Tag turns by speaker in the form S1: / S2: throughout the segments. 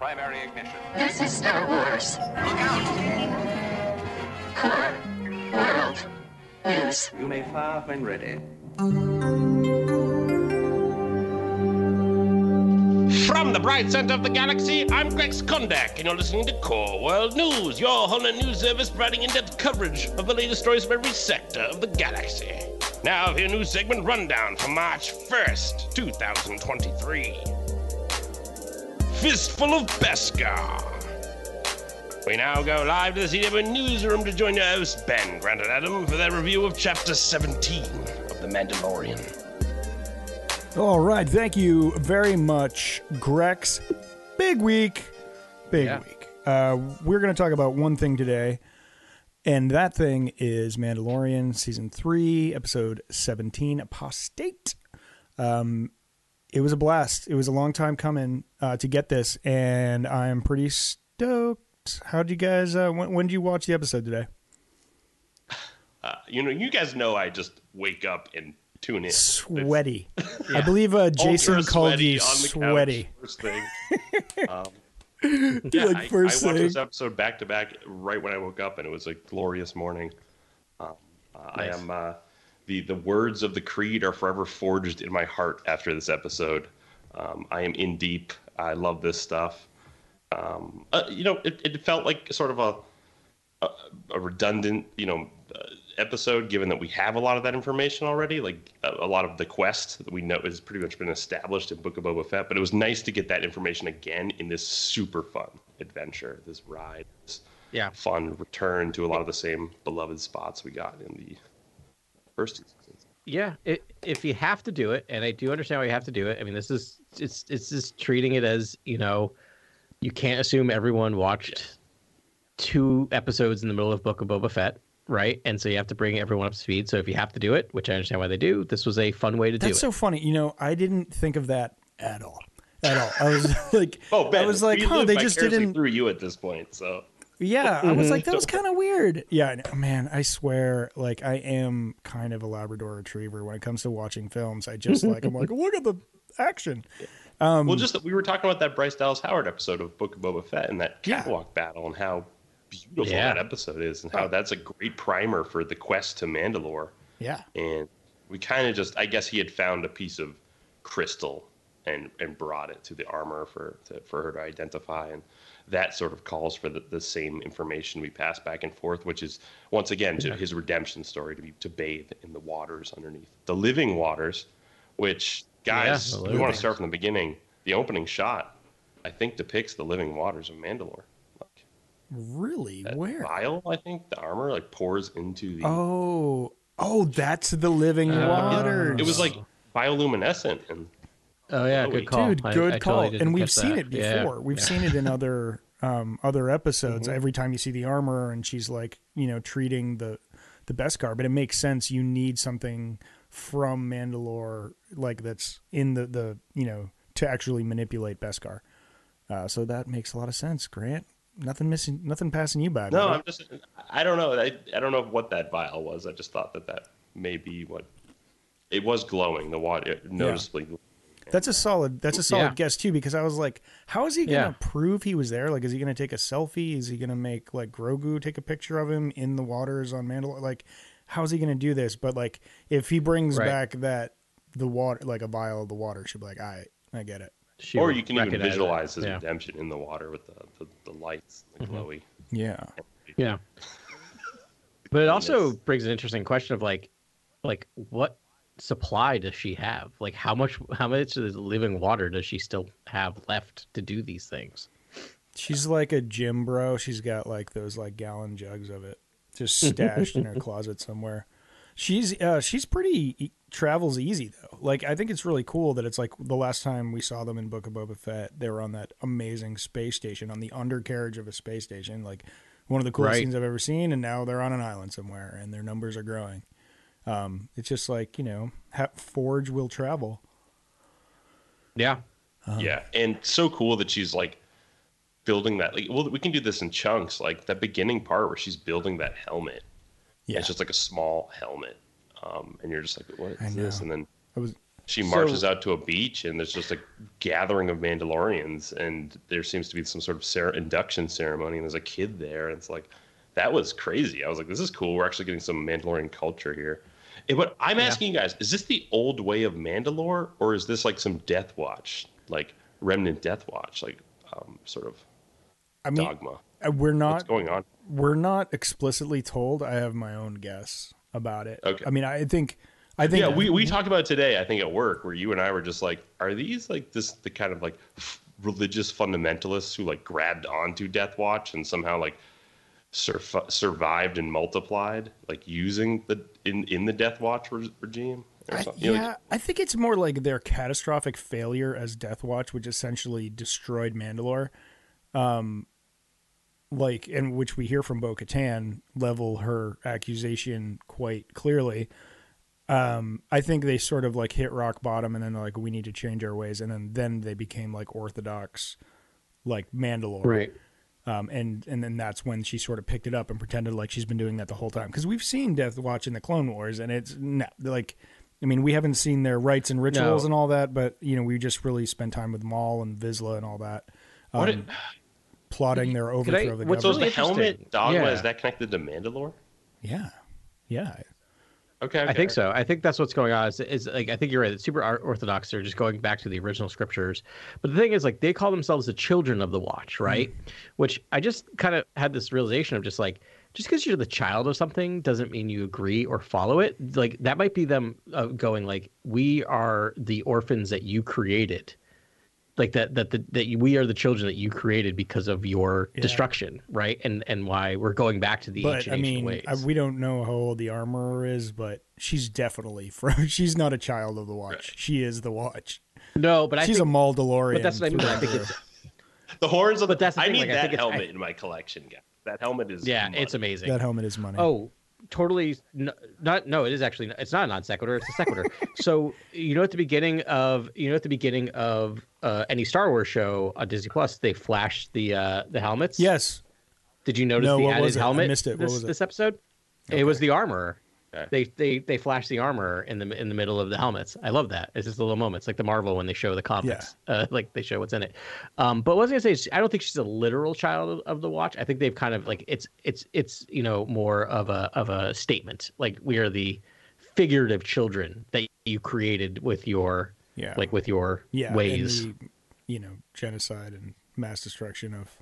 S1: primary ignition.
S2: This is Star Wars. Look out! Core World News.
S3: You may fire when ready.
S4: From the bright center of the galaxy, I'm Greg Skondak, and you're listening to Core World News, your online news service providing in-depth coverage of the latest stories from every sector of the galaxy. Now, your news segment rundown for March 1st, 2023. Fistful of Beskar. We now go live to the CW newsroom to join your host, Ben Grant and Adam, for their review of Chapter 17 of The Mandalorian.
S5: All right, thank you very much, Grex. Big week, big week. Uh, we're going to talk about one thing today, and that thing is Mandalorian season three, episode seventeen, Apostate. Um, it was a blast. It was a long time coming uh, to get this, and I am pretty stoked. How'd you guys? Uh, when, when did you watch the episode today?
S4: you know, you guys know I just wake up and tune in.
S5: Sweaty. I believe uh, Jason
S4: Ultra
S5: called
S4: sweaty
S5: you
S4: on the couch,
S5: sweaty.
S4: first thing. Um, yeah,
S5: Like,
S4: I,
S5: first
S4: I watched this
S5: thing.
S4: episode back to back right when I woke up, and it was a glorious morning. Um, uh, I am uh, the the words of the creed are forever forged in my heart after this episode. Um, I am in deep. I love this stuff. Um, uh, you know, it, it felt like sort of a a redundant, you know, uh, episode given that we have a lot of that information already. Like a, a lot of the quest that we know has pretty much been established in Book of Boba Fett, but it was nice to get that information again in this super fun adventure, this ride, this
S6: Yeah.
S4: fun return to a lot of the same beloved spots we got in the first two seasons.
S6: Yeah, i if you have to do it, and I do understand why you have to do it. I mean, this is it's it's just treating it as you know, you can't assume everyone watched two episodes in the middle of Book of Boba Fett, right? And so you have to bring everyone up to speed. So if you have to do it, which I understand why they do, this was a fun way to do
S5: That's so
S6: it.
S5: funny. You know, I didn't think of that at all. At all. I was like,
S4: Oh, Ben,
S5: I was like,
S4: we
S5: huh,
S4: live
S5: they just
S4: vicariously
S5: didn't.
S4: through you at this point. So
S5: Yeah. I
S6: Mm-hmm.
S5: was like, that was kind of weird. Yeah. I know. Oh, Man, I swear, like, I am kind of a Labrador retriever when it comes to watching films. I just like, I'm like, look at the action.
S4: well, just that we were talking about that Bryce Dallas Howard episode of Book of Boba Fett and that
S5: Yeah.
S4: catwalk battle and how beautiful
S6: Yeah.
S4: that episode is and how that's a great primer for the quest to Mandalore.
S5: Yeah.
S4: And we kind of just, I guess he had found a piece of crystal and and brought it to the armor for to, for her to identify and that sort of calls for the, the same information we pass back and forth which is once again to his redemption story to be to bathe in the waters underneath the living waters which guys
S6: the
S4: we
S6: living
S4: want to start from the beginning the opening shot i think depicts the living waters of mandalore like
S5: Really?
S4: that
S5: Where?
S4: vial i think the armor like pours into the
S5: Oh. Oh, that's the living
S6: Uh,
S5: waters.
S4: it was like bioluminescent and
S6: Oh yeah, good call,
S5: Dude,
S6: I- I
S5: good
S6: totally
S5: call.
S6: didn't
S5: and we've
S6: catch
S5: seen
S6: that.
S5: it
S6: Yeah. Mm-hmm.
S5: before. We've seen it in other um, other episodes. Every time you see the armor and she's like, you know, treating the the Beskar, but it makes sense. You need something from Mandalore, like that's in the the you know to actually manipulate Beskar. Uh, so that makes a lot of sense, Grant. Nothing missing, nothing passing you by.
S4: No,
S5: brother.
S4: I'm just. I don't know. I, I don't know what that vial was. I just thought that that may be what. It was glowing. The water noticeably.
S5: That's a solid. That's a solid
S6: Yeah.
S5: guess too, because I was like, "How is he gonna
S6: Yeah.
S5: prove he was there? Like, is he gonna take a selfie? Is he gonna make like Grogu take a picture of him in the waters on Mandalore? Like, how is he gonna do this? But like, if he brings
S6: Right.
S5: back that the water, like a vial of the water, she'll be like, "I, I get it.
S6: She
S4: or you can even
S6: recognized it.
S4: visualize his
S6: Yeah.
S4: redemption in the water with the the, the lights, the
S5: Mm-hmm.
S4: glowy.
S5: Yeah,
S6: Yeah. But it also brings an interesting question of like, like what supply does she have? Like how much, how much of the living water does she still have left to do these things?
S5: she's like a gym bro. She's got like those like gallon jugs of it just stashed in her closet somewhere. She's uh she's pretty e- travels easy though. Like I think it's really cool that it's like the last time we saw them in Book of Boba Fett, they were on that amazing space station on the undercarriage of a space station, like one of the coolest
S6: Right.
S5: scenes I've ever seen. And now they're on an island somewhere, and their numbers are growing. Um, it's just like you know, ha- Forge will travel.
S6: Yeah.
S5: Uh-huh.
S4: Yeah, and so cool that she's like building that. Like, well, we can do this in chunks. Like that beginning part where she's building that helmet.
S5: Yeah,
S4: It's just like a small helmet, um, and you're just like, what
S5: I
S4: is this?
S5: know.
S4: And then
S5: I was
S4: She marches out to a beach, and there's just a gathering of Mandalorians, and there seems to be some sort of cere- induction ceremony, and there's a kid there, and it's like, that was crazy. I was like, this is cool. We're actually getting some Mandalorian culture here. And what I'm asking you guys is this the old way of Mandalore, or is this like some Death Watch, like remnant Death Watch, like um, sort of
S5: I mean,
S4: dogma?
S5: uh, we're
S4: What's
S5: not
S4: going on?
S5: we're not explicitly told. I have my own guess about it.
S4: Okay.
S5: I mean, I think I think
S4: yeah, we, we talked about it today, I think at work, where you and I were just like, are these like this the kind of like f- religious fundamentalists who like grabbed onto Death Watch and somehow like surf- survived and multiplied, like using the in in the Death Watch re- regime? Or
S5: I,
S4: something? You know, like,
S5: yeah, I think it's more like their catastrophic failure as Death Watch, which essentially destroyed Mandalore, um, like and which we hear from Bo Katan level her accusation quite clearly. Um, I think they sort of like hit rock bottom, and then they're like we need to change our ways, and then then they became like orthodox, like Mandalore,
S6: Right.
S5: um, and and then that's when she sort of picked it up and pretended like she's been doing that the whole time because we've seen Death Watch in the Clone Wars and it's no like I mean we haven't seen their rites and rituals
S6: No.
S5: and all that but you know we just really spent time with Maul and Vizsla and all that
S4: what
S5: um,
S4: it-
S5: plotting their
S6: I-
S5: overthrow of the
S6: what's
S4: so is
S5: government.
S6: really
S4: the helmet
S6: interesting.
S4: dogma
S6: Yeah.
S4: is that connected to Mandalore?
S5: yeah, yeah,
S4: Okay,
S6: I
S4: okay.
S6: think so. I think that's what's going on. Is, is like I think you're right. It's super ar- orthodox. They're just going back to the original scriptures. But the thing is, like they call themselves the children of the Watch,
S5: Mm-hmm.
S6: right? Which I just kind of had this realization of just like just because you're the child of something doesn't mean you agree or follow it. Like that might be them uh, going like we are the orphans that you created. like that that the, that you, we are the children that you created because of your destruction, right? And and why we're going back to the
S5: but
S6: ancient,
S5: I
S6: ancient
S5: mean
S6: ways.
S5: I, we don't know how old the armorer is but she's definitely from she's not a child of the Watch she is the Watch
S6: no, but I
S5: she's
S6: think,
S5: a Maldalorian
S6: but that's what I mean.
S5: through
S6: I
S5: and
S6: think
S5: through.
S6: it's
S4: The horns of
S6: But that's the
S4: I
S6: thing,
S4: need
S6: like, I
S4: that
S6: think it's-
S4: helmet in my collection, guys. That helmet is
S6: yeah,
S4: money.
S6: it's amazing.
S5: that helmet is money
S6: Oh, totally. No, not no. It is actually. It's not a non sequitur. It's a sequitur. so you know, at the beginning of you know, at the beginning of uh, any Star Wars show on Disney Plus, they flash the uh, the helmets.
S5: yes
S6: Did you notice
S5: No,
S6: the
S5: what
S6: added
S5: was it? I
S6: helmet?
S5: missed it. What
S6: This,
S5: was it?
S6: this episode, it was the armorer.
S4: Okay.
S6: They they they flash the armorer in the in the middle of the helmets. I love that. It's just the little moments, like the Marvel when they show the comics, uh, like they show what's in it. Um, but what I was gonna say, is I don't think she's a literal child of, of the Watch. I think they've kind of like it's it's it's you know more of a of a statement, like we are the figurative children that you created with your
S5: Yeah.
S6: like with your
S5: yeah, and
S6: ways.
S5: the, you know, genocide and mass destruction of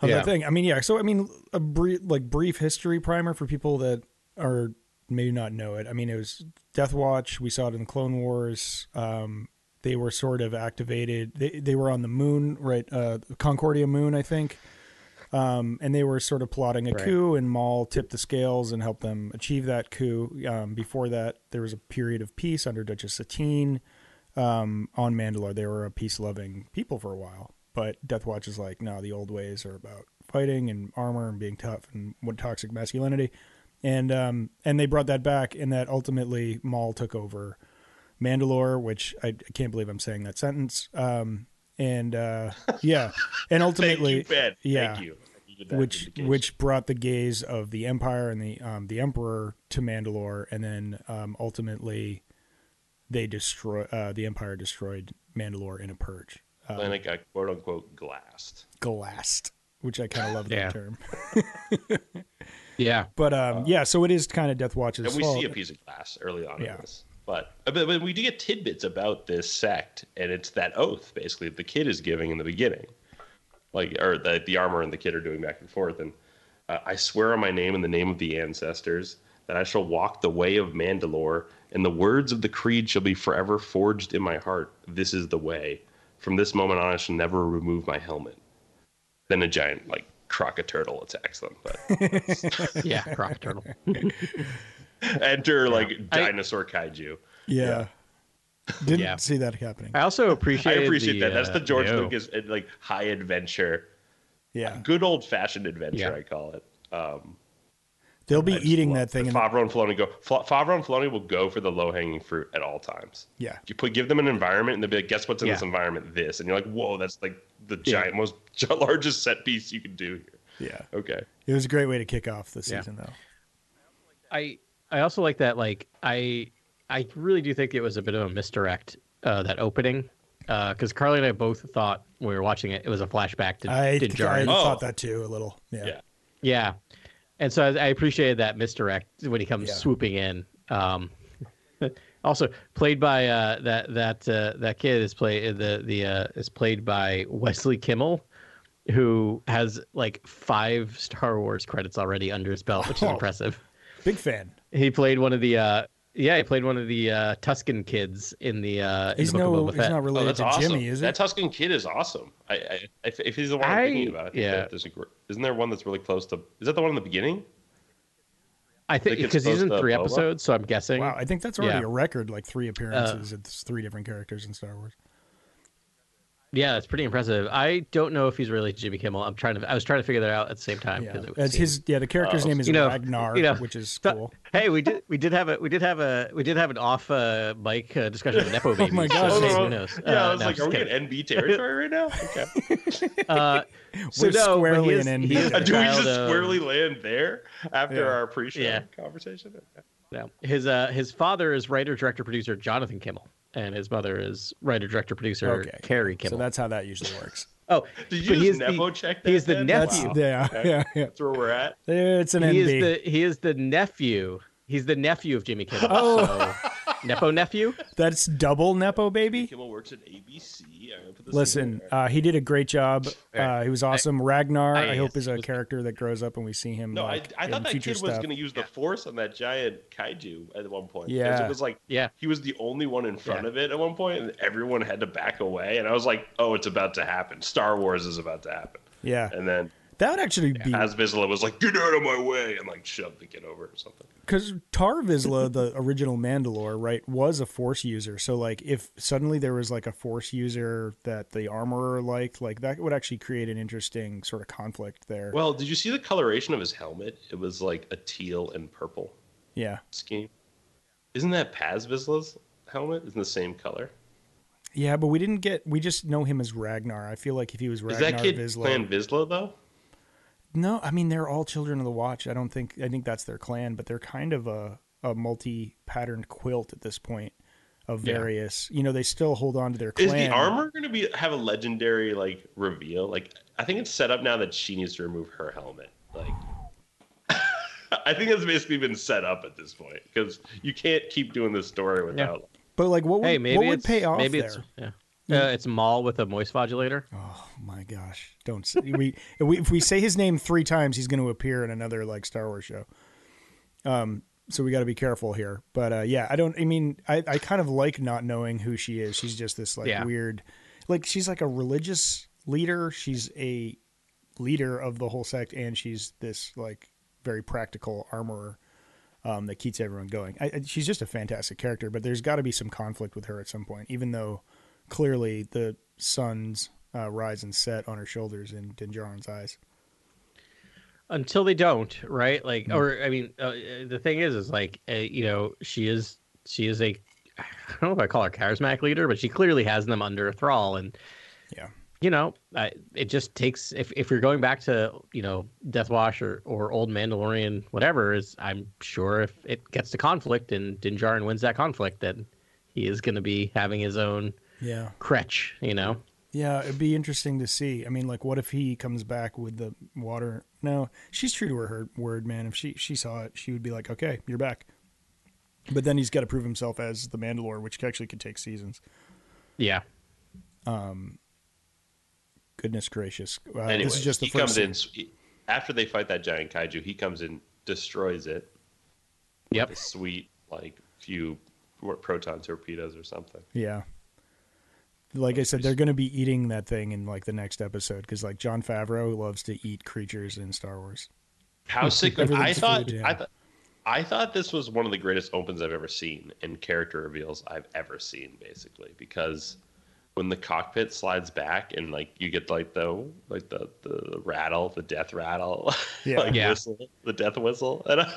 S5: of
S6: Yeah.
S5: that thing. I mean, yeah. So I mean, a brief like brief history primer for people that are maybe not know it. I mean, it was Death Watch. We saw it in the Clone Wars. Um, they were sort of activated. They they were on the moon, right? Uh, Concordia moon, I think. Um, and they were sort of plotting a
S6: Right.
S5: coup, and Maul tipped the scales and helped them achieve that coup. Um, before that, there was a period of peace under Duchess Satine um, on Mandalore, they were a peace loving people for a while. But Death Watch is like, no, the old ways are about fighting and armor and being tough and what toxic masculinity. And um, and they brought that back, and that ultimately Maul took over Mandalore, which I, I can't believe I'm saying that sentence. Um, and uh, yeah, and
S4: Thank
S5: ultimately,
S4: you, Ben.
S5: yeah,
S4: Thank you. I needed that
S5: which
S4: vindication.
S5: which brought the gaze of the empire and the um, the emperor to Mandalore, and then um, ultimately they destroy uh, the empire destroyed Mandalore in a purge, uh,
S4: and it got quote unquote glassed.
S5: Galast, which I kind of love
S6: Yeah.
S5: that term.
S6: yeah,
S5: But um, yeah, so it is kind of Death Watch's
S4: Uh, And we
S5: fault.
S4: see a piece of glass early on
S5: Yeah.
S4: in this. But, but but we do get tidbits about this sect, and it's that oath basically that the kid is giving in the beginning, like or that the armor and the kid are doing back and forth. And uh, I swear on my name and the name of the ancestors that I shall walk the way of Mandalore, and the words of the creed shall be forever forged in my heart. This is the way. From this moment on, I shall never remove my helmet. Then a giant like crocoturtle attacks them, but.
S6: yeah, Croc Turtle.
S4: enter like
S6: I-
S4: dinosaur kaiju.
S5: yeah. Didn't
S6: Yeah.
S5: see that happening.
S6: I also
S4: I
S6: appreciate.
S4: appreciate that. That's the George
S6: Lucas.
S4: Lucas uh, like high adventure,
S5: Yeah,
S4: good old fashioned adventure.
S6: Yeah.
S4: I call it. Um,
S5: they'll be
S4: I just
S5: eating
S4: love
S5: that thing.
S4: it.
S5: And,
S4: Favreau and Filoni go. Fa- Favreau and Filoni will go for the low hanging fruit at all times.
S5: yeah,
S4: You put give them an environment, and they'll be like, "Guess what's in
S6: Yeah.
S4: this environment? This." And you're like, "Whoa, that's like the giant, most largest set piece you can do here."
S5: yeah.
S4: Okay.
S5: It was a great way to kick off the
S6: Yeah.
S5: season, though.
S6: I I also like that like I I really do think it was a bit of a misdirect uh, that opening because Carly and I both thought when we were watching it it was a flashback to,
S5: I,
S6: to
S5: I
S6: Jaren.
S5: thought
S4: Oh.
S5: that too a little. Yeah.
S4: Yeah.
S6: Yeah, and so I, I appreciated that misdirect when he comes
S5: Yeah.
S6: swooping in. Um, also played by uh, that that uh, that kid is play the the uh, is played by Wesley Kimmel, who has like five Star Wars credits already under his belt, which is
S5: Oh.
S6: impressive.
S5: Big fan.
S6: He played one of the uh, yeah he played one of the uh, Tuscan kids in the uh, in
S5: He's
S6: the Book
S5: no
S6: of Boba
S5: he's
S6: Fett.
S5: not
S4: Oh,
S5: related
S4: that's
S5: to
S4: awesome.
S5: Jimmy, is
S4: That
S5: it?
S4: Tuscan kid is awesome. I, I if, if he's the one
S6: I-
S4: I'm thinking about, I think
S6: yeah.
S4: that there's a, gr- isn't there one that's really close to? Is that the one in the beginning?
S6: I think
S4: Like it's
S6: because he's in
S4: supposed to
S6: three
S4: Boba?
S6: episodes, so I'm guessing.
S5: Wow, I think that's already
S6: Yeah. Uh,
S5: a record, like three appearances. it's three different characters in Star Wars.
S6: Yeah, that's pretty impressive. I don't know if he's related to Jimmy Kimmel. I'm trying to. I was trying to figure that out at the same time.
S5: Yeah.
S6: 'cause it
S5: As
S6: seemed-
S5: his yeah, the character's
S4: Oh.
S5: name is
S6: Uh, You know,
S5: Ragnar,
S6: you know,
S5: which is
S6: So-
S5: cool.
S6: Hey, we did. We did have a. We did have a. We did have an off uh, mic uh, discussion of nepo babies.
S5: my
S6: so
S5: gosh.
S6: hey,
S4: Oh,
S6: who knows?
S4: Yeah,
S6: Uh,
S4: I was
S6: no,
S4: like,
S6: I'm
S4: are we
S6: just
S4: in NB territory right now? Okay.
S6: kidding. Uh, so
S5: We're
S6: no, but
S5: squarely
S6: he is-
S5: in
S6: he
S5: NB
S6: is
S5: territory.
S6: the
S4: Uh, Do we
S6: child
S4: just
S6: of-
S4: squarely land there after
S5: Yeah.
S4: our pre-show
S6: Yeah.
S4: conversation? Okay.
S6: No. His uh, his father is writer, director, producer Jonathan Kimmel, and his mother is writer, director, producer
S5: Okay.
S6: Carrie
S5: So
S6: Kimmel.
S5: that's how that usually works.
S6: oh,
S4: Did
S6: But
S4: you
S6: he
S4: just
S6: is the-
S4: nepo check that?
S6: he is the
S4: then?
S6: nephew.
S5: That's
S6: Wow.
S5: yeah, yeah, yeah.
S4: That's where we're at.
S5: It's an
S6: he
S5: NB.
S6: is the he is the nephew. He's the nephew of Jimmy Kimmel.
S5: Oh.
S6: So, nepo nephew.
S5: That's double nepo baby.
S4: Kimmel works at ABC. I'm gonna put this in
S5: Listen,
S4: there.
S5: uh, he did a great job. Uh, he was awesome. Ragnar,
S6: I-
S5: I, hope, is
S6: yes,
S5: a
S6: was-
S5: character that grows up and we see him.
S4: no, I,
S5: like,
S4: I
S5: in
S4: thought that
S5: future
S4: kid was
S5: stuff.
S4: going to use the force on that giant kaiju at one point. 'cause
S5: Yeah.
S4: it was like
S6: Yeah.
S4: he was the only one in front
S6: Yeah.
S4: of it at one point, and everyone had to back away. And I was like, "Oh, it's about to happen. Star Wars is about to happen."
S5: Yeah,
S4: And then
S5: that would actually be
S4: As Vizsla was like, "Get out of my way!" and like shoved the kid over or something.
S5: because Tar Vizsla, the original Mandalore, right, was a Force user. So like, if suddenly there was like a Force user that the armorer liked, like that would actually create an interesting sort of conflict there.
S4: Well, did you see the coloration of his helmet? It was like a teal and purple
S5: yeah,
S4: scheme. Isn't that Paz Vizsla's helmet? Isn't the same color?
S5: yeah, but we didn't get. We just know him as Ragnar. I feel like if he was
S4: Is
S5: Ragnar
S4: that kid
S5: Vizsla,
S4: playing Vizsla though?
S5: No, I mean they're all children of the watch. I don't think I think that's their clan, but they're kind of a, a multi patterned quilt at this point of
S6: Yeah.
S5: various you know, they still hold on to their clan.
S4: Is the armor going to be have a legendary like reveal? Like I think it's set up now that she needs to remove her helmet. Like I think that's basically been set up at this point because you can't keep doing this story without.
S5: But like what would
S6: Hey, maybe
S5: what would
S6: it's,
S5: pay off
S6: maybe
S5: there?
S6: it's yeah. Uh, it's Maul with a moist modulator.
S5: Oh my gosh. Don't say, we, we if we say his name three times he's gonna appear in another like Star Wars show. Um so we got to be careful here, but uh, yeah, I don't. I mean, I, I kind of like not knowing who she is. She's just this like
S6: Yeah.
S5: weird, like she's like a religious leader. She's a leader of the whole sect, and she's this like very practical armorer um, that keeps everyone going. I, I- she's just a fantastic character, but there's got to be some conflict with her at some point, even though clearly the suns uh, rise and set on her shoulders in Din Djarin's eyes.
S6: until they don't right like
S5: Mm-hmm.
S6: or i mean uh, uh, the thing is is like uh, you know she is she is a i don't know if i call her charismatic leader but she clearly has them under thrall and
S5: Yeah.
S6: you know I, it just takes if, if you're going back to you know death wash or, or old mandalorian whatever is i'm sure if it gets to conflict and Din Djarin wins that conflict then he is going to be having his own
S5: Yeah.
S6: crutch you know
S5: Yeah, it'd be interesting to see. I mean, like, what if he comes back with the water? No, she's true to her, her word, man. If she she saw it, she would be like, "Okay, you're back." But then he's got to prove himself as the Mandalore, which actually could take seasons.
S6: yeah
S5: Goodness gracious! Uh,
S4: Anyway,
S5: this is just the
S4: he
S5: first.
S4: comes
S5: scene.
S4: in he- after they fight that giant kaiju. He comes in, destroys it.
S6: yep
S4: A sweet like few proton torpedoes or something.
S5: Yeah. Like I said, they're going to be eating that thing in like the next episode because like John Favreau loves to eat creatures in Star Wars.
S4: How sick! I
S5: Everything's
S4: thought
S5: food, yeah.
S4: I thought I thought this was one of the greatest opens I've ever seen and character reveals I've ever seen, basically, because when the cockpit slides back and like you get like the like the the rattle, the death rattle,
S5: Yeah.
S4: like
S6: Yeah.
S4: whistle, the death whistle, and I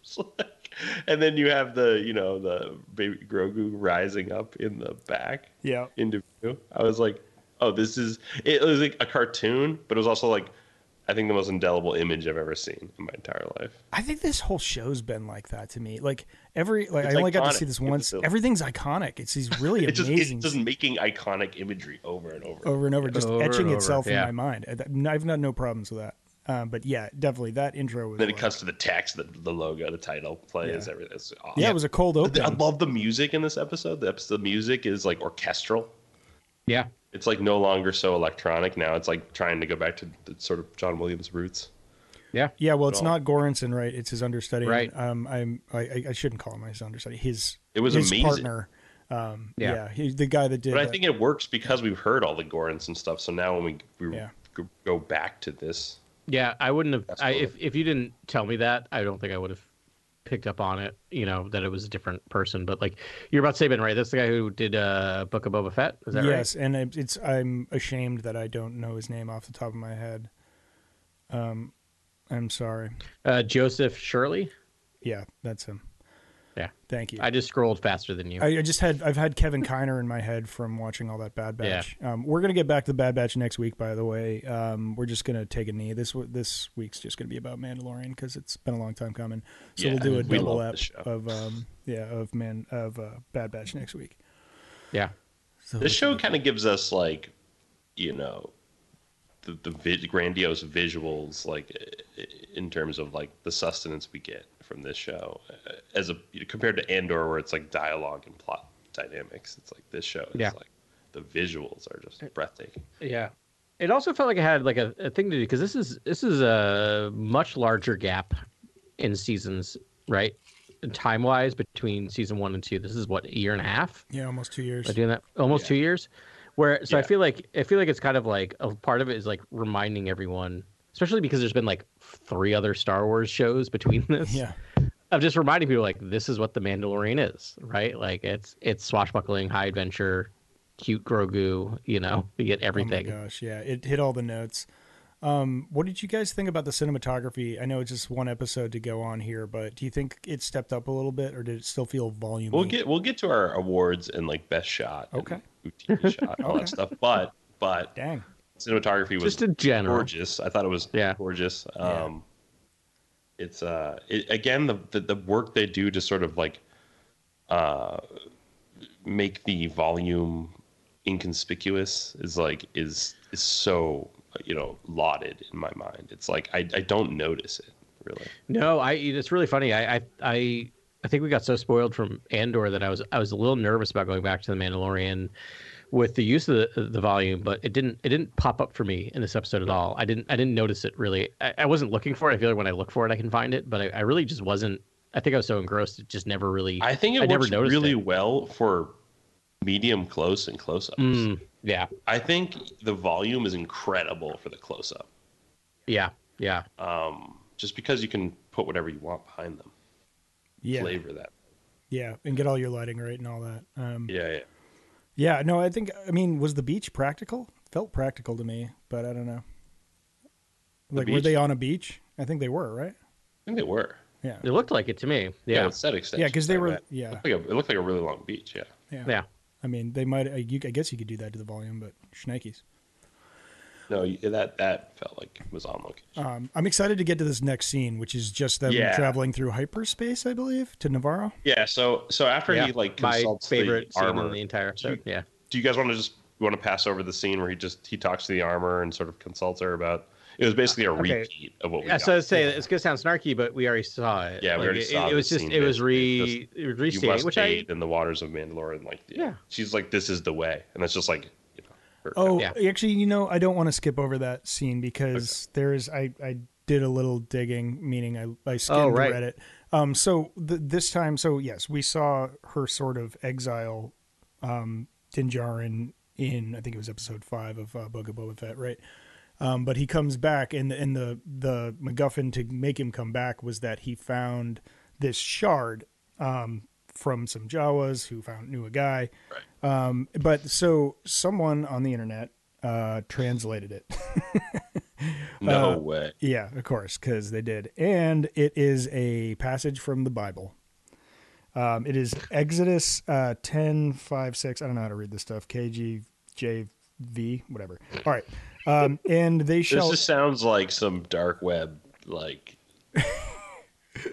S4: was like, and then you have the you know the baby Grogu rising up in the back
S5: Yeah.
S4: into view. I was like, oh, this is it was like a cartoon, but it was also like I think the most indelible image I've ever seen in my entire life.
S5: I think this whole show's been like that to me. Like every like
S4: It's
S5: I only got to
S4: iconic.
S5: see
S4: It's
S5: this once.
S4: still-
S5: Everything's iconic. It's these really
S4: It's just
S5: amazing
S4: it's just making iconic imagery over and over.
S5: over and over, just
S6: Over
S5: etching
S6: and over,
S5: itself in
S6: yeah.
S5: my mind. I- that- I've had no problems with that. Um, but yeah, definitely that intro was.
S4: then it
S5: like-
S4: cuts to the text, the, the logo, the title, plays
S5: Yeah.
S4: everything. It's awesome.
S5: Yeah, it was a cold
S4: But the- I
S5: open.
S4: love the music in this episode. The, episode, the music is like orchestral.
S6: Yeah.
S4: It's like no longer so electronic now. It's like trying to go back to the sort of John Williams roots.
S6: Yeah.
S5: Yeah, well, it's
S4: all.
S5: not Goranson, right? It's his understudy.
S6: Right.
S5: Um, I'm. I- I, I shouldn't call him his understudy. His.
S4: It was
S5: his
S4: amazing.
S5: partner. Um, yeah.
S6: Yeah.
S5: he, the guy that did.
S4: But I
S5: uh,
S4: think it works because we've heard all the Gorans and stuff. So now when we, we
S5: Yeah.
S4: g- go back to this,
S6: Yeah, I wouldn't have.
S4: That's
S6: I,
S4: cool.
S6: if if you didn't tell me that, I don't think I would have picked up on it. You know that it was a different person. But like you're about to say, Ben, right? That's the guy who did uh, Book of Boba Fett. Is that right?
S5: yes, and it- it's. I'm ashamed that I don't know his name off the top of my head. Um, I'm sorry.
S6: Uh, Joseph Shirley.
S5: Yeah, that's him.
S6: Yeah.
S5: Thank you.
S6: I just scrolled faster than you.
S5: I, I just had I've had Kevin Kiner in my head from watching all that Bad Batch. Um, we're gonna get back to the Bad Batch next week. By the way, um, we're just gonna take a knee. This w- this week's just gonna be about Mandalorian because it's been a long time coming. So
S4: Yeah,
S5: we'll do a
S4: we
S5: double
S4: love
S5: up
S4: this show.
S5: of um, yeah of man of uh, Bad Batch next week.
S6: yeah.
S5: So
S4: this show kind of gives us like, you know, the, the vi- grandiose visuals, like i- in terms of like the sustenance we get from this show, uh, as a compared to Andor, where it's like dialogue and plot dynamics. It's like this show is
S6: Yeah.
S4: like the visuals are just breathtaking.
S6: Yeah. It also felt like it had like a, a thing to do because this is this is a much larger gap in seasons, right? Time wise between season one and two. This is what a year and a half.
S5: yeah, almost two years.
S6: By doing that almost
S4: Yeah.
S6: two years, where so I
S4: Yeah.
S6: feel like I feel like it's kind of like a part of it is like reminding everyone, especially because there's been like three other Star Wars shows between this.
S5: Yeah,
S6: Of just reminding people like this is what the Mandalorian is, right? Like it's it's swashbuckling, high adventure, cute Grogu. You know, you get everything.
S5: Oh my gosh, yeah, it hit all the notes. Um, what did you guys think about the cinematography? I know it's just one episode to go on here, but do you think it stepped up a little bit, or did it still feel voluminous?
S4: We'll get we'll get to our awards and like best shot, and
S5: Okay.
S4: who TV shot, and all
S5: Okay.
S4: that stuff. But but
S5: dang.
S4: cinematography was
S6: just in general.
S4: gorgeous. I thought it was
S6: Yeah.
S4: gorgeous.
S5: Yeah.
S4: Um, It's uh, it, again the, the the work they do to sort of like uh, make the volume inconspicuous is like is is so you know lauded in my mind. It's like I I don't notice it really.
S6: No, I. It's really funny. I, I, I, I think we got so spoiled from Andor that I was, I was a little nervous about going back to the Mandalorian with the use of the, the volume, but it didn't, it didn't pop up for me in this episode at all. I didn't, I didn't notice it really. I, I wasn't looking for it. I feel like when I look for it, I can find it, but I, I really just wasn't. I think I was so engrossed, it just never really.
S4: I think it
S6: I never
S4: works
S6: noticed
S4: really
S6: it.
S4: well for medium close and close ups.
S6: Mm, yeah,
S4: I think the volume is incredible for the close up.
S6: yeah, yeah,
S4: Um, just because you can put whatever you want behind them,
S5: Yeah,
S4: flavor that.
S5: yeah, and get all your lighting right and all that. Um,
S4: Yeah, yeah.
S5: yeah. no, I think I mean, was the beach practical? Felt practical to me, but I don't know. Like, were
S4: beach?
S5: they on a beach? I think they were, right?
S4: I think they were.
S5: Yeah,
S6: it looked like it to me.
S4: Yeah,
S6: Yeah,
S4: with set extension.
S5: yeah, because they were.
S4: It
S5: Yeah,
S4: looked, like a, it looked like a really long beach. Yeah.
S5: yeah,
S6: yeah.
S5: I mean, they might. I, you, I guess you could do that to the volume, but shnikes.
S4: No, you- that that felt like it was on location.
S6: Uh,
S5: Um, I'm excited to get to this next scene, which is just them
S4: Yeah.
S5: traveling through hyperspace, I believe, to Navarro.
S4: Yeah. So so after
S6: yeah.
S4: he like
S6: my
S4: consults
S6: favorite
S4: the
S6: scene
S4: armor,
S6: in the entire episode. Yeah,
S4: do you guys want to just want to pass over the scene where he just he talks to the armor and sort of consults her about? It was basically a
S6: Uh, Okay.
S4: repeat of what we.
S6: Yeah,
S4: got.
S6: so I was saying it's gonna sound snarky, but we already saw it.
S4: Yeah, we
S6: Like,
S4: already
S6: it,
S4: saw
S6: it.
S4: the
S6: was just
S4: scene
S6: it was
S4: basically.
S6: re
S4: you must
S6: restated, which I
S4: aid in the waters of Mandalorian. Like,
S6: Yeah.
S4: she's like, this is the way, and that's just like, you know, her-
S5: Oh,
S6: Yeah.
S5: actually, you know, I don't want to skip over that scene because there is I I did a little digging, meaning I I skimmed
S6: Oh, right.
S5: Reddit. Um, so th- this time, so yes, we saw her sort of exile, um, Dinjarin in I think it was episode five of uh, Book of Boba Fett, right? Um, but he comes back, and and the the MacGuffin to make him come back was that he found this shard um, from some Jawas who found knew a guy. Um, but so someone on the internet uh, translated it. uh,
S4: no way.
S5: yeah, of course, because they did, and it is a passage from the Bible. Um, it is Exodus uh, 10, 5, 6. I don't know how to read this stuff. KGJV, whatever. All right. Um, and they
S4: This
S5: shall.
S4: just sounds like some dark web, like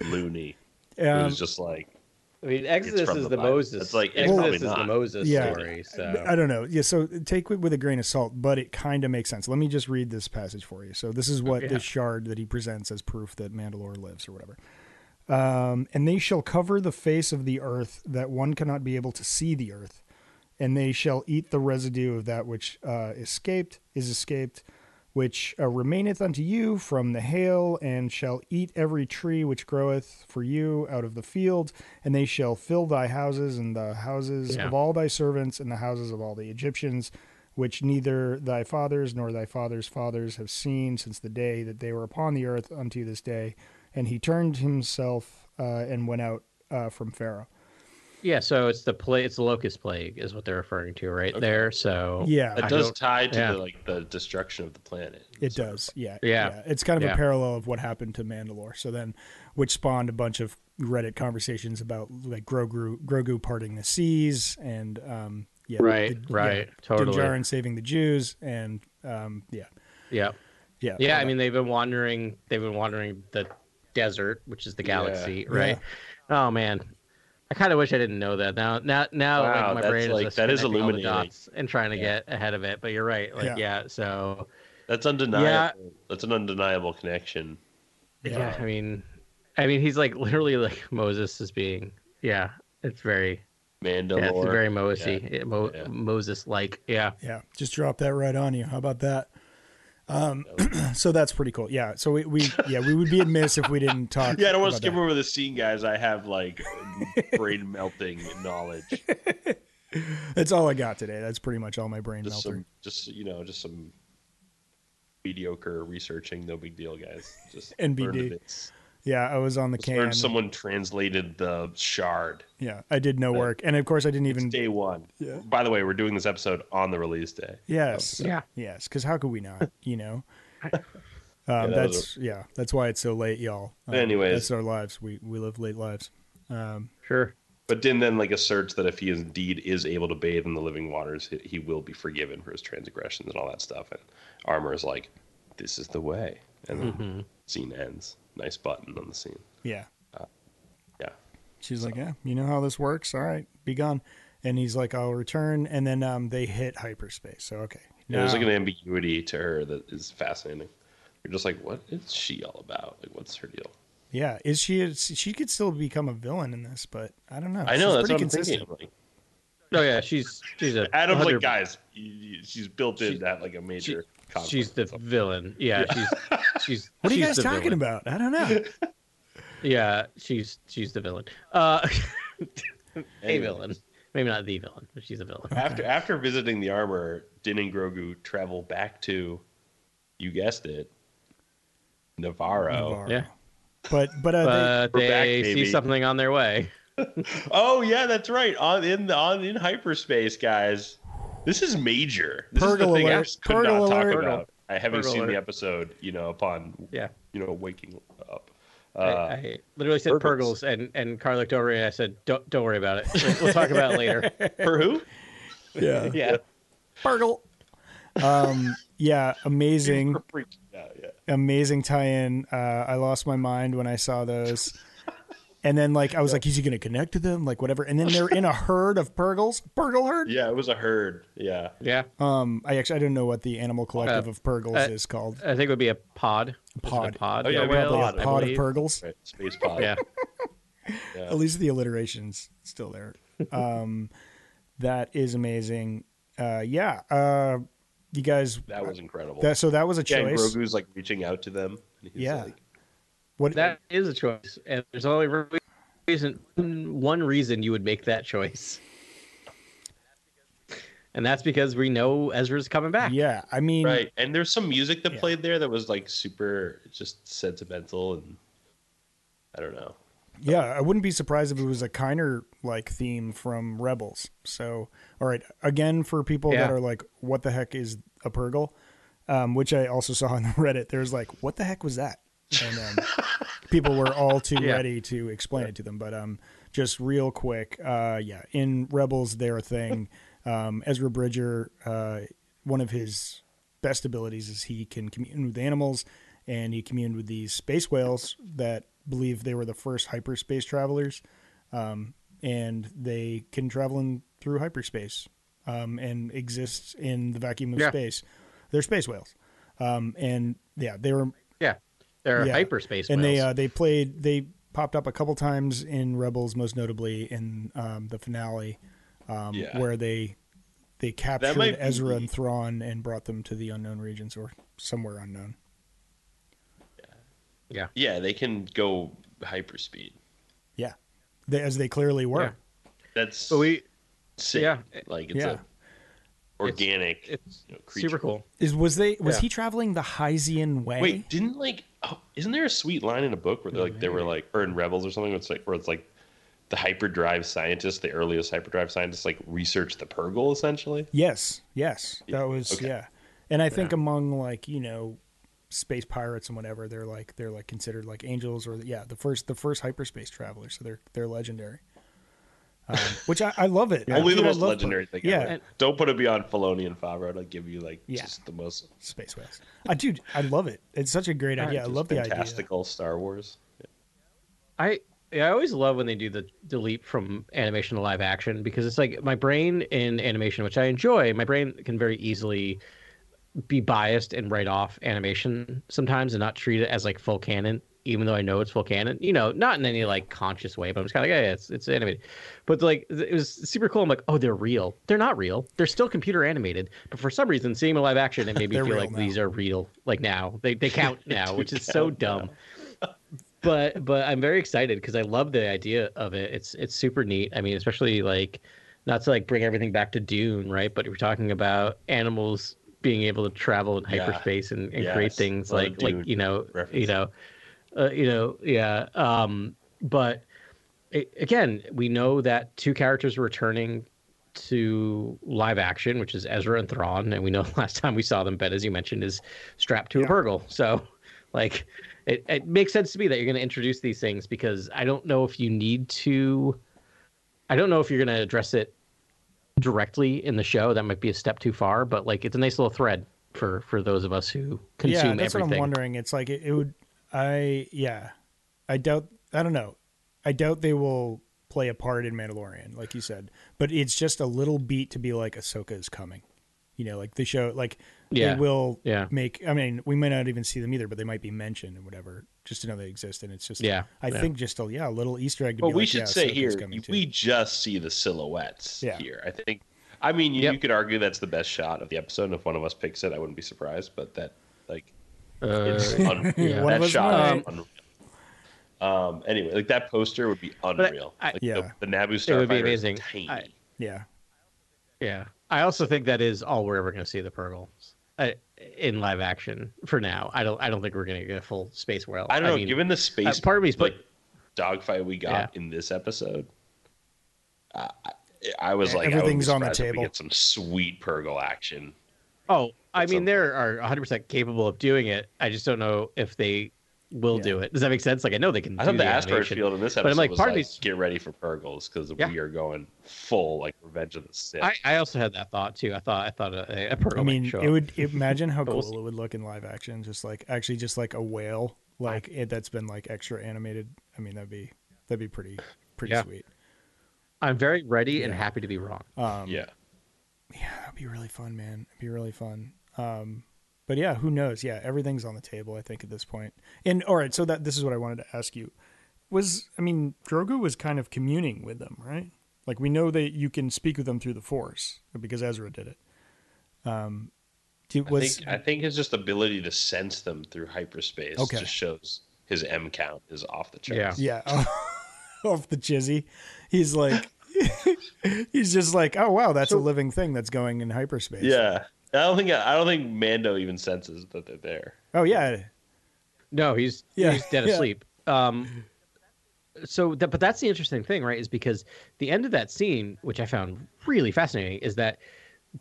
S4: loony. it
S5: um,
S4: was just like
S6: I mean, Exodus
S4: from
S6: is
S4: the
S6: the
S4: Bible.
S6: Moses.
S4: It's like, it's probably
S6: Exodus is the
S4: not.
S6: Moses
S5: Yeah.
S6: story.
S5: I
S4: uh,
S6: So
S5: don't know. Yeah, so take it with a grain of salt, but it kind of makes sense. Let me just read this passage for you. So this is what
S6: Okay.
S5: this shard that he presents as proof that Mandalore lives or whatever. Um, and they shall cover the face of the earth that one cannot be able to see the earth, and they shall eat the residue of that which uh, escaped is escaped, which uh, remaineth unto you from the hail, and shall eat every tree which groweth for you out of the field, and they shall fill thy houses and the houses
S6: Yeah.
S5: of all thy servants and the houses of all the Egyptians, which neither thy fathers nor thy fathers' fathers have seen since the day that they were upon the earth unto this day. And he turned himself uh, and went out uh, from Pharaoh.
S6: yeah, so it's the plague. It's the locust plague, is what they're referring to right there. So
S5: Yeah.
S4: it
S6: I
S4: does
S6: don't-
S4: tie to
S6: yeah.
S4: the, like the destruction of the planet.
S5: It does, yeah,
S6: Yeah.
S5: It's kind of a
S6: Yeah.
S5: parallel of what happened to Mandalore. So then, which spawned a bunch of Reddit conversations about like Grogu, Grogu parting the seas, and um, yeah,
S6: Right,
S5: the-
S6: right,
S5: yeah,
S6: totally.
S5: Din Djarin saving the Jews, and um, yeah,
S6: yeah,
S5: yeah,
S6: yeah.
S5: Uh,
S6: I mean, they've been wandering. They've been wandering the desert, which is the galaxy, right? Oh man, I kind of wish I didn't know that. Now, now, now,
S4: Wow,
S6: like my
S4: that's
S6: brain
S4: like-
S6: is just
S4: that is
S6: connecting all the
S4: illuminating.
S6: dots and trying to
S4: Yeah.
S6: get ahead of it. But you're right. Like,
S5: Yeah.
S6: yeah so
S4: That's undeniable. That's an undeniable connection.
S6: Yeah, I mean, I mean, he's like literally like Moses is being. Yeah, it's very,
S4: Mandalore.
S6: yeah, it's very Mosey, it- Mo-
S4: yeah.
S6: Moses like. Yeah,
S5: yeah. Just drop that right on you. How about that? Um, so that's pretty cool. Yeah. So we, we yeah, we would be amiss if we didn't talk.
S4: Yeah, I don't want to
S5: about
S4: skip
S5: that.
S4: over the scene, guys. I have like brain melting knowledge.
S5: That's all I got today. That's pretty much all my brain
S4: Just
S5: melted.
S4: some, just you know, just some mediocre researching. No big deal, guys. Just learn the
S5: NBD.
S4: bits.
S5: Yeah, I was on the
S4: Just learn
S5: can.
S4: someone translated the shard.
S5: Yeah, I did no work, and of course I didn't
S4: It's
S5: even.
S4: day one.
S5: Yeah.
S4: By the way, we're doing this episode on the release day.
S5: Yes.
S6: yeah.
S5: Yes, because how could we not? You know,
S4: that was
S5: um, that's yeah. That's why it's so late, y'all. Um,
S4: Anyways.
S5: that's our lives. We we live late lives.
S6: sure.
S4: But Din then like asserts that if he is- indeed is able to bathe in the living waters, he, he will be forgiven for his transgressions and all that stuff. And Armor is like, "This is the way." And then scene ends. Nice button on the scene.
S5: Yeah.
S4: Yeah.
S5: She's like, yeah, you know how this works. All right, be gone. And he's like, I'll return. And then um, they hit hyperspace. So okay.
S4: There's like
S5: Now-
S4: an ambiguity to her that is fascinating. You're just like, what is she all about? Like, what's her deal?
S5: yeah, is she? A, she could still become a villain in this, but I don't know.
S4: I know that's
S5: She's pretty
S4: what I'm
S5: consistent.
S4: thinking. Like,
S6: Oh yeah, she's she's a
S4: Adam's like,
S6: 100
S4: guys, you, you, she's built in that like a major. conflict.
S6: She's the villain. Yeah, she's she's.
S5: What are you
S6: she's
S5: guys
S6: the
S5: talking
S6: villain.
S5: about? I don't know.
S6: Yeah, she's she's the villain. Uh, a
S4: Anyway.
S6: villain. Maybe not the villain, but she's a villain.
S4: After after visiting the armor, Din and Grogu travel back to, you guessed it, Navarro.
S5: Navarro.
S6: Yeah.
S5: But but uh, they-
S6: But
S4: We're
S6: they
S4: back,
S6: see
S4: baby.
S6: something on their way.
S4: Oh yeah, that's right. On in the on in hyperspace, guys. This is major. This is
S5: Purgle
S4: the thing I
S5: alert.
S4: just could
S5: Purgle
S4: not talk
S5: alert.
S4: about. I haven't
S6: Purgle
S4: seen the
S6: alert.
S4: episode, you know, upon
S6: Yeah.
S4: you know waking up. Uh,
S6: I, I literally said
S4: Purgles.
S6: Purgles, and and Carl looked over and I said, "Don't don't worry about it. We'll talk about it later."
S4: for who?
S5: yeah.
S4: Yeah.
S5: Burgle. Um, yeah, amazing.
S4: Freak. Yeah, yeah.
S5: amazing tie-in. Uh, I lost my mind when I saw those. And then, like, I was like, "Is he going to connect to them? Like, whatever." And then they're in a herd of purgles, purgle herd.
S4: Yeah, it was a herd. Yeah.
S6: Yeah,
S5: Um, I actually I don't know what the animal collective
S6: Uh,
S5: of purgles
S6: uh,
S5: is called.
S6: I think it would be a pod. Is it a
S5: Pod.
S6: pod.
S4: Oh, yeah,
S6: Yeah,
S4: we
S5: Probably
S4: pod,
S5: a
S4: I
S5: pod of
S6: believe.
S5: purgles.
S4: Right. Space pod.
S6: Yeah,
S5: At least the alliteration's still there. Um, that is amazing. Uh, yeah. Uh, you guys.
S4: That was incredible.
S5: That so that was a
S4: yeah, and
S5: choice.
S4: Grogu's like reaching out to them. And he's
S5: Yeah.
S4: like,
S5: what
S6: that is a choice, and there's only really reason one reason you would make that choice, and that's because we know Ezra's coming back.
S5: Yeah, I mean,
S4: right. And there's some music that
S5: Yeah.
S4: played there that was like super just sentimental and I don't know.
S5: Yeah, I wouldn't be surprised if it was a Kiner like theme from Rebels. So, all right, again for people that
S6: Yeah.
S5: are like, "What the heck is a Purgle?" Um, which I also saw on Reddit. There's like, "What the heck was that?" And um, people were all too
S6: Yeah.
S5: ready to explain it to them. But um, just real quick, uh, yeah, in Rebels, their thing, um, Ezra Bridger, uh, one of his best abilities is he can commune with animals, and he communed with these space whales that believe they were the first hyperspace travelers, um, and they can travel in through hyperspace um, and exist in the vacuum of
S6: Yeah.
S5: space. They're space whales, um, and yeah, they were
S6: Yeah, they're
S5: Yeah.
S6: hyperspace
S5: and
S6: whales.
S5: they uh, they played they popped up a couple times in Rebels, most notably in um, the finale, um,
S4: Yeah.
S5: where they they captured
S4: might be-
S5: Ezra and Thrawn and brought them to the unknown regions or somewhere unknown.
S4: Yeah, they can go hyperspeed.
S5: Yeah, they, as they clearly were.
S6: Yeah.
S4: That's
S6: but we
S4: sick.
S6: yeah.
S4: like it's
S5: Yeah.
S4: a organic.
S6: it's
S4: you know, creature.
S6: super cool.
S5: Is was they was
S6: Yeah.
S5: he traveling the Hysian way?
S4: Wait, didn't like? Oh, isn't there a sweet line in a book where they're like they were like, or in Rebels or something? Where it's like where it's like the hyperdrive scientists, the earliest hyperdrive scientists, like research the Purgle essentially.
S5: Yes, yes, that was
S4: okay.
S5: yeah. And I think among like you know space pirates and whatever, they're like they're like considered like angels or yeah the first the first hyperspace travelers. So they're they're legendary. Um, which I, I love it.
S4: Only the
S5: Dude, I
S4: most
S5: love
S4: legendary
S5: put-
S4: thing.
S5: Yeah,
S4: ever. don't put it beyond Filoni and Favreau. I'll give you like
S5: Yeah.
S4: just the most
S5: space whales. Uh, dude, I love it. It's such a great idea. I
S4: just
S5: love the idea.
S4: fantastical Star Wars.
S6: I yeah, I always love when they do the, the leap from animation to live action because it's like my brain in animation, which I enjoy, my brain can very easily be biased and write off animation sometimes and not treat it as like full canon, even though I know it's full canon. You know, not in any like conscious way, but I'm just kind of like, yeah, yeah, it's it's animated. But like it was super cool. I'm like, oh, they're real. They're not real. They're still computer animated. But for some reason, seeing them live action, it made me
S5: They're
S6: feel
S5: real
S6: like
S5: now.
S6: these are real. Like now, they they count now,
S4: do
S6: which is so
S4: count now.
S6: dumb but but I'm very excited because I love the idea of it. It's it's super neat. I mean, especially like not to like bring everything back to Dune, right? But we're talking about animals being able to travel in
S4: Yeah.
S6: hyperspace and, and
S4: Yes.
S6: create things
S4: Love
S6: like
S4: Dune
S6: like you know
S4: reference.
S6: you know uh, you know yeah. Um, but it, again, we know that two characters are returning to live action, which is Ezra and Thrawn, and we know last time we saw them, Ben, as you mentioned, is strapped to a Purgle. So, like, it, it makes sense to me that you're going to introduce these things because I don't know if you need to. I don't know if you're going to address it directly in the show. That might be a step too far, but like, it's a nice little thread for for those of us who consume
S5: Yeah, that's
S6: everything.
S5: what I'm wondering. It's like it, it would. I yeah, I doubt. I don't know. I doubt they will play a part in Mandalorian, like you said. But it's just a little beat to be like Ahsoka is coming. You know, like the show, like
S6: Yeah.
S5: they will
S6: Yeah.
S5: make. I mean, we may not even see them either, but they might be mentioned and whatever, just to know they exist. And it's just,
S6: Yeah,
S5: I
S6: yeah.
S5: think just a yeah, a little Easter egg. To
S4: Well,
S5: be
S4: we
S5: like,
S4: should
S5: yeah,
S4: say
S5: Ahsoka's
S4: here
S5: coming too.
S4: we just see the silhouettes
S5: Yeah.
S4: here. I think. I mean, you,
S6: Yep.
S4: you could argue that's the best shot of the episode. And if one of us picks it, I wouldn't be surprised. But that, like, it's
S6: Uh,
S4: unreal.
S6: yeah.
S5: One of
S4: That
S5: us
S4: shot is
S5: might.
S4: unreal. Um, anyway, like that poster would be unreal.
S6: I-
S4: Like,
S5: Yeah.
S4: the, the Naboo Starfighter
S6: it would be
S4: is
S6: amazing.
S4: Tiny.
S6: I-
S5: yeah,
S6: Yeah, I also think that is all we're ever going to see of the Purgles uh, in live action for now. I don't. I don't think we're going to get a full space whale.
S4: I don't know.
S6: mean,
S4: given the
S6: uh,
S4: space
S6: part of me's
S4: like
S6: but
S4: dogfight we got in this episode, uh, I, I was like, I wouldn't be
S5: Everything's on the
S4: surprised if we
S5: table.
S4: Get some sweet Purgle action.
S6: oh, I
S4: at
S6: mean,
S4: some
S6: they are 100 percent capable of doing it. I just don't know if they will
S5: Yeah.
S6: do it. Does that make sense? Like I know they can.
S4: I
S6: do
S4: thought the asteroid
S6: animation.
S4: field in this
S6: But I'm
S4: episode
S6: like,
S4: was
S6: part of
S4: like,
S6: these-
S4: get ready for Purgles because
S6: Yeah.
S4: we are going full like Revenge of the Sith.
S6: I, I also had that thought too. I thought I thought a, a Purgle.
S5: I mean,
S6: might show
S5: it
S6: up.
S5: would imagine how
S6: But we'll
S5: cool it would look in live action, just like actually just like a whale, like it that's been like extra animated. I mean, that'd be that'd be pretty pretty
S6: Yeah.
S5: sweet.
S6: I'm very ready and
S5: Yeah.
S6: happy to be wrong.
S5: Um,
S4: yeah,
S5: yeah, that'd be really fun, man. It'd be really fun. Um, but yeah, who knows? Yeah, everything's on the table. I think at this point. And all right, so that this is what I wanted to ask you was I mean, Grogu was kind of communing with them, right? Like we know that you can speak with them through the Force because Ezra did it. Um, do-
S4: I
S5: was
S4: think I think his just ability to sense them through hyperspace
S5: Okay.
S4: just shows his M count is off the charts.
S5: Yeah, off the chizzy. He's like, he's just like, oh wow, that's a living thing that's going in hyperspace.
S4: yeah. I don't think I don't think Mando even senses that they're there.
S5: Oh yeah.
S6: No, he's
S5: Yeah,
S6: he's dead
S5: yeah.
S6: asleep. Um, so that, but that's the interesting thing, right? Is because the end of that scene, which I found really fascinating, is that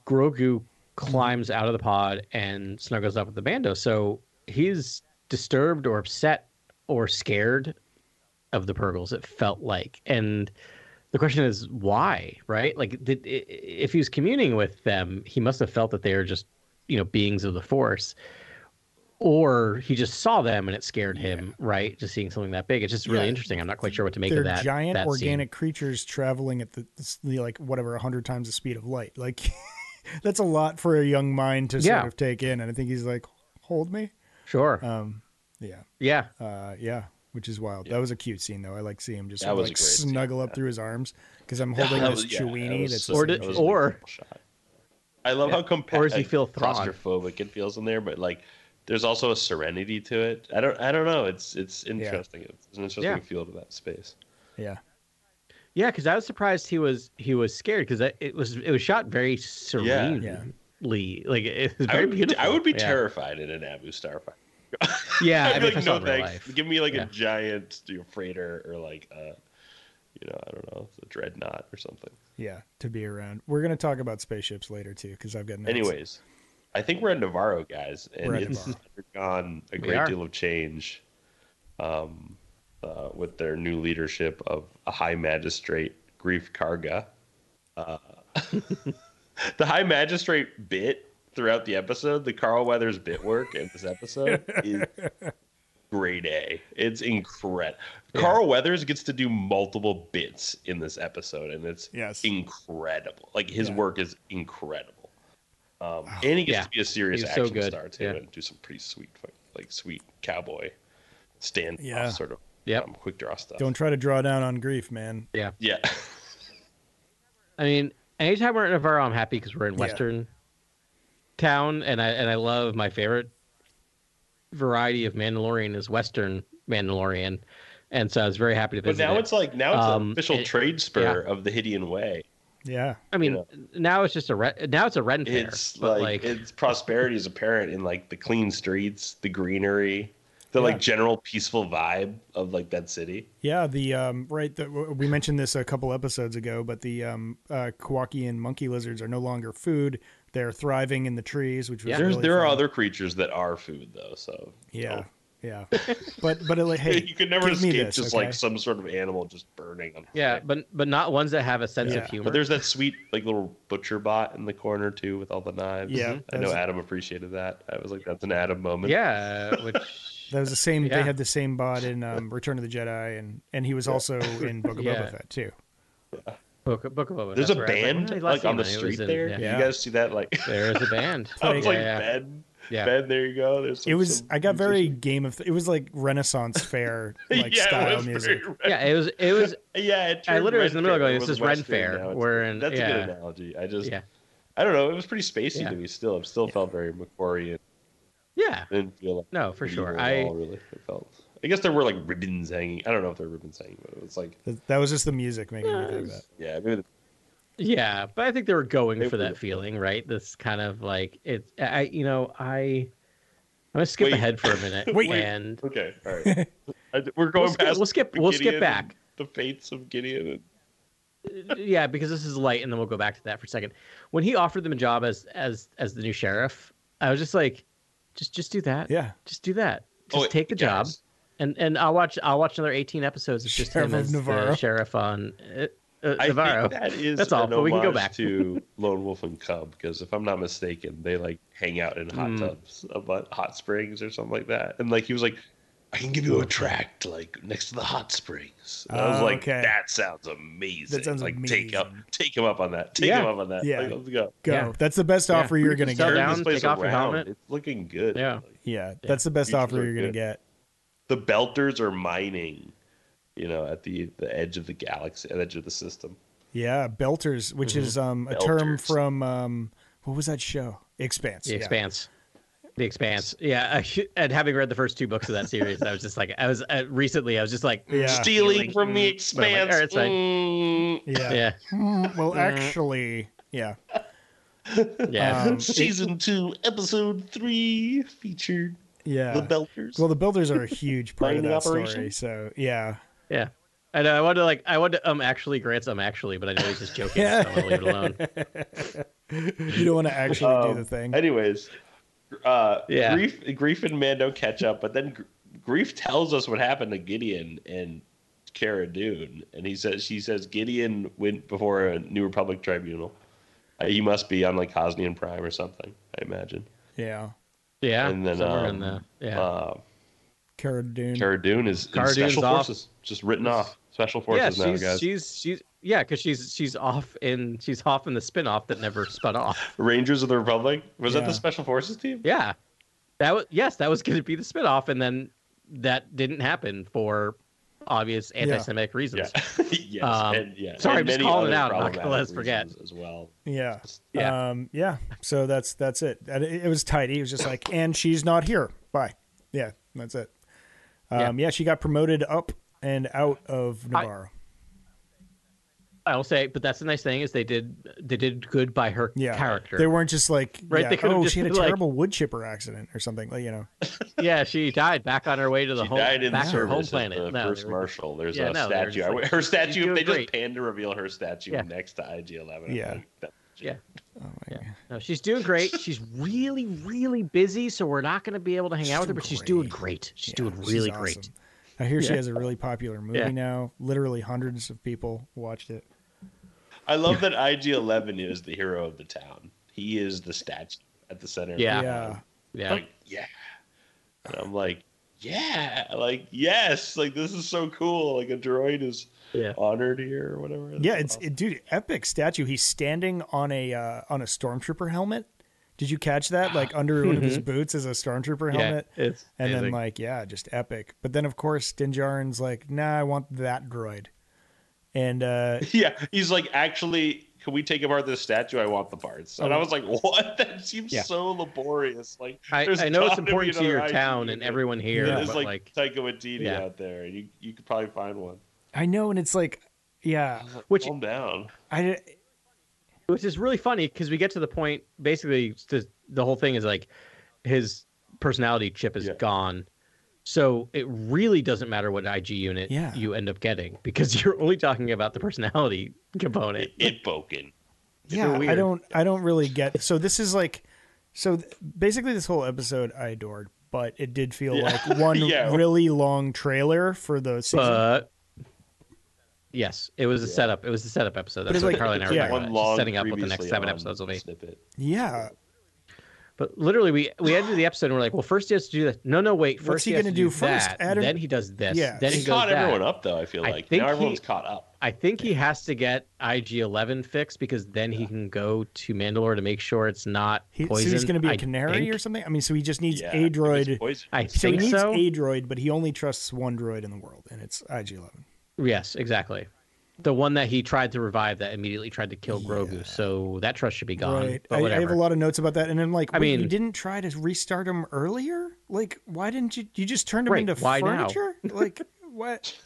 S6: Grogu climbs out of the pod and snuggles up with the Mando. So he's disturbed or upset or scared of the Purgles. It felt like, and the question is why, right? Like, did, i- i- if he was communing with them, he must have felt that they are just you know beings of the force or he just saw them and it scared him right just seeing something that big it's just really
S5: Yeah.
S6: interesting i'm not quite sure what to make
S5: They're
S6: of that
S5: giant
S6: that scene.
S5: organic creatures traveling at the, the like whatever hundred times the speed of light. Like that's a lot for a young mind to
S6: Yeah.
S5: sort of take in. And I think he's like, hold me.
S6: sure
S5: Um, yeah,
S6: yeah
S5: uh, yeah, which is wild. That was a cute scene though. I like seeing him just
S4: That
S5: sort of,
S4: was a
S5: like
S4: great scene,
S5: snuggle up through his arms because I'm holding
S4: That
S5: this
S4: was- yeah, that
S5: Chewini
S4: was
S5: that's
S4: so-
S6: Or
S4: that
S6: did-
S4: was a
S6: or-
S4: beautiful shot. I love how compact
S6: Or does he feel Thrawn?
S4: claustrophobic it feels in there, but like there's also a serenity to it. I don't I don't know. It's it's interesting. It's an interesting
S6: Yeah.
S4: feel to that space.
S5: yeah,
S6: yeah because i was surprised he was he was scared because it was it was shot very serenely
S5: Yeah.
S6: like it was
S4: I
S6: very
S4: would, be,
S6: beautiful
S4: I would be
S6: yeah.
S4: terrified in an Abu Starfighter.
S6: yeah
S4: I'd
S6: i
S4: be
S6: mean if
S4: like,
S6: I saw it
S4: no
S6: in real
S4: thanks.
S6: life
S4: Give me like
S6: Yeah.
S4: a giant you know, freighter or like a, you know, I don't know, a dreadnought or something.
S5: yeah, to be around. We're gonna talk about spaceships later too because I've got notes.
S4: Anyways, I think we're in Navarro, guys, and
S5: We're at
S4: it's
S5: Navarro.
S4: undergone a
S6: are.
S4: great deal of change um, uh, with their new leadership of a High Magistrate, Grief Karga. Uh, the High Magistrate bit throughout the episode, the Carl Weathers bit work in this episode is grade A. It's incredible. Carl Weathers gets to do multiple bits in this episode, and it's
S5: Yes.
S4: incredible. Like his
S5: Yeah.
S4: work is incredible. Um, and he gets
S6: Yeah.
S4: to be a serious
S6: He's so
S4: action
S6: good.
S4: star too,
S6: Yeah.
S4: and do some pretty sweet, fu- like sweet cowboy stand
S5: Yeah.
S4: sort of
S6: Yep.
S4: um, quick draw stuff.
S5: Don't try to draw down on grief, man.
S6: yeah
S4: yeah,
S6: I mean, anytime we're in Navarro, I'm happy because we're in
S5: Yeah.
S6: Western town, and I and I love my favorite variety of Mandalorian is Western Mandalorian, and so I was very happy to
S4: but
S6: visit.
S4: now
S6: it.
S4: it's like now it's
S6: Um,
S4: an official
S6: it-
S4: trade spur of the Hidean way.
S5: Yeah,
S6: I mean,
S4: you
S6: now it's just a re- now it's a rent fair,
S4: It's
S6: but
S4: like,
S6: like,
S4: it's prosperity is apparent in like the clean streets, the greenery, the
S5: Yeah.
S4: like general peaceful vibe of like that city.
S5: yeah. The um, right. The, we mentioned this a couple episodes ago, but the um, uh, Kowakian monkey lizards are no longer food. They're thriving in the trees, which was
S4: There's
S5: really
S4: there are
S5: fun.
S4: other creatures that are food though, so oh.
S5: Yeah, yeah. But but it, like, hey,
S4: you could never
S5: give me
S4: escape
S5: this,
S4: just
S5: okay?
S4: like some sort of animal just burning. On
S6: yeah,
S4: fire.
S6: but but not ones that have a sense
S5: Yeah.
S6: of humor.
S4: but there's that sweet like little butcher bot in the corner too with all the knives.
S5: Yeah,
S4: I know
S5: that's-
S4: Adam appreciated that. I was like, that's an Adam moment.
S6: yeah, which
S5: That was the same. They
S6: Yeah.
S5: had the same bot in um, Return of the Jedi, and and he was also in Book of
S6: Yeah.
S5: Boba Fett too.
S6: Book, Book of Boba.
S4: There's
S6: that's
S4: a
S6: where I was
S4: band
S6: "Where did I last
S4: like on the
S6: see him?" And it was
S4: street
S6: in-
S4: there.
S6: yeah.
S4: Did
S5: Yeah.
S4: You guys see that? Like,
S6: There is a band.
S4: I was
S6: yeah,
S4: like
S6: yeah.
S4: Ben.
S6: Yeah.
S4: Ben, there you go. There's some-
S5: It was.
S4: some
S5: I got very
S4: musicians.
S5: Game of. It was like Renaissance fair like
S4: yeah,
S5: style
S4: it was
S5: music.
S4: Very,
S6: Yeah, it was it was
S4: yeah, it
S6: I
S4: turned
S6: literally was in the
S4: Ren
S6: middle
S4: Fair.
S6: going,
S4: It
S6: this
S4: was
S6: is Ren
S4: Western,
S6: Fair.
S4: now it's-
S6: We're in-
S4: That's a
S6: yeah.
S4: good analogy. I just,
S6: yeah
S4: I don't know. It was pretty spacey
S6: Yeah.
S4: to me. Still, I'm still felt very Macquarie. and
S6: yeah
S4: Didn't feel like
S6: no for
S4: medieval
S6: sure
S4: at
S6: I
S4: all, really. It felt. I guess there were like ribbons hanging. I don't know if there were ribbons hanging, but it was like,
S5: That, that was just the music making me think of that.
S4: yeah, maybe the
S6: Yeah, but I think they were going
S4: They
S6: for that
S4: were.
S6: feeling, right? This kind of like it. I, you know, I, I'm gonna skip
S4: Wait.
S6: ahead for a minute,
S5: Wait.
S6: and
S4: Okay, all right. I, we're going
S6: we'll skip.
S4: past.
S6: We'll skip,
S4: the
S6: we'll skip
S4: Gideon
S6: back.
S4: and The fates of Gideon. And,
S6: yeah, because this is light, and then we'll go back to that for a second. When he offered them a job as as as the new sheriff, I was just like, just just do that.
S5: Yeah,
S6: just do that. Just
S4: it-
S6: take the job,
S4: Oh, yes.
S6: and and I'll watch I'll watch another 18 episodes. It's just
S5: Sheriff
S6: him
S5: of
S6: as the
S5: Navarro.
S6: sheriff on uh, uh,
S4: I
S6: Navarro.
S4: think that is
S6: That's all,
S4: an
S6: but we can go
S4: homage
S6: back.
S4: to Lone Wolf and Cub because if I'm not mistaken, they like hang out in hot
S6: Mm.
S4: tubs, about hot springs or something like that. And like he was like, "I can give you a tract like next to the hot springs." And I was
S5: Oh,
S4: like,
S5: okay.
S4: "That sounds amazing."
S5: That sounds
S4: like take up,
S5: amazing.
S4: take him up on that. Take
S6: Yeah.
S4: him up on that.
S5: Yeah.
S4: Like, let's go.
S5: go.
S6: Yeah.
S5: That's the best
S6: Yeah.
S5: offer you're gonna
S6: Fell
S5: get.
S4: Turn
S6: down,
S4: this place
S6: take off your
S4: around.
S6: helmet.
S4: It's looking good.
S6: Yeah.
S4: Like,
S5: Yeah, that's the best
S4: Features
S5: offer
S4: are
S5: you're gonna
S4: good.
S5: get.
S4: the belters are mining you know at the the edge of the galaxy at the edge of the system
S5: Yeah, belters, which is um, a term
S4: Belters.
S5: from um, what was that show? Expanse.
S6: The
S5: yeah.
S6: Expanse. The Expanse. Yeah, I, sh- and having read the first two books of that series, I was just like, I was uh, recently, I was just like,
S5: Yeah.
S4: stealing from the
S6: mm, but I'm like,
S4: expanse
S6: all right, it's fine.
S4: mm.
S5: Yeah.
S6: Yeah,
S5: Mm, well, actually, yeah.
S6: yeah.
S5: Um,
S4: season two episode three featured
S5: Yeah.
S4: the belters
S5: well, the builders are a huge part of
S4: Mining
S5: that story.
S4: operation?
S5: So yeah,
S6: yeah. I know. I wanted to like, I wanted to um actually grants um actually, but I know he's just joking, so I'm gonna leave it alone.
S5: you don't want to actually
S4: Um,
S5: do the thing.
S4: anyways uh
S6: Yeah.
S4: grief grief and mando catch up but then Gr- grief tells us what happened to gideon and Cara Dune, and he says she says Gideon went before a New Republic tribunal. Uh, he must be on like Hosnian Prime or something, I imagine.
S5: Yeah.
S6: Yeah.
S4: And then,
S6: somewhere
S4: um,
S6: in the, yeah.
S4: Uh,
S5: Cara Dune.
S4: Cara Dune is in
S6: Cara Dune's
S4: special
S6: off.
S4: forces, just written off. Special
S6: yeah,
S4: forces now,
S6: she's,
S4: guys.
S6: she's she's yeah, because she's she's off in she's off in the spin-off that never spun off.
S4: Rangers of the Republic. Was that
S5: Yeah.
S4: the special forces team?
S6: Yeah. That was yes, that was gonna be the spin-off, and then that didn't happen for obvious anti Semitic reasons.
S4: yes.
S6: Um,
S4: and, yeah. and
S6: sorry, I'm just
S4: many
S6: calling it
S4: other
S6: out, not gonna
S4: problematic
S6: let us forget.
S4: reasons As well.
S5: Yeah.
S6: Yeah.
S5: Um, yeah. So that's that's it. That- It it was tight. He was just like, and she's not here. Bye. Yeah. That's it. Um, yeah. She got promoted up and out of
S6: I-
S5: Navarro.
S6: I'll say, but that's the nice thing is they did they did good by her
S5: yeah.
S6: character.
S5: They weren't just like,
S6: Right,
S5: yeah,
S6: they could've
S5: oh,
S6: just
S5: she had a
S6: been like-
S5: terrible wood chipper accident or something. Like, you know.
S6: yeah, she died back on her way to the
S4: She
S6: home
S4: died in
S6: back to her
S4: service
S6: home
S4: at
S6: planet.
S4: The
S6: No, they
S4: first
S6: were-
S4: Marshal. There's
S6: Yeah,
S4: a
S6: no, they were
S4: statue.
S6: just
S4: I-
S6: like,
S4: her
S6: she's
S4: statue.
S6: doing
S4: They
S6: great.
S4: just pan to reveal her statue
S6: Yeah.
S4: next to IG Eleven.
S5: Yeah.
S6: Yeah.
S5: Oh my
S6: Yeah.
S5: God.
S6: No, she's doing great. She's really, really busy, so we're not going to be able to hang
S5: She's
S6: out with her.
S5: doing
S6: But she's
S5: great.
S6: doing great. She's
S5: Yeah,
S6: doing really
S5: she's
S6: great.
S5: awesome. I hear she
S6: Yeah.
S5: has a really popular movie
S6: Yeah.
S5: now. Literally hundreds of people watched it.
S4: I love that IG Eleven is the hero of the town. He is the statue at the center. of the
S6: Yeah.
S5: Yeah.
S6: Yeah,
S4: like yeah and i'm like yeah like yes like this is so cool like a droid is
S6: yeah,
S4: honored here or whatever
S5: Yeah, it's it, dude, epic statue. He's standing on a uh, on a stormtrooper helmet. Did you catch that? Like under one of his boots is a stormtrooper
S6: Mm-hmm. yeah.
S5: helmet,
S6: It's
S5: and then
S6: amazing.
S5: like yeah, just epic. But then of course Din Djarin's like, nah, I want that droid, and uh,
S4: yeah he's like actually can we take apart this statue i want the parts and i was like what that seems
S6: Oh. Yeah.
S4: so laborious like there's
S6: I, I know it's
S4: gotta be
S6: important to
S4: another
S6: your
S4: IG
S6: town and
S4: unit.
S6: everyone here,
S5: Yeah.
S4: There's
S6: but
S4: like,
S6: like,
S4: Taika Waititi
S6: Yeah.
S4: out there, and you, you could probably find one.
S5: I know, and it's like, yeah,
S6: which
S4: Calm down.
S5: I
S6: which is really funny because we get to the point. Basically, the, the whole thing is like his personality chip is
S4: Yeah.
S6: gone, so it really doesn't matter what IG unit
S5: Yeah.
S6: you end up getting because you're only talking about the personality component.
S4: It, it Boken.
S5: yeah, I
S6: weird.
S5: don't I don't really get. So this is like, so th- basically this whole episode I adored, but it did feel
S4: Yeah.
S5: like one
S4: Yeah.
S5: really long trailer for the season.
S6: But yes, it was a setup. It was a setup episode. That's
S5: it's
S6: what
S5: like-
S6: Carly and I
S5: it's
S6: were
S5: like one
S6: talking about. Just setting up what the next
S4: previously
S6: seven
S4: on
S6: episodes will be.
S4: snippet.
S5: yeah,
S6: But literally, we we ended the episode and we're like, well, first he has to do that. No, no, wait. First
S5: What's he
S6: has
S5: gonna
S6: to
S5: do first,
S6: that,
S5: Adam?
S6: Then he does this.
S5: Yeah.
S6: Then he
S4: He
S6: goes
S4: caught
S6: that.
S4: everyone up, though. I feel
S6: I
S4: like
S6: think
S4: now
S6: he-
S4: everyone's caught up.
S6: I think he has to get IG Eleven fixed because then he can go to Mandalore to make sure it's not
S5: He, so
S6: poison.
S5: he's going to be
S6: a
S5: a canary
S6: think.
S5: or something. I mean, so he just needs
S4: Yeah,
S5: a
S4: it was
S5: droid.
S4: poison.
S6: I
S5: So he
S6: think
S5: needs
S6: so.
S5: a droid, but he only trusts one droid in the world, and it's IG Eleven.
S6: Yes, exactly. The one that he tried to revive that immediately tried to kill Grogu.
S5: Yeah.
S6: So that trust should be gone.
S5: Right. I,
S6: But
S5: I have
S6: whatever.
S5: a lot of notes about that, and I'm like,
S6: I
S5: wait, you
S6: mean-
S5: didn't try to restart him earlier? Like, why didn't you? You just turned him
S6: Right,
S5: into
S6: why now?
S5: furniture? Like, what?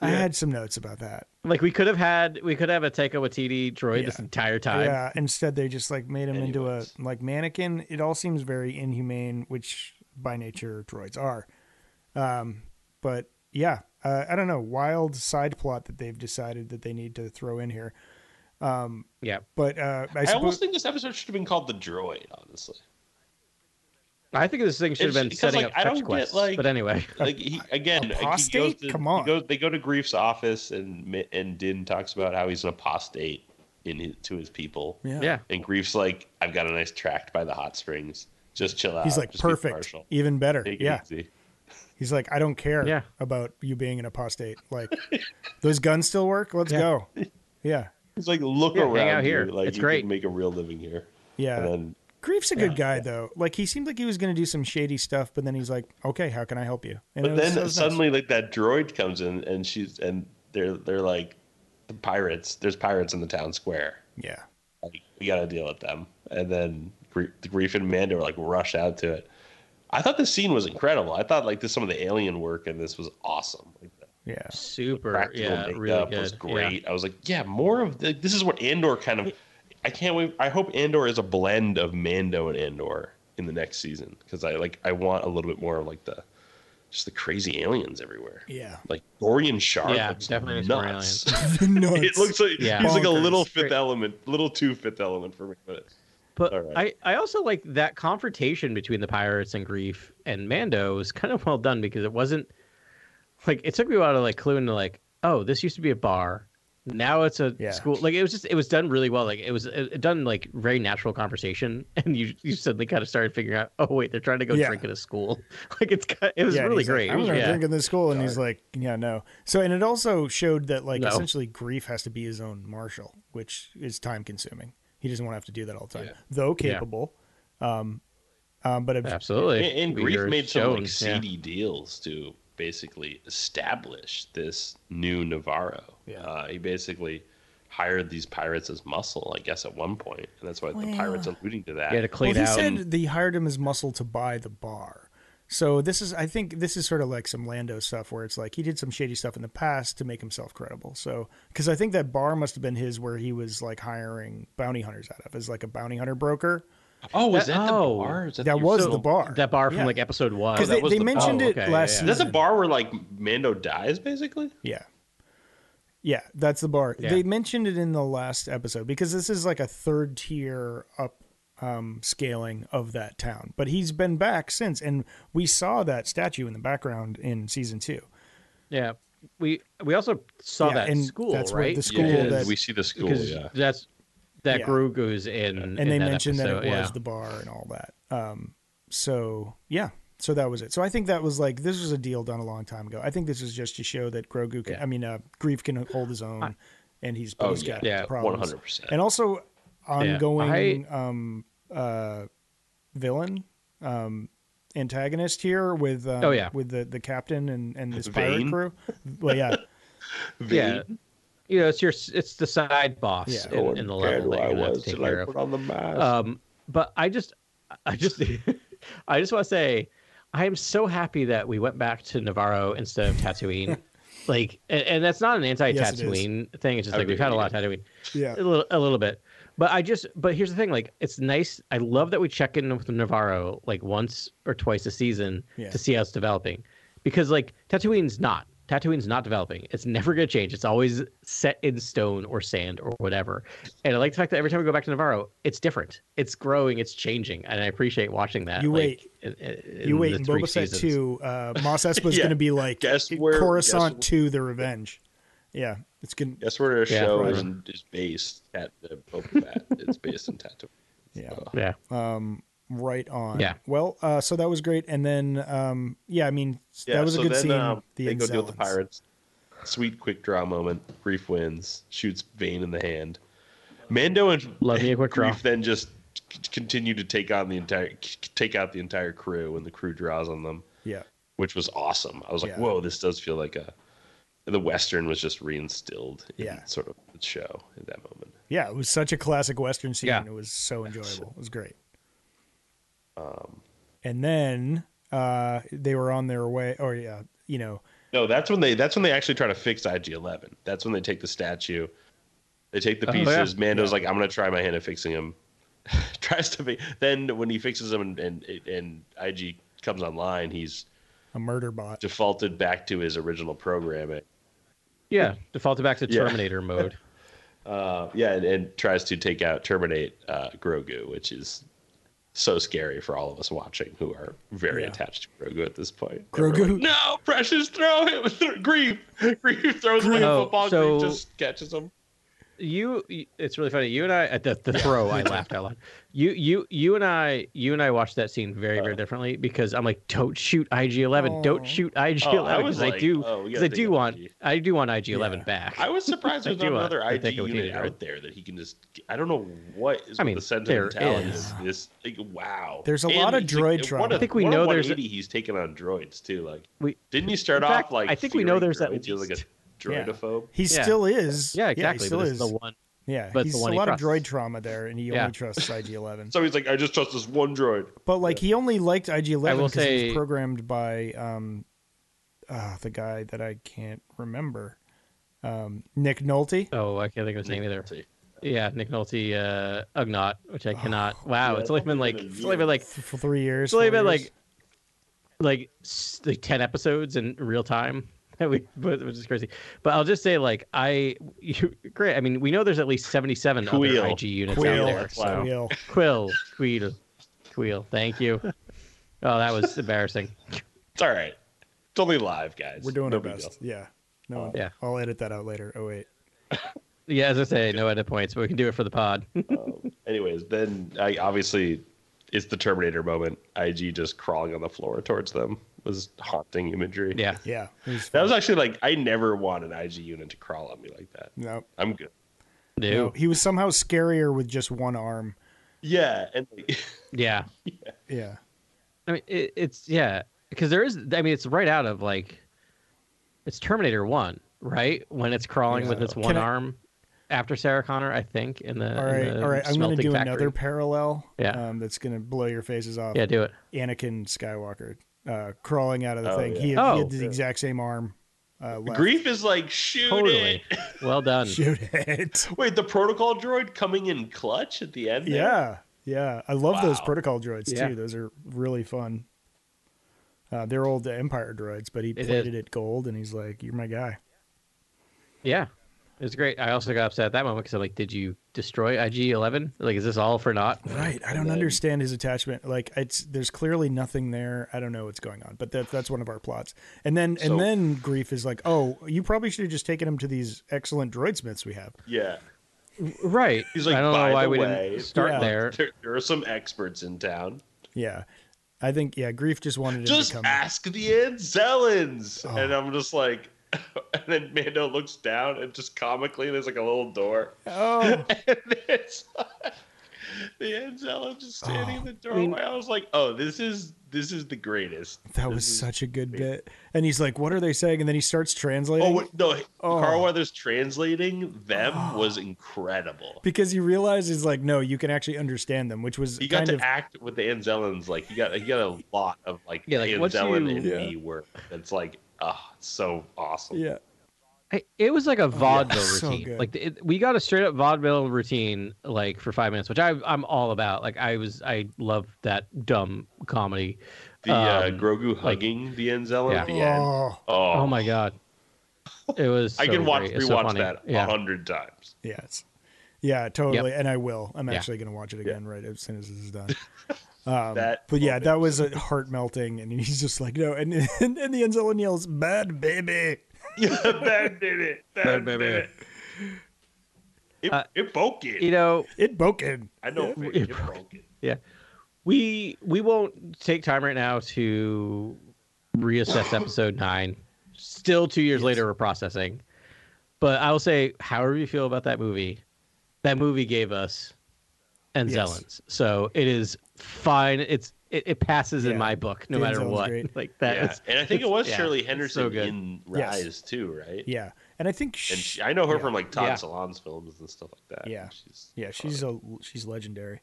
S5: I had some notes about that.
S6: Like we could have had we could have a Taika Waititi droid this entire time.
S5: yeah. Instead, they just like made him into a
S4: Anyways.
S5: like mannequin. It all seems very inhumane, which by nature droids are. Um, but yeah, uh, I don't know. Wild side plot that they've decided that they need to throw in here. Um,
S6: Yeah.
S5: But uh, I,
S4: I almost
S5: suppose
S4: think this episode should have been called the Droid, honestly.
S6: I think this thing should have
S4: It's-
S6: been
S4: because,
S6: setting
S4: like,
S6: up
S4: I don't
S6: fetch
S4: get,
S6: quests.
S4: like-
S6: but anyway,
S4: Like he, again, he goes
S5: apostate?
S4: to,
S5: Come
S4: he
S5: on.
S4: goes- they go to Grief's office, and Mi- and Din talks about how he's an apostate in his, to his people.
S5: Yeah.
S6: yeah.
S4: And Grief's like, "I've got a nice tract by the hot springs. Just chill out."
S5: he's like
S4: Just be
S5: perfect,
S4: impartial.
S5: even better.
S4: Take it
S5: yeah,
S4: easy."
S5: he's like I don't care
S6: Yeah.
S5: about you being an apostate. Like those guns still work. Let's
S6: Yeah.
S5: go. Yeah,
S4: He's like, "Look
S6: Yeah, hang
S4: around
S6: out
S4: you.
S6: here.
S4: Like
S6: It's
S4: you
S6: great."
S4: can make a real living here."
S5: yeah.
S4: And then
S5: Grief's a good guy though. Like he seemed like he was going to do some shady stuff, but then he's like, "Okay, how can I help you?" And it
S4: But
S5: was-
S4: then
S5: it was nice.
S4: suddenly, like that droid comes in, and she's and they're they're like the pirates. There's pirates in the town square.
S5: yeah,
S4: Like, we got to deal with them. And then Gr- Grief and Mando like rush out to it. I thought this scene was incredible. I thought like this some of the alien work in this was awesome. Like the
S5: yeah,
S6: super
S4: practical
S6: yeah,
S4: makeup
S6: really good.
S4: was
S6: Yeah.
S4: great. I was like, yeah, more of the, this is what Andor kind of. I can't wait. I hope Andor is a blend of Mando and Andor in the next season because I like I want a little bit more of like the just the crazy aliens everywhere
S5: yeah.
S4: like Dorian Sharp.
S6: Yeah,
S4: looks
S6: definitely is Dorian
S4: nuts.
S5: Nuts.
S4: it looks like
S6: Yeah.
S4: he's like a
S5: Bonkers.
S4: little Fifth Element, little too Fifth Element for me. But
S6: But
S4: All right.
S6: I, I also like that confrontation between the pirates and grief and Mando was kind of well done because it wasn't like it took me a while to like clue into like, oh, this used to be a bar Now it's a
S5: Yeah.
S6: school like it was just it was done really well. Like it was it, it done like very natural conversation, and you you suddenly kind of started figuring out. Oh wait, they're trying to go
S5: Yeah.
S6: drink at a school. Like it's ki- it was
S5: Yeah, and
S6: really
S5: he's like,
S6: great.
S5: I was
S6: yeah.
S5: drinking this school, and he's like, yeah, no. So, and it also showed that like
S6: No.
S5: essentially grief has to be his own marshal, which is time consuming. He doesn't want to have to do that all the time, though capable. Um, um, but it,
S6: Absolutely.
S4: And, and
S6: We
S4: Grief
S6: were
S4: made some
S6: shown,
S4: like
S6: yeah.
S4: seedy deals to basically establish this new Navarro.
S5: Yeah.
S4: Uh, he basically hired these pirates as muscle, I guess, at one point, and that's why the pirates alluding to that.
S6: Yeah, to
S5: well,
S6: clean
S5: he
S6: out.
S5: said they hired him as muscle to buy the bar. So this is, I think, this is sort of like some Lando stuff where it's like he did some shady stuff in the past to make himself credible. So because I think that bar must have been his where he was like hiring bounty hunters out of as like a bounty hunter broker.
S4: oh, was
S6: That-
S4: that, the
S6: oh.
S4: bar? Is
S5: That
S4: the
S5: was
S4: original-
S5: the bar.
S6: that bar from
S5: Yeah.
S6: like episode one.
S5: because
S4: that
S5: they,
S4: was
S5: they
S4: the-
S5: mentioned
S6: oh,
S5: it
S6: okay,
S5: last
S6: yeah,
S5: season.
S6: yeah.
S4: Is that the bar where like Mando dies, basically?
S5: Yeah. Yeah, that's the bar.
S6: Yeah.
S5: They mentioned it in the last episode because this is like a third tier up um, scaling of that town. But he's been back since, and we saw that statue in the background in season two.
S6: yeah. We we also saw
S5: Yeah,
S6: that in
S5: and
S6: school,
S5: that's where
S6: right?
S5: the school Yeah, that-
S4: we see the school.
S6: because
S4: Yeah.
S6: that's that
S5: Yeah.
S6: Gru goes in,
S5: And they mentioned that it
S6: yeah.
S5: was the bar and all that. Um, so yeah, so that was it. So I think that was like this was a deal done a long time ago. I think this was just to show that Grogu, can,
S6: Yeah.
S5: I mean, uh, Grief can hold his own, and he's,
S4: Oh,
S5: he's
S4: yeah.
S5: got
S6: Yeah,
S5: problems.
S4: One hundred percent.
S5: and also
S6: Yeah.
S5: ongoing um uh villain um antagonist here with um,
S6: Oh, yeah.
S5: with the the captain and and this pirate
S4: Vane?
S5: crew well yeah
S6: yeah. You know, it's your it's the side boss
S5: Yeah.
S4: Oh,
S6: in, in the level that you're gonna have to take care of.
S4: on the mask.
S6: Um, but I just, I just, I just want to say, I am so happy that we went back to Navarro instead of Tatooine. like, and, and that's not an anti-Tatooine thing. It's just
S4: I
S6: like we've had a lot of Tatooine,
S5: yeah
S6: a little, a little bit. But I just, but here's the thing: like, it's nice. I love that we check in with Navarro like once or twice a season
S5: Yeah.
S6: to see how it's developing, because like Tatooine's not. Tatooine's not developing. It's never going to change. It's always set in stone or sand or whatever. And I like the fact that every time we go back to Navarro, it's different. It's growing. It's changing. And I appreciate watching that.
S5: You
S6: like, wait. In, in
S5: you wait
S6: the
S5: in
S6: three
S5: Boba Fett
S6: seasons.
S5: 2 uh Moss Espa's
S4: Yeah.
S5: gonna be like
S4: Guess where-
S5: Coruscant
S4: guess-
S5: 2 the revenge yeah it's gonna
S4: That's where the
S6: Yeah,
S4: show
S6: right.
S4: is, is based at the Boba Fett. it's based in Tatooine.
S5: yeah
S6: Yeah.
S5: right on
S6: Yeah.
S5: well uh so that was great and then um yeah I mean
S4: Yeah,
S5: that was
S4: so
S5: a good
S4: then,
S5: scene
S4: um,
S5: the
S4: they go deal with the
S5: Exelons.
S4: pirates. Sweet quick draw moment. Grief wins. Shoots Vane in the hand. Mando and
S6: Love me a quick draw.
S4: Grief then just c- continue to take on the entire c- take out the entire crew, and the crew draws on them,
S5: yeah
S4: which was awesome. I was like,
S5: Yeah.
S4: whoa, this does feel like a. The Western was just reinstilled in
S5: Yeah.
S4: sort of the show at that moment.
S5: yeah it was such a classic western scene
S6: Yeah.
S5: it was so enjoyable it was great and then uh, they were on their way. Or yeah, you know,
S4: No, that's when they that's when they actually try to fix IG Eleven. That's when they take the statue, they take the
S6: Oh, yeah.
S4: pieces. Mando's like, I'm gonna try my hand at fixing him. Tries to be. Then when he fixes him and, and and IG comes online, he's
S5: a murder bot.
S4: defaulted back to his original programming.
S6: Yeah. Defaulted back to
S4: Yeah.
S6: Terminator mode.
S4: Uh, yeah, and, and tries to take out terminate uh, Grogu, which is so scary for all of us watching who are very
S5: Yeah.
S4: attached to Grogu at this point.
S5: Grogu-
S4: Everyone, no, precious, throw him. Grief, grief throws him like a
S6: Oh,
S4: football.
S6: so-
S4: Grief just catches him.
S6: you you- it's really funny you and i at the, the throw i laughed out loud you you you and i you and i watched that scene very
S4: Uh-huh.
S6: very differently because i'm like don't shoot ig11
S5: Oh.
S6: don't shoot ig11
S4: Oh, I was
S6: because i
S4: like,
S6: do
S4: oh, we
S6: because
S4: gotta
S6: i
S4: take
S6: do
S4: out
S6: want
S4: IG.
S6: i do want ig11
S5: Yeah.
S6: back
S4: I was surprised there's
S6: I do
S4: not
S6: want-
S4: another
S6: I
S4: ID
S6: think it would
S4: unit
S6: either.
S4: out there that he can just. I don't know what is
S6: I
S4: with
S6: mean,
S4: the
S6: there
S4: sentimentality
S6: is.
S4: of this. Like, wow,
S5: There's a lot of
S4: it's
S5: droid
S4: what
S5: trauma.
S4: a-
S5: I
S6: think we
S4: what a
S6: know there's a-
S4: 180 he's taken on droids too. Like,
S6: we
S4: didn't you start
S6: In
S4: off
S6: fact,
S4: like?
S6: I think we know
S4: fearing
S6: there's at
S4: droids? You're like
S6: least-
S4: a droidophobe.
S5: He
S6: Yeah.
S5: still is.
S6: yeah exactly
S5: he still
S6: but
S5: is.
S6: it's the one
S5: yeah,
S6: but it's
S5: he's
S6: the one
S5: a
S6: he
S5: lot of droid
S6: trusts.
S5: trauma there, and he
S6: Yeah.
S5: only trusts IG-11.
S4: So he's like, I just trust this one droid.
S5: but like, he only liked
S6: I
S5: IG-11
S6: will
S5: because it was
S6: say-
S5: programmed by um, uh, the guy that I can't remember, um, Nick Nolte.
S6: oh i can't think of his name either yeah nick nolte uh ugnaught which
S5: Oh,
S6: i cannot wow
S4: yeah,
S6: it's only
S4: it's
S6: been
S4: only
S6: like
S4: been a
S6: it's
S4: year.
S6: only been like
S5: f- For three years,
S6: it's only
S5: four
S6: been
S5: years.
S6: like like s- like 10 episodes in real time that we but which is crazy but i'll just say like i you, great i mean we know there's at least 77
S4: Quill.
S6: other ig units
S5: Quill,
S6: out there
S4: that's loud.
S6: so.
S5: Quill.
S6: quill quill quill thank you oh that was embarrassing
S4: It's all right. It's only live, guys.
S5: We're doing
S4: No
S5: our
S4: big
S5: best.
S4: deal.
S5: Yeah, no, one-
S6: yeah.
S5: I'll edit that out later. Oh wait,
S6: Yeah, as I say, no edit points, but we can do it for the pod.
S4: Um, anyways, then I obviously it's the Terminator moment. IG just crawling on the floor towards them was haunting imagery.
S6: yeah.
S5: Yeah. it was
S4: That
S5: fun.
S4: was actually like I never want an IG unit to crawl on me like that.
S5: no,
S4: I'm good.
S5: no.
S6: No.
S5: He was somehow scarier with just one arm.
S4: Yeah, and like,
S6: Yeah.
S5: Yeah.
S6: I mean, it, it's yeah, because there is. I mean, it's right out of like, it's Terminator One, right? When it's crawling with
S5: Yeah.
S6: its
S5: Can
S6: one
S5: I-
S6: arm after Sarah Connor, I think. In the
S5: All right.
S6: in the
S5: All right. I'm going to
S6: Uh, smelting
S5: do
S6: factory.
S5: another parallel.
S6: Yeah.
S5: Um, that's going to blow your faces off.
S6: Yeah, do it.
S5: Anakin Skywalker uh, crawling out of the
S4: Oh,
S5: thing.
S4: yeah.
S5: He, had, he
S6: Oh.
S5: had the exact same arm. Uh, left.
S4: grief is like shoot
S6: Totally.
S4: it.
S6: Well done.
S5: Shoot it.
S4: Wait, the protocol droid coming in clutch at the end. there?
S5: Yeah, yeah. I love those
S4: Wow.
S5: protocol droids
S6: Yeah.
S5: too. Those are really fun. Uh, they're old Empire droids, but he
S6: is.
S5: plated it gold, and he's like, "You're my guy."
S6: Yeah, it was great. I also got upset at that moment because I'm like, did you destroy IG Eleven? Like, is this all for naught?
S5: Right. I don't
S4: then-
S5: understand his attachment. Like, it's there's clearly nothing there. I don't know what's going on, but that that's one of our plots. And then
S4: So-
S5: and then grief is like, "Oh, you probably should have just taken him to these excellent droid smiths we have."
S4: yeah.
S6: Right.
S4: He's like,
S6: I don't know
S4: by
S6: why
S4: the
S6: we
S4: way,
S6: didn't start
S5: yeah.
S6: there.
S4: There, there are some experts in town.
S5: Yeah, I think yeah, grief just wanted him
S4: Just
S5: to come.
S4: ask the Anzelans,
S5: Oh.
S4: and I'm just like, and then Mando looks down and just comically, there's like a little door,
S5: Oh,
S4: and it's the Anzelans just standing in the doorway. Oh. I, was like, oh, this is this is the greatest.
S5: that was
S4: This is-
S5: such a good bit. And he's like, "What are they saying?" And then he starts translating.
S4: Oh wait, no,
S5: Oh.
S4: Carl Weathers translating them was incredible.
S5: because he realizes like no you can actually understand them which was
S4: He got
S5: kind
S4: to
S5: of
S4: act with the Anzelans like he got he got a lot of like
S6: Yeah, like, once
S4: Anzelan
S6: you-
S4: in
S5: Yeah.
S4: me work. It's like oh, it's so awesome.
S5: yeah
S6: I, it was like a vaudeville
S5: So
S6: routine.
S5: good.
S6: like it, we got a straight up vaudeville routine, like for five minutes, which I I'm all about. Like I was, I love that dumb comedy.
S4: The uh,
S6: Um,
S4: Grogu hugging the Enzel
S6: yeah.
S4: at the end.
S5: oh
S4: Oh,
S6: Oh, my god, it was.
S4: I
S6: so
S4: can watch
S6: great. It's so
S4: rewatch
S6: funny.
S4: that Oh, a
S6: Yeah,
S4: hundred times.
S5: yes yeah totally and i will i'm
S6: Yeah.
S5: actually going to watch it again right as soon as this is done um,
S4: That
S5: but yeah
S4: moment
S5: that was heart melting and he's just like no and and, and the Enzella yells bad baby
S4: that did it. That
S6: Bad
S4: did
S6: baby.
S4: it. It,
S6: Uh,
S4: it broke it.
S6: you know,
S5: it boken
S4: I know it,
S6: it
S4: it broke it.
S6: we we won't take time right now to reassess episode nine. Still, two years later, we're processing. But I will say, however you feel about that movie, that movie gave us and
S5: Yes.
S6: Zelens. So it is fine. It's it, it passes
S5: Yeah.
S6: in my book, no
S5: Dan
S6: matter
S5: Zellin's
S6: what.
S5: great.
S6: Like that.
S4: yeah.
S6: it's-
S4: and I think it was
S6: yeah,
S4: Shirley
S6: it's so
S4: Henderson
S6: good.
S4: in
S5: Yes.
S4: Rise too, right?
S5: yeah and i think she,
S4: And she, I know her
S5: yeah.
S4: from like Todd
S6: Yeah.
S4: Salon's films and stuff like that.
S5: Yeah.
S4: She's,
S5: yeah she's a she's legendary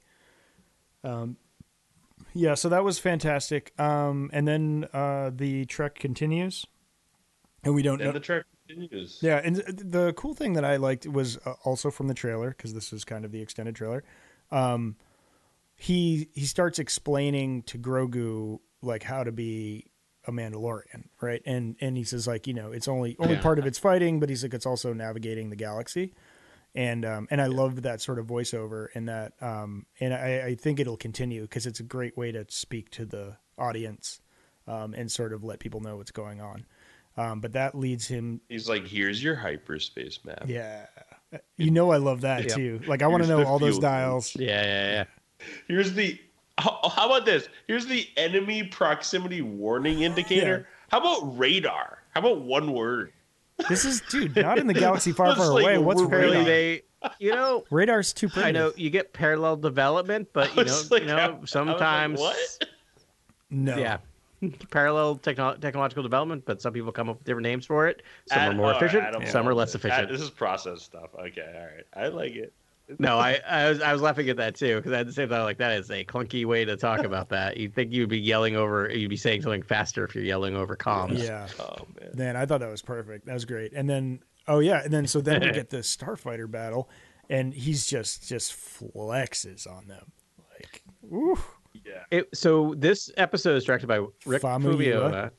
S5: um yeah so that was fantastic um and then uh the trek continues and we don't know
S4: and the track continues.
S5: Yeah, and th- the cool thing that I liked was uh, also from the trailer because this is kind of the extended trailer. Um, he he starts explaining to Grogu like how to be a Mandalorian, right? And and he says like you know it's only only
S6: Yeah.
S5: part of it's fighting, but he's like it's also navigating the galaxy, and um and I loved that sort of voiceover and that um and I I think it'll continue because it's a great way to speak to the audience, um and sort of let people know what's going on. Um, but that leads him
S4: He's like, here's your hyperspace map.
S5: yeah. You know I love that
S6: Yeah.
S5: too. Like I want to
S4: Here's
S5: know
S4: the
S5: all those
S4: fuel.
S5: dials.
S6: yeah, yeah, yeah.
S4: Here's the. How, how about this? Here's the enemy proximity warning indicator. How about radar? How about one word?
S5: This is dude, not in the galaxy far
S4: It's
S5: far
S4: like
S5: away. What's
S4: we're really
S5: radar?
S6: Apparently, they, you know,
S5: Radar's too pretty.
S6: I know you get parallel development, but you
S4: I
S6: know,
S4: was like,
S6: you
S4: I- I
S6: know,
S4: was like,
S6: sometimes
S4: what?
S5: No.
S6: yeah parallel techno- technological development but some people come up with different names for it some
S4: Ad-
S6: are more
S4: all right,
S6: efficient
S4: I don't
S6: some
S4: know.
S6: are less
S4: Ah,
S6: efficient
S4: This is process stuff. Okay, all right. I like it.
S6: no I, I was i was laughing at that too because i had the same thought like that is a clunky way to talk about that you'd think you'd be yelling over you'd be saying something faster if you're yelling over comms
S5: Yeah.
S4: Oh man.
S5: Man, I thought that was perfect. That was great. And then oh yeah, and then so then we get the starfighter battle and he's just just flexes on them. Like ooh.
S4: Yeah.
S6: It, so this episode is directed by rick
S5: Famu
S6: Fubio.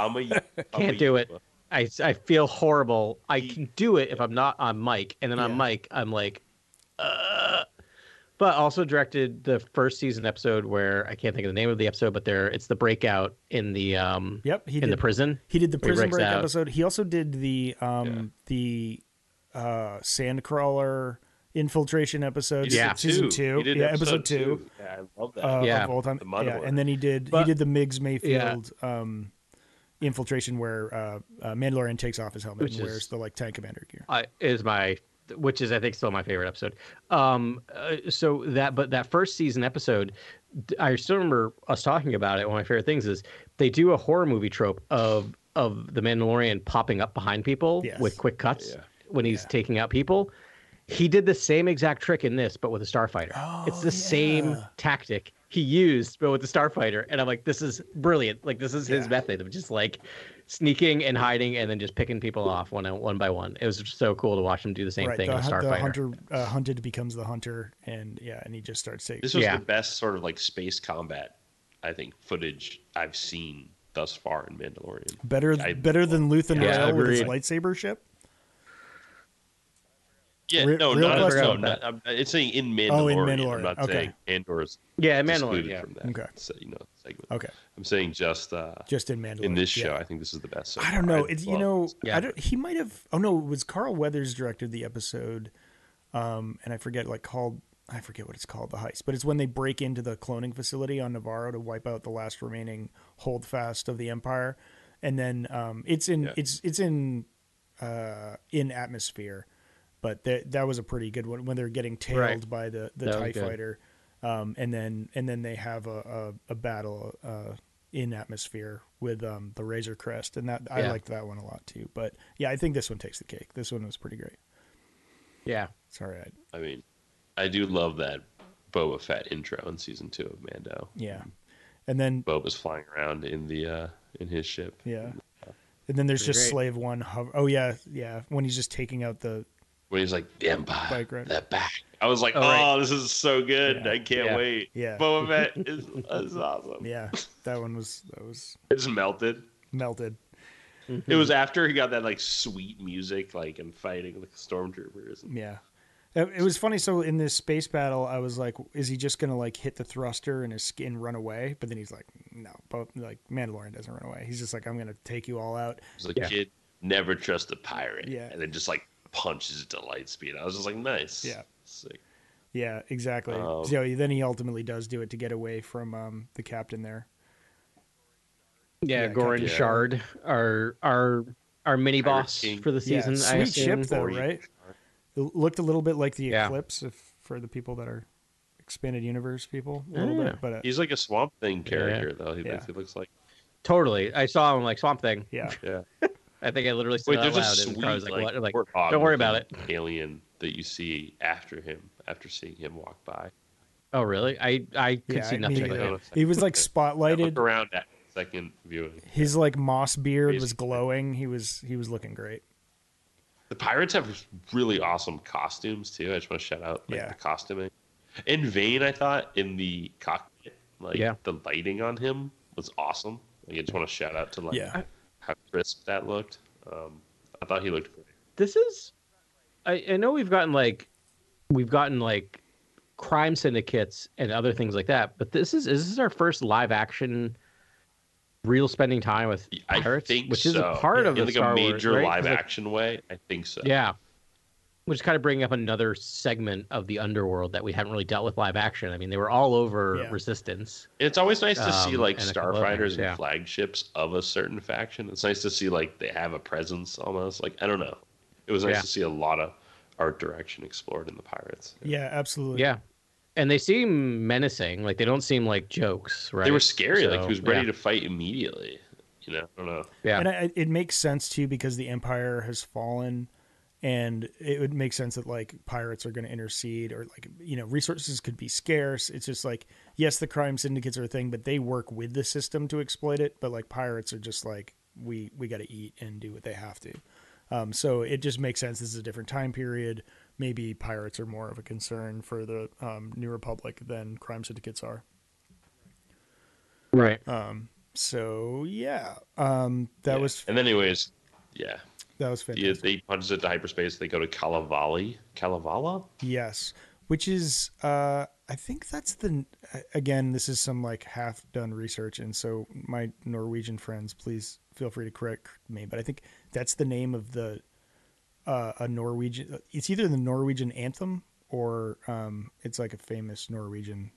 S4: I'm a.
S6: can't do it I, I feel horrible i can do it if i'm not on mic and then
S5: Yeah.
S6: on mic i'm like "Uh." but also directed the first season episode where I can't think of the name of the episode, but there it's the breakout in the um
S5: Yep, he
S6: in
S5: did
S6: the prison.
S5: He did the
S6: Where he
S5: prison
S6: breaks
S5: break
S6: out.
S5: episode. He also did the um the uh, Sandcrawler infiltration episodes.
S6: Yeah.
S5: season two.
S4: He did
S5: yeah, episode two.
S4: Yeah, I love that.
S5: Uh,
S6: Yeah.
S5: of all time.
S4: The Mud
S5: yeah,
S4: War.
S5: and then he did
S6: But-
S5: he did the Migs Mayfield um, infiltration where uh, uh, Mandalorian takes off his helmet
S6: Which
S5: and
S6: is-
S5: wears the like tank commander gear.
S6: I, is my which is I think still my favorite episode. Um, uh, so that but that first season episode, d- I still remember us talking about it. One of my favorite things is they do a horror movie trope of of the Mandalorian popping up behind people
S5: Yes.
S6: with quick cuts
S4: Yeah.
S6: when he's taking out people. He did the same exact trick in this, but with a starfighter.
S5: Oh,
S6: it's the same tactic he used, but with the starfighter. And I'm like, this is brilliant. Like this is his method of just like sneaking and hiding, and then just picking people off one one by one. It was just so cool to watch him do the same
S5: right,
S6: thing
S5: the,
S6: in a
S5: hun- the
S6: starfighter.
S5: hunter uh, hunted becomes the hunter, and yeah, and he just starts taking.
S4: This was
S6: Yeah.
S4: the best sort of like space combat, I think, footage I've seen thus far in Mandalorian.
S5: Better,
S4: I-
S5: better than Luthen
S6: Yeah,
S5: Rael with his
S6: agreed.
S5: lightsaber ship.
S4: Yeah,
S5: Re-
S4: no,
S5: real
S4: no,
S5: question.
S4: no, not, I'm, it's saying in Mandalorian.
S5: Oh, in Mandalorian,
S4: I'm not
S5: okay.
S4: saying Andor's
S6: yeah, Mandalorian.
S4: excluded
S6: Yeah.
S4: from that.
S5: Okay.
S4: So, you know, segment.
S5: Okay,
S4: I'm saying just uh,
S5: just in Mandalorian.
S4: in this
S5: yeah.
S4: show, I think this is the best. so
S5: I don't
S4: far.
S5: know. It's you
S4: love
S5: know,
S4: this.
S5: I
S6: Yeah.
S5: don't, he might have. Oh no, it was Carl Weathers directed the episode, um, and I forget like called. I forget what it's called, the heist, but it's when they break into the cloning facility on Navarro to wipe out the last remaining holdfast of the Empire, and then um, it's in
S4: Yeah.
S5: it's it's in uh, in atmosphere, but that that was a pretty good one when they're getting tailed
S6: Right.
S5: by the the
S6: That was
S5: Tie
S6: good.
S5: Fighter, um, and then and then they have a a, a battle uh, in atmosphere with um, the Razor Crest, and that I
S6: Yeah.
S5: liked that one a lot too. But yeah, I think this one takes the cake. This one was pretty great.
S6: yeah.
S5: Sorry, I,
S4: I mean, I do love that Boba Fett intro in season two of Mando.
S5: yeah, and then
S4: Boba's flying around in the uh, in his ship.
S5: yeah, and then there's
S6: Pretty
S5: just
S6: great.
S5: Slave One. Hover- oh yeah, yeah, when he's just taking out the
S4: When he's like, "The Empire,
S5: Bike ride.
S4: the back." I was like, "Oh,
S6: Oh, right.
S4: this is so good!
S5: Yeah.
S4: I can't
S6: Yeah.
S4: wait."
S5: Yeah.
S4: Boba Fett is, is awesome.
S5: yeah, that one was that was
S4: It's melted.
S5: melted.
S4: It was after he got that like sweet music, like and fighting the stormtroopers. And
S5: Yeah. Uh, It it was funny. So in this space battle, I was like, "Is he just gonna like hit the thruster and his skin run away?" But then he's like, "No, but like Mandalorian doesn't run away. He's just like, I'm gonna take you all out."
S4: He's like,
S6: Yeah.
S4: "Kid, never trust a pirate."
S5: Yeah.
S4: and then just like punches it to light speed. I was just like, "Nice."
S5: Yeah.
S4: sick.
S5: Yeah, exactly.
S4: Um,
S5: so then he ultimately does do it to get away from um, the captain there.
S6: Yeah,
S5: Yeah,
S6: Goran
S5: Captain-
S6: Shard, our our our mini
S4: Pirate
S6: boss
S4: King.
S6: for the season.
S5: yeah,
S6: I
S5: sweet ship
S6: assume.
S5: though,
S4: Or-
S5: right? It looked a little bit like the
S6: Yeah.
S5: Eclipse, if for the people that are expanded universe people, a little
S6: Yeah.
S5: bit. But uh,
S4: He's like a Swamp Thing character, though. He,
S5: Yeah.
S4: looks, he looks like
S6: Totally. I saw him like Swamp Thing.
S5: yeah,
S4: yeah.
S6: I think I literally said
S4: Wait,
S6: that
S4: there's a
S6: out loud.
S4: sweet
S6: And I was like,
S4: like,
S6: what? I'm like,
S4: warthog
S6: don't worry
S4: looking
S6: about it.
S4: Alien that you see after him, after seeing him walk by.
S6: Oh, really? I I could
S5: yeah,
S6: see
S5: I
S6: nothing.
S5: mean,
S6: of
S4: like
S6: him.
S4: that.
S5: he was like
S4: I look
S5: spotlighted.
S4: around at second viewing.
S5: His like moss beard was
S4: Basically.
S5: glowing. He was he was looking great.
S4: The pirates have really awesome costumes too. I just want to shout out like
S5: Yeah.
S4: the costuming. In vain, I thought in the cockpit, like
S6: Yeah.
S4: the lighting on him was awesome. Like, I just want to shout out to like
S5: Yeah.
S4: how crisp that looked. Um, I thought he looked great.
S6: this is I, I know we've gotten like we've gotten like crime syndicates and other things like that but this is is this our first live action real spending time with
S4: I
S6: pirates
S4: think
S6: which
S4: so.
S6: is a part of
S4: in
S6: the
S4: like
S6: Star
S4: a
S6: Wars,
S4: major
S6: right? 'Cause,
S4: live
S6: like,
S4: action way. I think so.
S6: yeah which is kind of bringing up another segment of the underworld that we haven't really dealt with live action i mean they were all over
S5: Yeah.
S6: resistance
S4: It's always nice to see
S6: Um,
S4: like
S6: and a couple other
S4: starfighters
S6: things, yeah.
S4: and flagships of a certain faction. It's nice to see like they have a presence almost. Like I don't know. It was nice
S6: Yeah.
S4: to see a lot of art direction explored in the pirates.
S5: Yeah, absolutely.
S6: yeah and they seem menacing like they don't seem like jokes right
S4: They were scary. like
S6: So,
S4: he was ready
S6: yeah.
S4: to fight immediately. You know, I don't know.
S6: yeah
S5: And I, it makes sense too because the empire has fallen, and it would make sense that like pirates are going to intercede or like you know resources could be scarce. It's just like yes, the crime syndicates are a thing, but they work with the system to exploit it. But like pirates are just like we we got to eat and do what they have to. Um, so it just makes sense. This is a different time period. Maybe pirates are more of a concern for the um, New Republic than crime syndicates are.
S6: right
S5: Uh, So yeah, um, that
S4: Yeah.
S5: was
S4: And then anyways, yeah.
S5: that was
S4: He,
S5: fantastic.
S4: they punches it to hyperspace. They go to Calavali. Calavala?
S5: Yes, which is uh, I think that's the again. This is some like half done research, and so my Norwegian friends, please feel free to correct me. But I think that's the name of the uh, a Norwegian. It's either the Norwegian anthem or um, it's like a famous Norwegian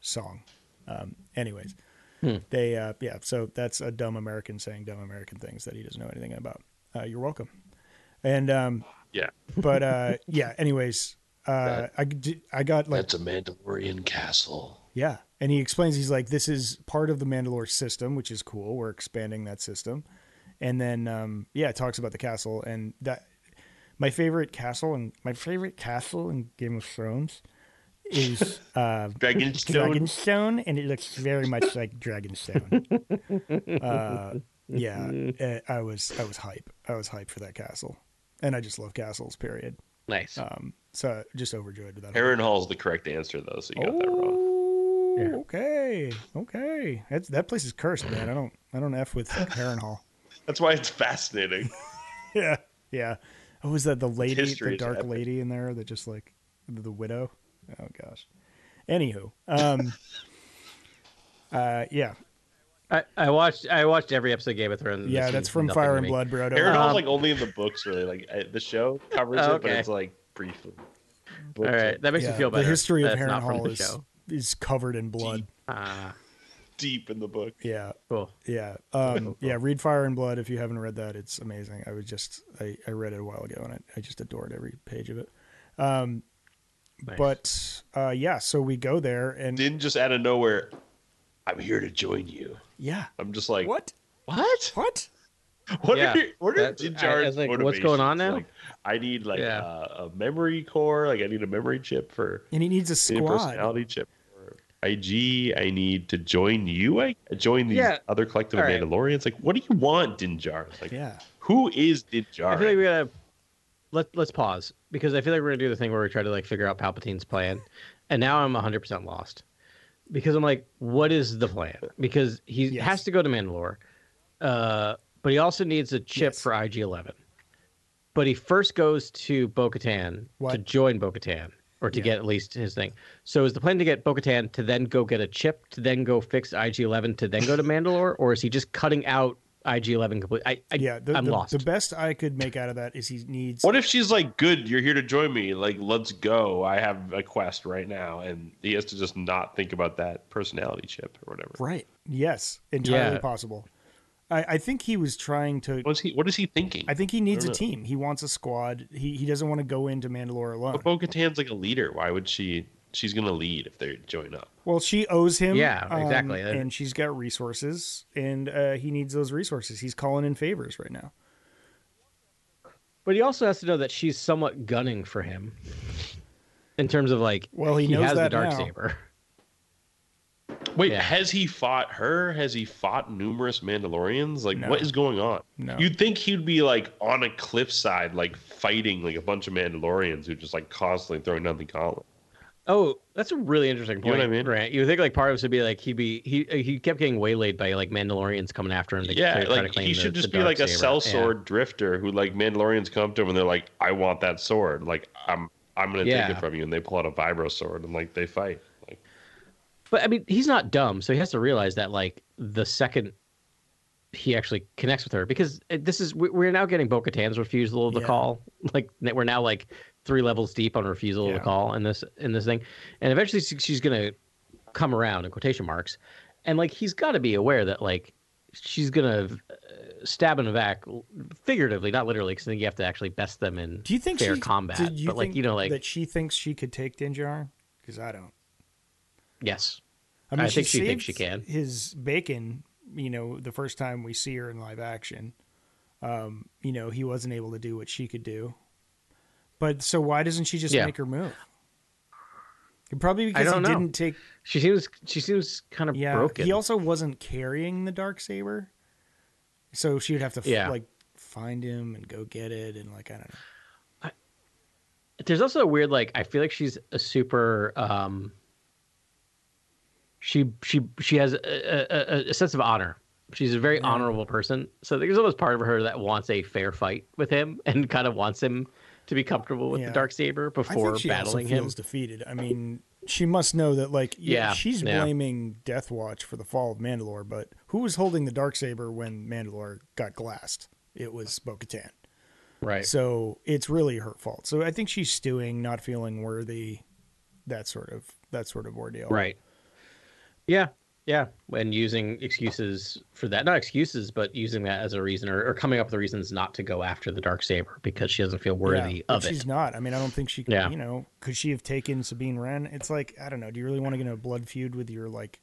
S5: song. Um, anyways, they uh, yeah. So that's a dumb American saying dumb American things that he doesn't know anything about. Uh, you're welcome. And um,
S4: Yeah.
S5: but uh, yeah. Anyways, uh, I did- I got like
S1: That's a Mandalorian castle.
S5: yeah. And he explains, he's like, this is part of the Mandalore system, which is cool. We're expanding that system. And then, um, yeah, it talks about the castle and that my favorite castle and my favorite castle in Game of Thrones is uh,
S4: Dragonstone.
S5: Dragonstone, and it looks very much like Dragonstone. uh, yeah, eh, I was I was hype. I was hype for that castle, and I just love castles. Period.
S6: Nice.
S5: Um, so just overjoyed with that.
S4: Heron Hall's the correct answer though, so you got that wrong.
S6: Oh.
S5: Yeah. Okay. Okay. That's, that place is cursed, man. I don't. I don't f with Heron Hall.
S4: That's why it's fascinating.
S5: Yeah. Yeah. Oh, was that the lady,
S4: history
S5: the
S4: is
S5: dark
S4: epic.
S5: lady in there that just like the, the widow? Oh gosh. Anywho. Um. uh. Yeah.
S6: I, I watched I watched every episode of Game of Thrones. and
S5: Yeah.
S6: this
S5: That's
S6: means
S5: from
S6: nothing
S5: Fire
S6: to
S5: and
S6: me.
S5: Blood, bro. Don't-
S4: Heron Hall's like only in the books, really. Like uh, the show covers
S6: Oh,
S4: it, but
S6: Um, okay.
S4: it's like briefly.
S6: All right, that makes
S5: yeah,
S6: me feel better.
S5: The history of
S6: That's
S5: Heron
S6: not from
S5: Hall
S6: the
S5: is
S6: show.
S5: is covered in blood.
S6: Ah,
S4: Deep in the book.
S5: Yeah.
S6: cool.
S5: Yeah.
S6: Oh,
S5: Um, yeah. Read Fire and Blood if you haven't read that. It's amazing. I was just, I, I read it a while ago and I, I just adored every page of it.
S6: Nice.
S5: But uh, yeah, so we go there and
S4: Didn't just out of nowhere. I'm here to join you.
S5: yeah.
S4: I'm just like
S5: What?
S4: What?
S5: What?
S4: What
S6: Yeah,
S4: are what are
S6: that-
S4: Din
S6: I- I
S4: Djarin's
S6: was like, what's
S4: motivations?
S6: going on now?
S4: Like, I need like
S6: Yeah.
S4: uh, a memory core. Like I need a memory chip for
S5: And he needs a
S4: I need a
S5: squad.
S4: personality chip. For IG, I need to join you. I join these
S6: Yeah.
S4: other collective
S6: All
S4: of
S6: right.
S4: Mandalorians. Like, what do you want, Din Djarin? Like,
S5: Yeah.
S4: who is Din
S6: I
S4: Djarin?
S6: feel like we gotta let let's pause because I feel like we're gonna do the thing where we try to like figure out Palpatine's plan, and now I'm 100 percent lost because I'm like, what is the plan? Because he
S5: Yes.
S6: has to go to Mandalore, uh, but he also needs a chip
S5: Yes.
S6: for IG-11. But he first goes to Bo-Katan to
S5: What?
S6: join Bo-Katan or to
S5: Yeah.
S6: get at least his thing. So is the plan to get Bo-Katan to then go get a chip to then go fix IG-11 to then go to Mandalore, or is he just cutting out IG-11 completely? I, I
S5: Yeah. The,
S6: I'm
S5: the,
S6: lost.
S5: the best I could make out of that is he needs.
S4: What if she's like, "Good, you're here to join me. Like, let's go. I have a quest right now," and he has to just not think about that personality chip or whatever.
S5: Right. Yes. Entirely
S6: Yeah.
S5: possible. I, I think he was trying to.
S4: What's he? What is he thinking?
S5: I think he needs a
S4: don't know.
S5: team. He wants a squad. He, he doesn't want to go into Mandalore alone.
S4: But Bo Katan's like a leader. Why would she? She's gonna lead if they join up.
S5: Well, she owes him. um,
S6: Yeah, exactly.
S5: And she's got resources, and uh, he needs those resources. He's calling in favors right now.
S6: But he also has to know that she's somewhat gunning for him. In terms of like,
S5: Well, he knows
S6: has
S5: that
S6: the dark
S5: now.
S6: saber.
S4: Wait,
S6: Yeah.
S4: has he fought her? Has he fought numerous Mandalorians? Like,
S5: No.
S4: what is going on?
S5: No.
S4: You'd think he'd be like on a cliffside, like fighting like a bunch of Mandalorians who just like constantly throwing nothing column.
S6: Oh, that's a really interesting point,
S4: know what I mean?
S6: Grant. You would think like part of us would be like he'd be he he kept getting waylaid by like Mandalorians coming after him. To
S4: Yeah,
S6: to try to
S4: like
S6: claim
S4: he
S6: the-
S4: should
S6: the
S4: just be
S6: dark
S4: like a
S6: saber.
S4: cell
S6: Yeah.
S4: sword drifter who like Mandalorians come to him and they're like, "I want that sword. Like, I'm I'm gonna
S6: Yeah.
S4: take it from you." And they pull out a vibro sword and like they fight. Like,
S6: But I mean, he's not dumb, so he has to realize that like the second he actually connects with her, because uh, this is we- we're now getting Bo-Katan's refusal of the
S5: Yeah.
S6: call. Like that we're now like three levels deep on refusal of
S5: Yeah.
S6: the call in this in this thing, and eventually she- she's gonna come around in quotation marks, and like he's got to be aware that like she's gonna uh, stab in the back figuratively, not literally, because then you have to actually best them in
S5: Do you think
S6: fair
S5: she,
S6: combat.
S5: did you
S6: but like
S5: think
S6: you know, like
S5: that she thinks she could take Din Djarin? Because I don't.
S6: yes,
S5: I mean,
S6: I think she thinks
S5: saved
S6: she can.
S5: His bacon, you know, the first time we see her in live action, um, you know, he wasn't able to do what she could do. But so why doesn't she just
S6: Yeah.
S5: make her move? Probably because he
S6: don't know.
S5: didn't take.
S6: she seems she seems kind of
S5: Yeah,
S6: broken.
S5: he also wasn't carrying the dark saber, so she would have to f-
S6: Yeah.
S5: like find him and go get it, and like I don't know.
S6: there's also a weird like I feel like she's a super um she she she has a, a- a, a sense of honor. She's a very honorable person. So there's almost part of her that wants a fair fight with him and kind of wants him to be comfortable with
S5: Yeah.
S6: the dark saber
S5: I
S6: before
S5: think she
S6: battling
S5: also
S6: him.
S5: feels defeated. I mean, she must know that like yeah,
S6: Yeah,
S5: she's
S6: yeah.
S5: blaming Death Watch for the fall of Mandalore, but who was holding the dark saber when Mandalore got glassed? It was Bo-Katan.
S6: Right.
S5: So it's really her fault. So I think she's stewing, not feeling worthy, that sort of that sort of ordeal.
S6: Right. Yeah. Yeah. And using excuses for that. Not excuses, but using that as a reason or, or coming up with reasons not to go after the dark saber because she doesn't feel
S5: Yeah,
S6: worthy
S5: but
S6: of
S5: She's
S6: it.
S5: not. I mean, I don't think she. Could,
S6: Yeah.
S5: You know, could she have taken Sabine Wren? It's like I don't know. Do you really want to get in a blood feud with your like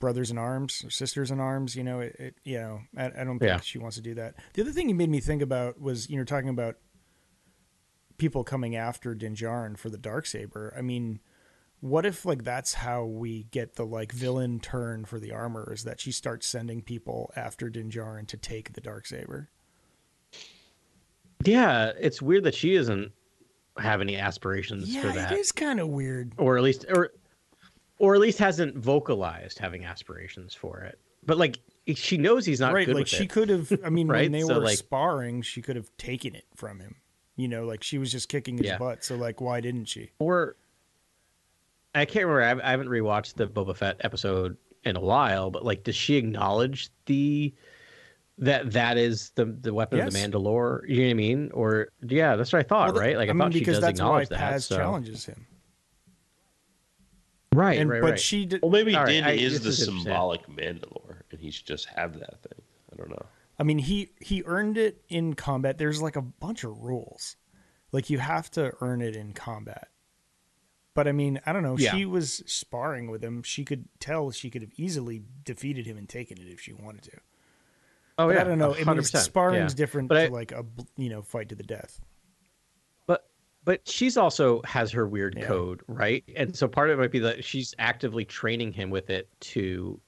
S5: brothers in arms or sisters in arms? You know, it. it you know, I, I don't think
S6: Yeah.
S5: she wants to do that. The other thing you made me think about was you know talking about people coming after Dinjarin for the dark saber. I mean. What if like that's how we get the like villain turn for the armor is that she starts sending people after Dinjarin to take the dark saber?
S6: Yeah. It's weird that she doesn't have any aspirations for
S5: Yeah,
S6: that.
S5: it is kind of weird.
S6: Or at least or or at least hasn't vocalized having aspirations for it. But like she knows he's not
S5: right
S6: good
S5: like
S6: with
S5: she
S6: it.
S5: could have i mean
S6: Right?
S5: when they
S6: So,
S5: were
S6: like-
S5: sparring she could have taken it from him you know like she was just kicking his
S6: Yeah.
S5: butt so like why didn't she
S6: or I can't remember. I haven't- I haven't rewatched the Boba Fett episode in a while, but like, does she acknowledge the that that is the the weapon of the
S5: Yes.
S6: Mandalore? You know what I mean? Or yeah, that's what I thought,
S5: Well,
S6: right? Like, I,
S5: mean
S6: thought she
S5: because
S6: does
S5: that's why
S6: acknowledge that.
S5: Paz
S6: so.
S5: challenges him
S6: Right,
S5: and
S6: right,
S5: but
S6: right.
S5: she did
S4: Well, maybe
S6: All right,
S4: Din
S6: I-
S4: is
S6: this
S4: the
S6: is interesting.
S4: symbolic Mandalore, and he should just have that thing. I don't know.
S5: i mean he he earned it in combat there's like a bunch of rules like you have to earn it in combat but i mean i don't know
S6: Yeah.
S5: she was sparring with him she could tell she could have easily defeated him and taken it if she wanted to
S6: oh
S5: but
S6: yeah,
S5: i don't know I mean,
S6: 100%,
S5: sparring's
S6: yeah.
S5: different
S6: But I-
S5: to like a bl- you know fight to the death
S6: but but she's also has her weird
S5: Yeah.
S6: code right and so part of it might be that she's actively training him with it to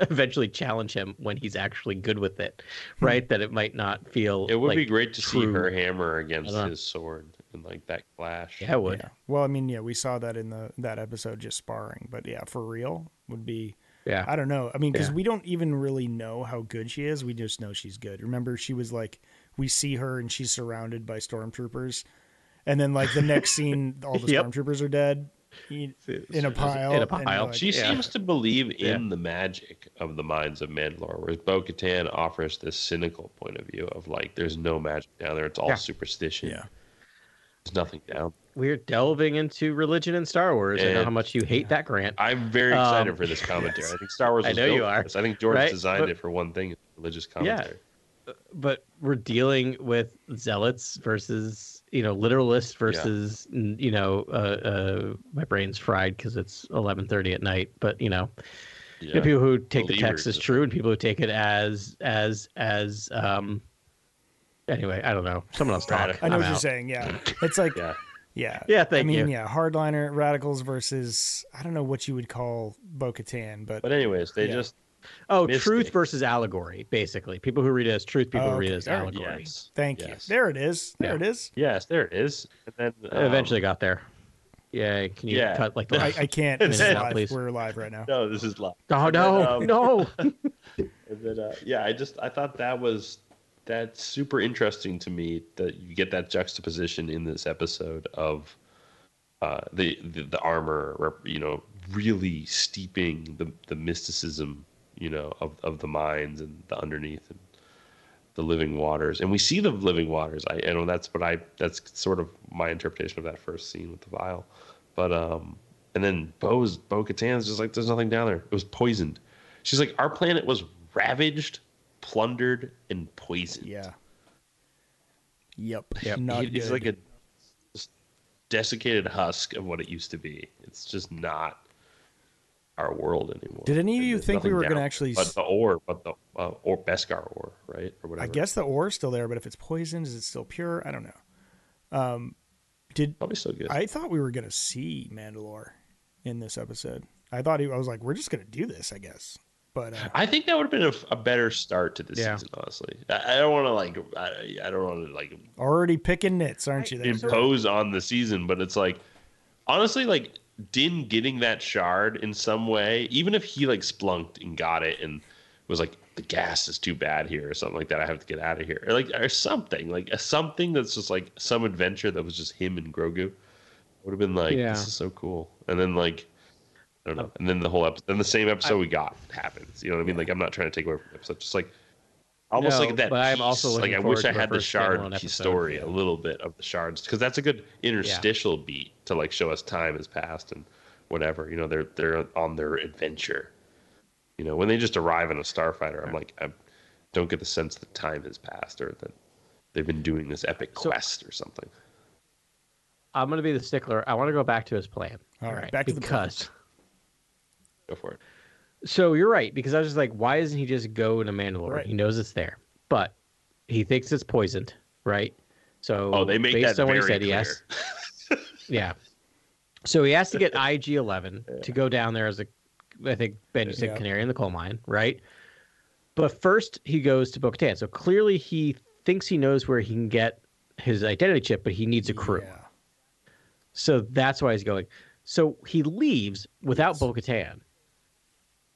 S6: eventually challenge him when he's actually good with it
S5: Hmm.
S6: right that it might not feel
S4: It would
S6: like-
S4: be great to see
S6: true-
S4: her hammer against
S6: I don't know.
S4: his sword and like that clash.
S6: yeah it would
S5: Yeah. Well, I mean, yeah, we saw that in the that episode just sparring, but yeah, for real would be
S6: yeah,
S5: I don't know. I mean, because
S6: Yeah.
S5: we don't even really know how good she is. We just know she's good. Remember, she was like we see her and she's surrounded by stormtroopers, and then like the next scene, all the
S6: Yep.
S5: stormtroopers are dead e, in in a pile.
S6: in a
S5: and you're
S6: pile.
S5: like,
S4: She
S6: Yeah.
S4: seems to believe
S6: Yeah.
S4: in the magic of the minds of Mandalore, whereas Bo Katan offers this cynical point of view of like, there's no magic down there. It's all
S6: Yeah.
S4: superstition.
S5: Yeah.
S4: There's nothing down.
S6: we're delving into religion in Star Wars. I know
S4: And-
S6: how much you hate that, Grant.
S4: I'm very excited
S6: Um,
S4: for this commentary. I think Star Wars
S6: I
S4: was
S6: know
S4: built
S6: you
S4: for
S6: are,
S4: this. I think George
S6: right?
S4: designed
S6: But-
S4: it for one thing, religious commentary.
S6: But we're dealing with zealots versus you know literalists versus n- you know uh, uh, my brain's fried because it's eleven thirty at night. But you know,
S4: Yeah.
S6: you know, people who take the
S4: Believers.
S6: text as true and people who take it as as as um. Anyway, I don't know. Someone else talk.
S4: Radical.
S5: I know
S6: I'm
S5: what you're
S6: out.
S5: saying. Yeah, it's like
S4: Yeah.
S5: yeah,
S6: Yeah,
S5: I
S6: thank
S5: mean,
S6: you.
S5: yeah, hardliner radicals versus I don't know what you would call Bo-Katan, but,
S4: But anyways, they
S5: Yeah.
S4: just
S6: Oh,
S4: Missed
S6: truth
S4: it.
S6: versus allegory, basically. People who read it as truth, people
S5: Oh,
S6: who read
S5: okay.
S6: it as
S5: All right.
S6: allegory.
S4: yes,
S5: thank
S4: Yes.
S5: you. There it is. There
S6: Yeah.
S5: it is.
S4: yes, there it is. And then um,
S6: Eventually got there. Yeah, can you
S4: yeah.
S6: cut like the
S5: I,
S6: last
S5: I can't. This is
S6: Minute out,
S5: live.
S6: please.
S5: We're live right now.
S4: No, this is live.
S6: Oh no,
S4: Um,
S6: no.
S4: And then, uh, yeah, I just I thought that was that's super interesting to me that you get that juxtaposition in this episode of uh, the, the the armor, rep- you know, really steeping the the mysticism, you know, of of the mines and the underneath and the living waters, and we see the living waters. I, I know that's what I that's sort of my interpretation of that first scene with the vial, but um, and then Bo's Bo Katan's just like there's nothing down there. It was poisoned. She's like our planet was ravaged, plundered, and poisoned.
S5: Yeah. Yep.
S6: Yep.
S5: Not
S4: It- it's
S5: good.
S4: like a just desiccated husk of what it used to be. It's just not our world anymore.
S5: Did any of
S4: And
S5: you
S4: there's
S5: think we
S4: nothing
S5: were gonna
S4: down there
S5: actually
S4: But
S5: s-
S4: the ore, but the uh, or Beskar ore, right or whatever.
S5: I guess the ore is still there, but if it's poisoned, is it still pure? I don't know. Um, did
S4: probably still good.
S5: I thought we were gonna see Mandalore in this episode? I thought he, I was like, we're just gonna do this, I guess. But uh,
S4: I think that would have been a, a better start to this
S6: Yeah.
S4: season, honestly. I, I don't want to like, I, I don't want to like
S5: already picking nits, aren't you? There, sir?
S4: impose on the season, but it's like, honestly, like Din getting that shard in some way, even if he like splunked and got it and was like, the gas is too bad here or something like that. I have to get out of here, or like or something like a something that's just like some adventure that was just him and Grogu. Would have been like,
S6: Yeah.
S4: this is so cool, and then like. I don't know. And then the whole episode, then the same episode we got happens. You know what I mean? Like, I'm not trying to take away from the episode. Just like, almost
S6: No,
S4: like that.
S6: but I'm also
S4: piece, like
S6: looking
S4: I wish
S6: forward
S4: I
S6: to the
S4: had the
S6: first
S4: shard
S6: standalone
S4: piece
S6: episode,
S4: story, a
S6: yeah.
S4: little bit of the shards, because that's a good interstitial beat to like show us time has passed and whatever. You know, they're they're on their adventure. You know, when they just arrive in a starfighter, I'm like, I don't get the sense that time has passed or that they've been doing this epic
S6: So-
S4: quest or something.
S6: I'm gonna be the stickler. I want to go back to his plan.
S5: All right, back to the plan.
S6: because.
S4: Go for it.
S6: So you're right because I was just like, why doesn't he just go to Mandalore?
S5: Right.
S6: He knows it's there, but he thinks it's poisoned, right? So
S4: Oh, they make
S6: based
S4: that
S6: on what he
S4: very
S6: said, he
S4: clear.
S6: has- yeah. So he has to get IG Eleven to go down there as a, I think Ben you said
S5: Yeah.
S6: canary in the coal mine, right? But first he goes to Bo-Katan. So clearly he thinks he knows where he can get his identity chip, but he needs a crew.
S5: Yeah.
S6: So that's why he's going. So he leaves without Bo Katan.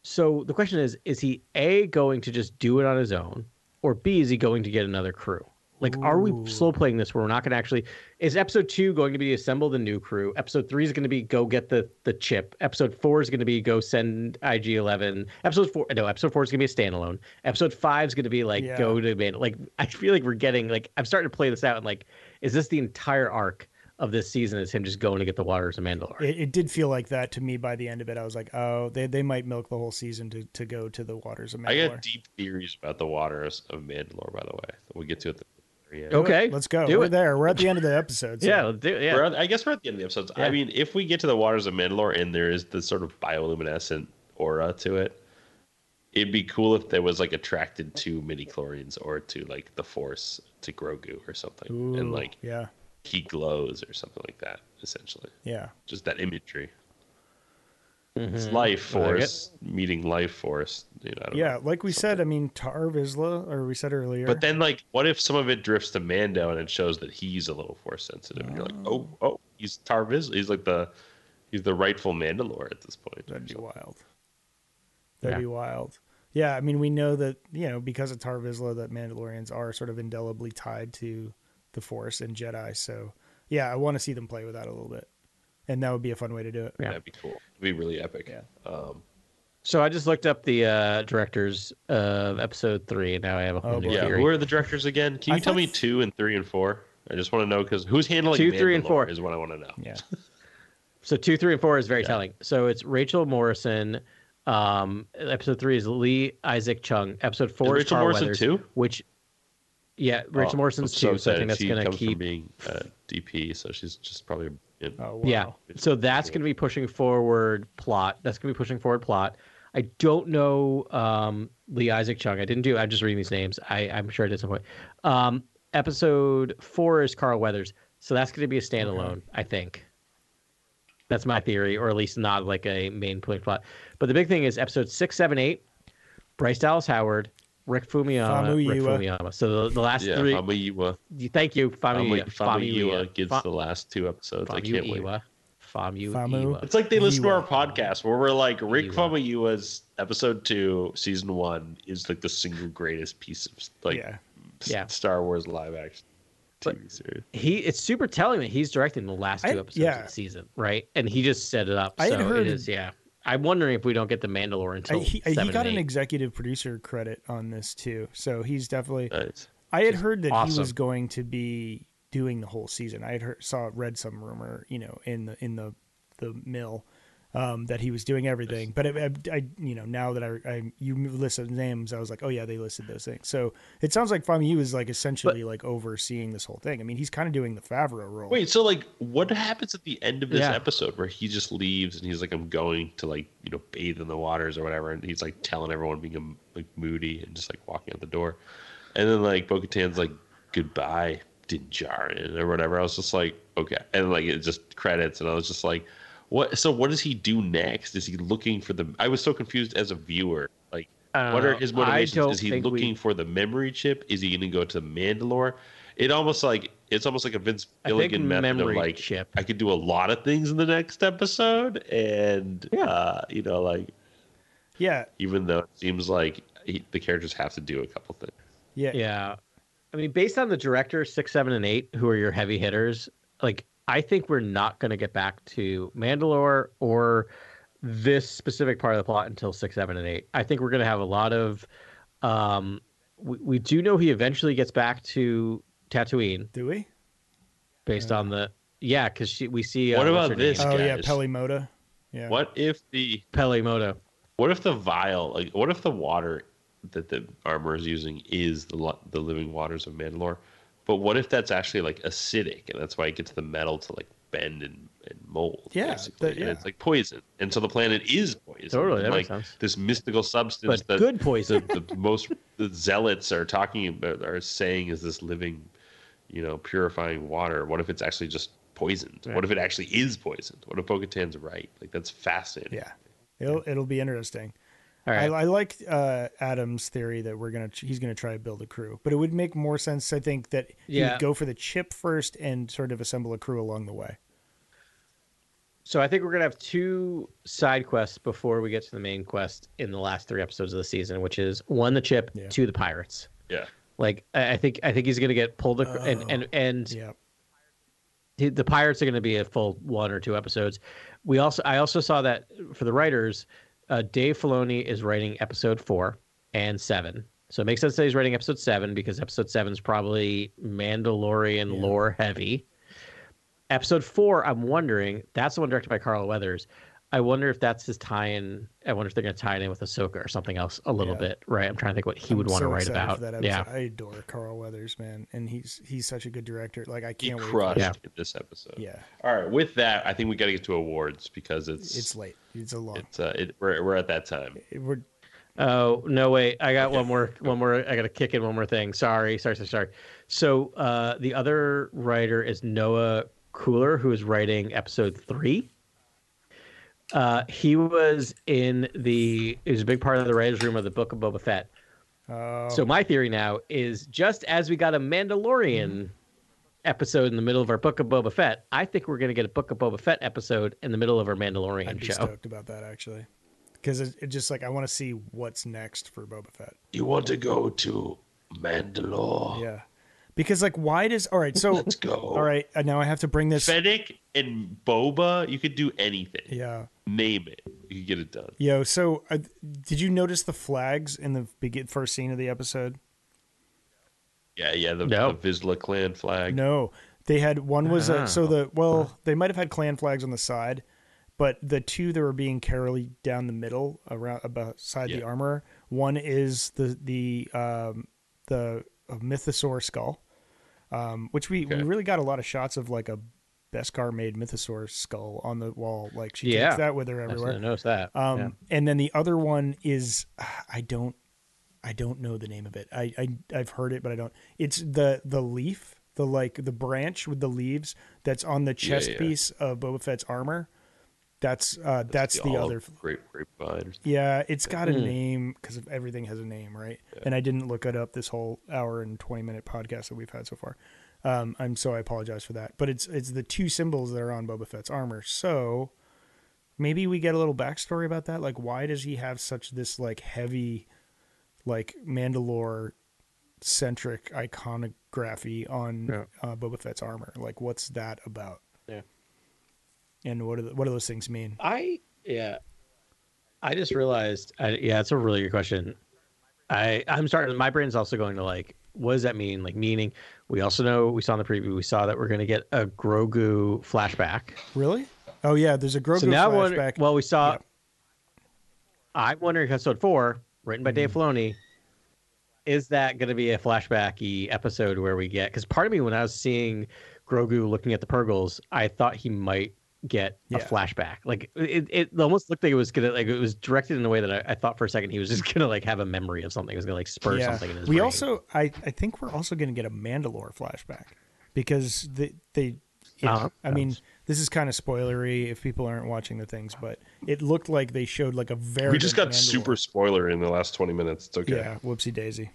S6: So the question is is he A, going to just do it on his own, or B, is he going to get another crew? Like, are
S5: Ooh.
S6: we slow playing this where we're not going to actually? Is episode two going to be assemble the new crew? Episode three is going to be go get the the chip. Episode four is going to be go send IG eleven. Episode four, no, episode four is going to be a standalone. Episode five is going to be like
S5: Yeah.
S6: go to man. Like, I feel like we're getting like I'm starting to play this out and like, is this the entire arc of this season? Is him just going to get the waters of Mandalore?
S5: It, it did feel like that to me by the end of it. I was like, oh, they, they might milk the whole season to, to go to the waters of
S4: I
S5: Mandalore.
S4: got deep theories about the waters of Mandalore, by the way. that We'll get to at the very end.
S5: Do it.
S6: Okay,
S5: Let's go.
S6: do
S5: We're
S6: it.
S5: there. We're at the end of the episode. so-
S6: yeah, let's do, yeah.
S4: We're at- I guess we're at the end of the episodes.
S6: Yeah.
S4: I mean, if we get to the waters of Mandalore and there is this sort of bioluminescent aura to it, it'd be cool if there was like attracted to midi chlorians or to like the Force to Grogu or something, and
S5: Ooh,
S4: like
S5: yeah.
S4: he glows or something like that. Essentially,
S5: Yeah.
S4: just that imagery. It's
S6: Mhm.
S4: life
S6: I like it.
S4: force meeting life force. You know, I don't
S5: Yeah.
S4: know.
S5: Like we said, I mean, Tar Vizsla, or we said earlier.
S4: But then, like, what if some of it drifts to Mando and it shows that he's a little force sensitive, and you're like, oh, oh, he's Tarvis. He's like the, he's the rightful Mandalore at this point.
S5: That'd be wild. That'd
S6: Yeah.
S5: be wild. Yeah, I mean, we know that you know because of Tar Vizsla that Mandalorians are sort of indelibly tied to the Force and Jedi. So yeah, I want to see them play with that a little bit, and that would be a fun way to do it.
S6: Yeah.
S4: That'd be cool. It'd be really epic.
S5: Yeah.
S4: Um,
S6: So I just looked up the uh, directors of episode three, and now I have a whole
S5: Oh,
S6: new
S5: boy.
S4: yeah.
S6: theory.
S4: Who are the directors again? Can
S5: I
S4: you tell
S5: thought-
S4: me two and three and four? I just want to know because who's handling
S6: Two, three, and
S4: Mandalore
S6: four.
S4: is what I want to know.
S5: Yeah,
S6: So two, three, and four is very
S4: Yeah.
S6: telling. So it's Rachel Morrison. Um, episode three is Lee Isaac Chung. Episode four is
S4: Rachel
S6: Carl
S4: Morrison
S6: Weathers,
S4: too?
S6: Which, yeah, Rachel
S4: Oh,
S6: Morrison's
S4: I'm so
S6: too. So I
S4: excited.
S6: think that's
S4: she
S6: gonna
S4: comes from
S6: keep.
S4: being uh, DP, so she's just probably. In,
S5: oh, wow.
S6: Yeah. So that's going to be pushing forward plot. That's going to be pushing forward plot. I don't know um, Lee Isaac Chung. I didn't do. I'm just reading these names. I, I'm sure I did some point. Um, episode four is Carl Weathers. So that's going to be a standalone. I think. That's my theory, or at least not like a main point plot. But the big thing is episode six, seven, eight. Bryce Dallas Howard, Rick Fumiyama, Rick
S5: Famuyiwa.
S6: Fumiyama. So the, the last
S4: yeah,
S6: three.
S4: Famuyiwa.
S6: Thank you,
S4: Famu-
S6: Famuyiwa.
S4: Famuyiwa gets
S6: Fa-
S4: the last two episodes. I can't wait.
S6: Famu-iwa.
S5: Famu.
S6: Famu-iwa.
S4: It's like they listen to
S5: Ewa.
S4: our podcast where we're like Rick
S6: Ewa.
S4: Famuyiwa's episode two, season one is like the single greatest piece of like
S5: yeah,
S4: s-
S6: Yeah.
S4: Star Wars live action
S6: But-
S4: TV series.
S6: He it's super telling that he's directing the last two
S5: I-
S6: episodes
S5: yeah.
S6: of the season, right? And he just set it up.
S5: I
S6: so
S5: had heard-
S6: it is, yeah. I'm wondering if we don't get the Mandalore
S5: I,
S6: until
S5: he, I-
S6: seven
S5: he got
S6: and
S5: an
S6: eight.
S5: executive producer credit on this too, so he's definitely.
S4: Nice.
S5: I had heard that he
S6: awesome.
S5: was going to be doing the whole season. I had heard, saw read some rumor, you know, in the in the the mill um, that he was doing everything. But I, I, I- you know, now that I, I you listed names, I was like, oh yeah, they listed those things. So it sounds like Fami was like essentially like overseeing this whole thing. I mean, he's kind of doing the Favreau role.
S4: Wait, so like what happens at the end of this
S6: Yeah.
S4: episode where he just leaves and he's like, I'm going to like, you know, bathe in the waters or whatever, and he's like telling everyone being um, like moody and just like walking out the door. And then like Bo Katan's like, Goodbye, Dinjarin or whatever. I was just like, Okay. And like it just credits and I was just like, What so what does he do next? Is he looking for the I was so confused as a viewer. Like
S6: I don't
S4: what are
S6: know.
S4: his
S6: Uh, I
S4: motivations?
S6: don't
S4: Is he
S6: think we-
S4: looking for the memory chip? Is he going to go to Mandalore? It almost like it's almost like a Vince
S6: I think
S4: Gilligan method of
S6: memory
S4: like
S6: chip.
S4: I could do a lot of things in the next episode, and
S6: Yeah.
S4: uh, you know, like
S5: Yeah,
S4: even though it seems like he, the characters have to do a couple things.
S5: yeah,
S6: Yeah. I mean, based on the director six, seven, and eight, who are your heavy hitters, like I think we're not gonna get back to Mandalore or this specific part of the plot until six, seven, and eight. I think we're gonna have a lot of um we, we do know he eventually gets back to Tatooine
S5: Do we?
S6: based on the yeah, because we see uh,
S4: What
S6: what's
S4: about
S6: her name?
S4: this?
S5: Oh yeah,
S4: guys.
S5: Pelimoda. Yeah.
S4: What if the
S6: Pele Moto?
S4: what if the vial like what if the water that the armor is using is the lo- the living waters of Mandalore? But what if that's actually like acidic and that's why it gets the metal to like bend and, and mold?
S5: Yeah,
S4: basically,
S5: that-
S4: and
S5: yeah.
S4: it's like poison, and so the planet is poison.
S6: Totally, that
S4: like
S6: makes sense.
S4: this mystical substance
S6: But
S4: that
S6: good poison.
S4: the, the most the zealots are talking about are saying is this living, you know, purifying water. What if it's actually just poisoned? What if it actually is poisoned? What if Pocatan's right? Like that's fascinating.
S5: Yeah. It'll it'll be interesting.
S6: All right,
S5: I, I like uh, Adam's theory that we're gonna he's gonna try to build a crew, but it would make more sense, I think, that
S6: Yeah.
S5: he'd go for the chip first and sort of assemble a crew along the way.
S6: so I think we're gonna have two side quests before we get to the main quest in the last three episodes of the season, which is one the chip,
S5: Yeah.
S6: two the pirates.
S4: Yeah.
S6: Like I I think I think he's gonna get pulled ac-
S5: Oh.
S6: and and and
S5: Yeah,
S6: he- the pirates are going to be a full one or two episodes. We also I also saw that for the writers, uh, Dave Filoni is writing episode four and seven. So it makes sense that he's writing episode seven because episode seven is probably Mandalorian
S5: Yeah.
S6: lore heavy. Episode four, I'm wondering that's the one directed by Carl Weathers. I wonder if that's his tie-in. I wonder if they're going to tie it in with Ahsoka or something else a little
S5: Yeah.
S6: bit, right? I'm trying to think what he would
S5: I'm
S6: want
S5: so
S6: to write
S5: excited
S6: about.
S5: For that episode.
S6: yeah,
S5: I adore Carl Weathers, man, and he's he's such a good director. Like I
S4: He
S5: can't wait.
S4: crushed
S6: Yeah.
S4: in this episode.
S5: Yeah,
S4: All right. With that, I think we got to get to awards because it's
S5: it's late. It's a long.
S4: it's uh, it, we're we're at that time.
S5: we're
S6: Oh no! Wait, I got one more. One more. I got to kick in one more thing. Sorry, sorry, sorry, sorry. So uh, the other writer is Noah Cooler, who is writing episode three. Uh, he was in the. He was a big part of the writers' room of the book of Boba Fett.
S5: uh,
S6: So my theory now is just as we got a
S5: Mm-hmm.
S6: Mandalorian episode in the middle of our book of Boba Fett, I think we're going to get a book of Boba Fett episode in the middle of our Mandalorian
S5: I'd be
S6: show.
S5: stoked about that actually, because it, it just like I want to see what's next for Boba Fett.
S1: You want to go to
S6: Oh.
S1: Mandalore?
S5: Yeah, because like why does all right? So
S1: Let's go.
S5: all right, uh, now I have to bring this.
S4: Fennec and Boba, you could do anything.
S5: Yeah.
S4: Name it, you could get it done.
S5: Yo, so uh, did you notice the flags in the begin- first scene of the episode?
S4: Yeah, yeah. The,
S6: No.
S4: the Vizsla clan flag.
S5: No, they had one was
S4: Ah.
S5: a, so the well they might have had clan flags on the side, but the two that were being carried down the middle around about side the
S4: Yeah.
S5: armor. One is the the um, the uh, mythosaur skull, um, which we, we
S4: Okay.
S5: really got a lot of shots of like a Beskar made mythosaur skull on the wall. Like she
S6: Yeah.
S5: takes that with her
S6: I
S5: everywhere.
S6: didn't notice that.
S5: Um,
S6: Yeah.
S5: and then the other one is I don't I don't know the name of it. I, I I've heard it, but I don't. It's the the leaf, the like the branch with the leaves that's on the chest
S4: yeah.
S5: piece of Boba Fett's armor. That's uh that's, the,
S4: olive
S5: other.
S4: grape grapevine.
S5: Yeah, it's got a
S6: Mm-hmm.
S5: name because everything has a name, right? And I didn't look it up this whole hour and twenty minute podcast that we've had so far. Um, I'm so I apologize for that, but it's it's the two symbols that are on Boba Fett's armor. So maybe we get a little backstory about that. Like, why does he have such this like heavy, like Mandalore centric iconography on
S6: Yeah.
S5: uh, Boba Fett's armor? Like, what's that about?
S6: Yeah.
S5: And what do th- what do those things mean?
S6: I yeah. I just realized. I, yeah, it's a really good question. I I'm starting. My brain's also going to like, what does that mean? Like meaning. We also know we saw in the preview. We saw that we're going to get a Grogu flashback.
S5: Really? Oh yeah, there's a Grogu
S6: so now, I wonder,
S5: flashback.
S6: well, we saw.
S5: Yep.
S6: I'm wondering if episode four, written by
S5: Mm-hmm.
S6: Dave Filoni, is that going to be a flashbacky episode where we get? Because part of me, when I was seeing Grogu looking at the Purgles, I thought he might get
S5: Yeah.
S6: a flashback. Like it, it almost looked like it was gonna like it was directed in a way that I, I thought for a second he was just gonna like have a memory of something. It was gonna like spur something in his
S5: we
S6: brain.
S5: also, I, I think we're also going to get a Mandalore flashback because they, they yeah,
S6: Uh-huh.
S5: I mean, this is kind of spoilery if people aren't watching the things, but it looked like they showed like a very.
S4: We just got super spoiler in the last twenty minutes. It's okay,
S5: Yeah, whoopsie daisy.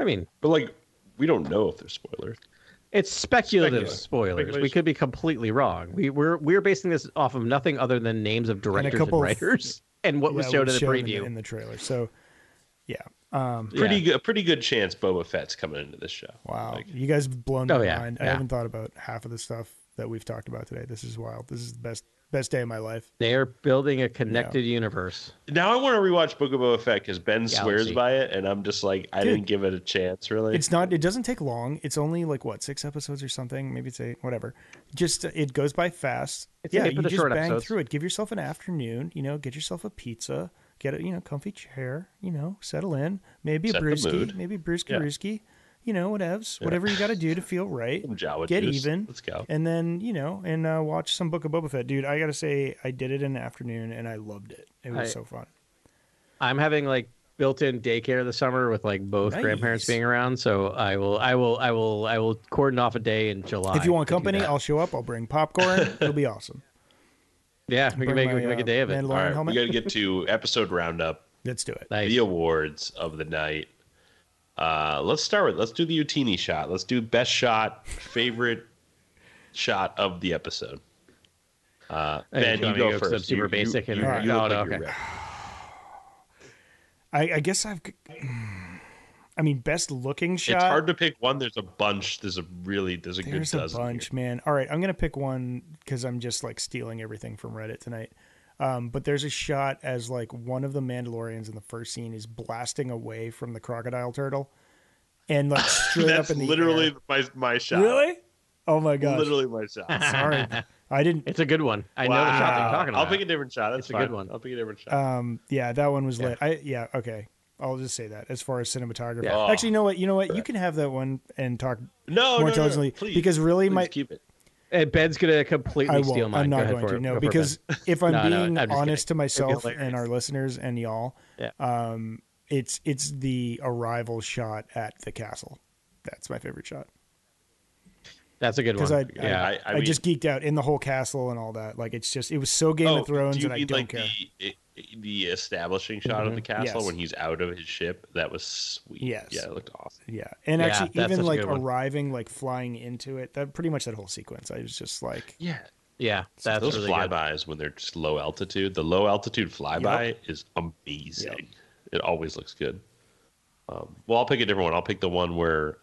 S6: I mean,
S4: but like we don't know if they're spoilers.
S6: It's speculative
S4: Speculative.
S6: spoilers. We
S4: Speculation.
S6: could be completely wrong. We we're we're basing this off of nothing other than names of directors and,
S5: couple of-
S6: writers and what was
S5: Yeah,
S6: shown in
S5: what's
S6: the
S5: shown in
S6: preview.
S5: in the trailer. So, yeah. Um,
S4: Pretty
S6: Yeah.
S4: good, a pretty good chance Boba Fett's coming into this show.
S5: wow,
S4: Like,
S5: you guys have blown
S6: Oh,
S5: my
S6: yeah,
S5: mind. I
S6: yeah.
S5: haven't thought about half of the stuff that we've talked about today. This is wild. This is the best best day of my life.
S6: They are building a connected universe.
S4: Now I want to rewatch Book of Boba Fett because Ben swears
S6: Galaxy.
S4: by it, and I'm just like, I
S5: Dude.
S4: didn't give it a chance, really.
S5: It's not. It doesn't take long. It's only like what six episodes or something. Maybe it's eight. Whatever. Just uh, it goes by fast.
S6: It's
S5: yeah,
S6: okay for
S5: you
S6: the
S5: just
S6: short
S5: bang
S6: episodes.
S5: through it. Give yourself an afternoon. You know, get yourself a pizza. Get a you know comfy chair. You know, settle in. Maybe
S4: Set
S5: a
S4: the
S5: brewski.
S4: mood.
S5: Maybe a brewski
S4: Yeah.
S5: brewski. You know, whatevs. Whatever you got to do to feel right.
S4: Some Jawa
S5: get
S4: juice.
S5: even.
S4: Let's go.
S5: And then you know, and uh, watch some Book of Boba Fett, dude. I gotta say, I did it in the afternoon, and I loved it. It was
S6: I-
S5: so fun.
S6: I'm having like built-in daycare this summer with like both grandparents
S5: Nice.
S6: being around, so I will, I will, I will, I will cordon off a day in July.
S5: If you want
S6: to do
S5: company,
S6: that.
S5: I'll show up. I'll bring popcorn. It'll be awesome.
S6: yeah, we can
S5: Bring
S6: make, we
S5: my,
S6: can make
S5: uh,
S6: a day of it.
S5: Mandalorian
S4: All right,
S5: helmet.
S4: we got to get to episode roundup,
S5: Let's do it.
S6: Nice.
S4: the awards of the night. Uh, let's start with let's do the Utini shot. Let's do best shot, favorite shot of the episode. Uh,
S6: Hey,
S4: ben, you
S6: do you want me to
S4: go
S6: go 'cause
S4: first.
S6: I'm super
S4: You- you-
S6: basic and-
S4: you-
S6: Alright.
S4: you look
S6: Oh,
S4: like
S6: no,
S4: you're
S6: okay.
S4: ready.
S5: I, I guess I've. I mean, best looking shot.
S4: It's hard to pick one. There's a bunch. There's a really there's a
S5: There's
S4: good
S5: a
S4: dozen. here.
S5: bunch, man. All right, I'm gonna pick one because I'm just like stealing everything from Reddit tonight. Um, but there's a shot as like one of the Mandalorians in the first scene is blasting away from the crocodile turtle, and like straight up
S4: That's
S5: in the
S4: literally
S5: air.
S4: my my shot.
S5: really. Oh my gosh!
S4: Literally my shot.
S5: Sorry, I didn't.
S6: It's a good one. I know the shot that you're talking about.
S4: I'll pick a different shot. That's
S6: It's a good
S4: fine.
S6: one.
S4: I'll pick a different shot.
S5: Um, yeah, that one was lit. I yeah, okay. I'll just say that as far as cinematography.
S6: Yeah.
S4: Oh.
S5: Actually, you know what? You know what? You can have that one and talk
S6: Oh,
S4: no,
S5: more
S4: no, no, no,
S5: intelligently
S4: please,
S5: because really
S4: please
S5: my
S4: keep it.
S6: And Ben's gonna completely
S5: I
S6: steal
S5: won't.
S6: mine.
S5: I'm
S6: Go
S5: not
S6: ahead
S5: going
S6: for
S5: to.
S6: it.
S5: No,
S6: Go for it,
S5: because if I'm
S6: No, no,
S5: being
S6: I'm just
S5: honest to
S6: kidding. It'd be
S5: myself and
S6: hilarious.
S5: our listeners and y'all,
S6: Yeah.
S5: um, it's it's the arrival shot at the castle. That's my favorite shot
S6: Ben. that's a good
S5: because
S6: one.
S5: I
S6: yeah,
S5: I,
S4: I- I
S5: I just geeked out in the whole castle and all that. Like it's just it was so Game
S4: Oh,
S5: of Thrones
S4: do you
S5: and I
S4: mean
S5: don't
S4: like
S5: care. Mm-hmm.
S4: The, it- the establishing shot of the castle
S5: Yes.
S4: when he's out of his ship. That was sweet.
S5: Yes.
S4: Yeah, it looked awesome.
S5: Yeah, and
S6: Yeah,
S5: actually,
S6: that's
S5: even
S6: such a
S5: like
S6: good one.
S5: arriving, like flying into it, that pretty much that whole sequence. I was just like,
S4: Yeah.
S6: yeah, that's
S4: Those
S6: really good.
S4: flybys when they're just low altitude. The low altitude flyby is amazing. It always looks good. Um, well, I'll pick a different one. I'll pick the one where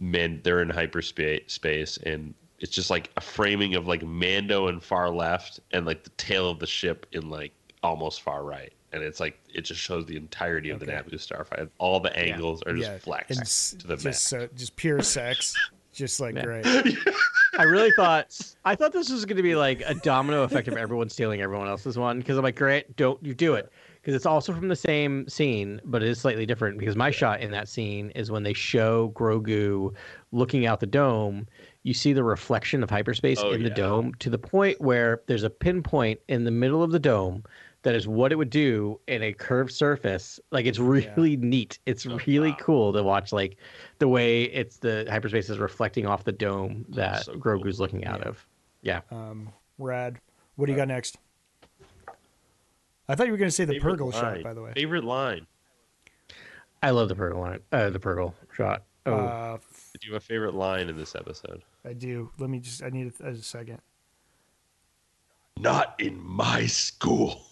S4: men they're in hyperspace space and it's just like a framing of like Mando and far left and like the tail of the ship in like almost far right. And it's like it just shows the entirety of the Naboo starfighter. All the angles are just
S5: yeah, and s-
S4: flexed to the
S5: just
S4: map.
S5: so just pure sex, just like great.
S6: I really thought I thought this was going to be like a domino effect of everyone stealing everyone else's one because I'm like, Grant, don't you do it because it's also from the same scene, but it is slightly different because my shot in that scene is when they show Grogu looking out the dome. You see the reflection of hyperspace
S4: Oh,
S6: in the
S4: yeah.
S6: dome to the point where there's a pinpoint in the middle of the dome. That is what it would do in a curved surface. Like it's really neat. It's
S4: Oh,
S6: really cool to watch. Like the way it's the hyperspace is reflecting off the dome
S5: Oh,
S6: that
S4: so
S6: Grogu's looking out of. Yeah.
S5: Um, rad. What
S4: Uh,
S5: do you got next? I thought you were going to say the
S4: Favorite
S5: Purgle shot,
S4: line.
S5: by the way.
S4: Favorite line.
S6: I love the Purgle line, uh, the Purgle shot. Oh,
S5: Uh, f-
S4: Did you have a favorite line in this episode?
S5: I do. Let me just. I need a, a second.
S1: Not in my school.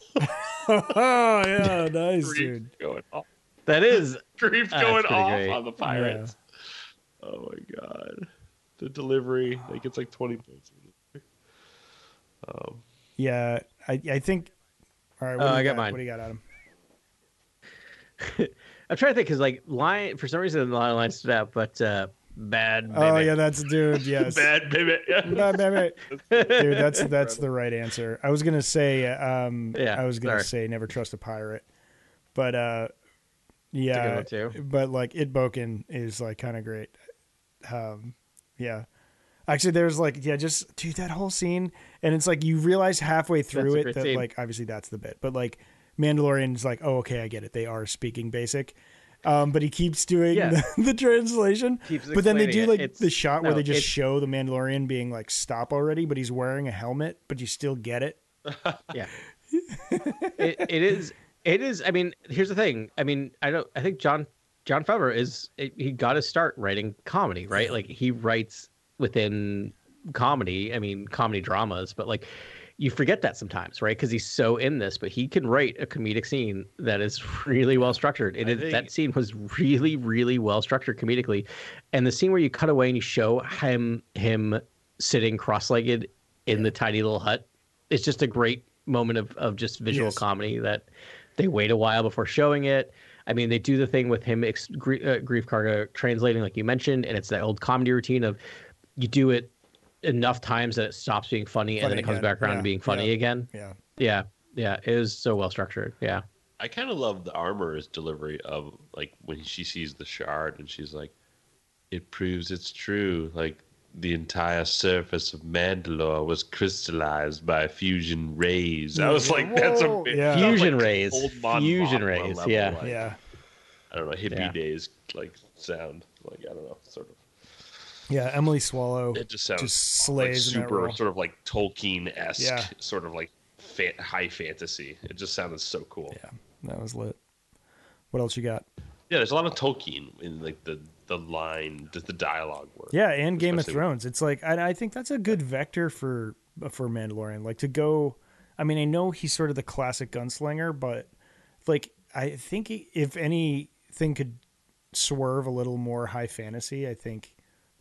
S5: Oh yeah, nice, dude.
S4: Going off.
S6: that is
S4: Creep's
S6: Ah, That's
S4: going
S6: pretty
S4: off
S6: great.
S4: on the pirates. Oh my god. The delivery. Like it's like twenty points. Um,
S5: Yeah, I, I think. All right, what
S6: Oh,
S5: do you
S6: I got
S5: got
S6: mine.
S5: What do you got, Adam?
S6: I'm trying to think because like line for some reason the line line stood out, but uh, bad. Baby.
S5: Oh yeah, that's dude. Yes.
S4: bad baby.
S5: Bye, baby. dude that's that's the right answer i was gonna say um
S6: Yeah,
S5: i was gonna
S6: sorry.
S5: say never trust a pirate but uh
S6: good
S5: yeah
S6: one, too.
S5: but like it boken is like kind of great um yeah actually there's like yeah just dude that whole scene and it's like you realize halfway through
S6: That's a
S5: it
S6: great
S5: that
S6: scene.
S5: like obviously that's the bit but like mandalorian's like oh okay i get it they are speaking basic um, but he keeps doing
S6: Yeah.
S5: the, the translation.
S6: Keeps
S5: but then they do
S6: explaining it.
S5: like
S6: It's-
S5: the shot where
S6: no,
S5: they just
S6: it's-
S5: show the Mandalorian being like, stop already, but he's wearing a helmet, but you still get it.
S6: yeah. it, it is. It is. I mean, here's the thing. I mean, I don't. I think John John Favreau is. He got to start writing comedy, right? Like he writes within comedy. I mean, comedy dramas, but like you forget that sometimes, right? Because he's so in this, but he can write a comedic scene that is really well structured. It
S4: I
S6: is
S4: think-
S6: that scene was really, really well structured comedically, and the scene where you cut away and you show him him sitting cross legged in the tiny little hut it's just a great moment of of just visual
S5: Yes.
S6: comedy that they wait a while before showing it. I mean, they do the thing with him ex- gr- uh, grief cargo translating, like you mentioned, and it's that old comedy routine of you do it enough times that it stops being funny, and
S5: Funny
S6: then it comes
S5: again.
S6: back around
S5: Yeah,
S6: to being funny
S5: yeah.
S6: again.
S5: Yeah.
S6: Yeah, yeah, it is so well structured. Yeah,
S4: I kind of love the armor's delivery of like when she sees the shard and she's like, "It proves it's true. Like the entire surface of Mandalore was crystallized by fusion rays." I was like, "That's a
S5: Whoa.
S4: that
S5: Yeah.
S4: was,
S6: Fusion
S4: like,
S6: rays.
S4: old Mon
S6: Fusion
S4: Mothma
S6: rays,
S4: level,
S6: yeah.
S4: like,
S5: Yeah.
S4: I don't know hippie
S6: Yeah.
S4: days like sound like I don't know sort of.
S5: Yeah. Emily Swallow.
S4: It just sounds
S5: Just
S4: like
S5: slays in that
S4: super
S5: role.
S4: sort of like Tolkien esque
S5: Yeah.
S4: sort of like fa- high fantasy. It just sounded so cool.
S5: Yeah. That was lit. What else you got?
S4: Yeah, there's a lot of Tolkien in like the the line, the, the dialogue work.
S5: Yeah, and Game of
S4: Especially with-
S5: Thrones. It's like I, I think that's a good vector for for Mandalorian. Like to go. I mean, I know he's sort of the classic gunslinger, but like I think he- if anything could swerve a little more high fantasy, I think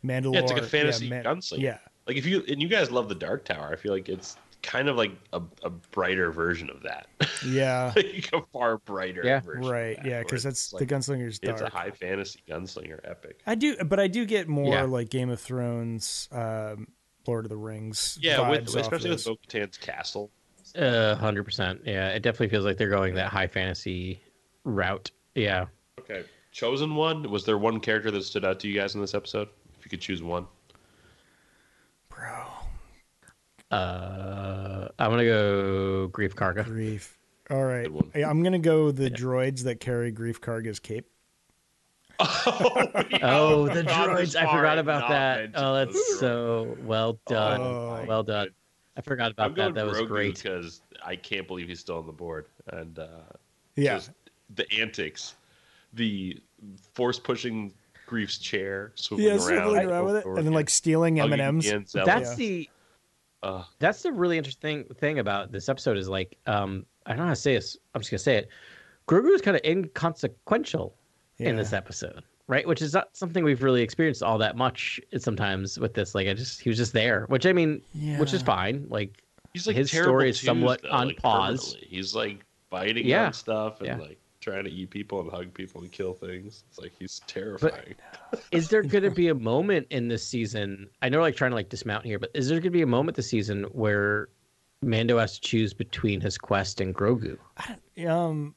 S5: Mandalorian.
S4: Yeah, it's like a fantasy
S5: Man-
S4: gunslinger.
S5: Yeah,
S4: Like if you and you guys love the Dark Tower, I feel like it's kind of like a, a brighter version of that.
S5: yeah,
S4: like a far brighter
S6: Yeah.
S4: version. of
S5: right.
S4: that,
S5: Yeah,
S4: where
S5: because
S4: it's
S5: that's
S4: like-
S5: the gunslinger's dark.
S4: It's a high fantasy gunslinger epic.
S5: I do, but I do get more
S6: Yeah.
S5: like Game of Thrones, um, Lord of the Rings.
S4: Yeah, with,
S5: vibes off
S4: especially with Bo
S5: those.
S4: Katan's castle.
S6: hundred percent. Yeah, it definitely feels like they're going that high fantasy route. Yeah.
S4: Okay. Chosen one? Was there one character that stood out to you guys in this episode? If you could choose one.
S5: bro
S6: Uh, I'm gonna go grief cargo.
S5: grief. All right,
S4: Good one.
S5: I- I'm gonna go the droids that carry Grief Karga's cape.
S6: Oh, the
S4: Not as
S6: droids! I
S4: far
S6: forgot
S4: as
S6: about
S4: not
S6: that.
S4: mention
S6: Oh,
S4: those
S6: that's so well done.
S5: Oh.
S6: well done. I forgot
S4: I'm
S6: about
S4: going
S6: that. That was
S4: Grogu
S6: great.
S4: because I can't believe he's still on the board. And uh,
S5: Yeah,
S4: just the antics, the force pushing Grief's chair, swiveling
S5: yeah,
S4: around,
S5: swiveling around with it,
S4: over
S5: and then like stealing M
S4: hugging
S5: and M's.
S4: Ian Zellum.
S6: That's
S5: Yeah.
S6: the
S4: Uh,
S6: that's the really interesting thing about this episode is like um I don't know how to say this. I'm just gonna say it. Grogu is kind of inconsequential
S5: Yeah.
S6: in this episode, right? Which is not something we've really experienced all that much sometimes with this. Like I just he was just there, which I mean, which is
S5: Yeah.
S6: fine. Like
S4: he's like
S6: His
S4: terrible
S6: story is
S4: twos,
S6: somewhat
S4: though,
S6: on
S4: like,
S6: pause.
S4: permanently. He's like biting
S6: Yeah.
S4: on stuff and
S6: Yeah.
S4: like trying to eat people and hug people and kill things. It's like he's terrifying.
S6: is there going to be a moment in this season? I know, we're, like trying to like dismount here, but is there going to be a moment this season where Mando has to choose between his quest and Grogu?
S5: Um,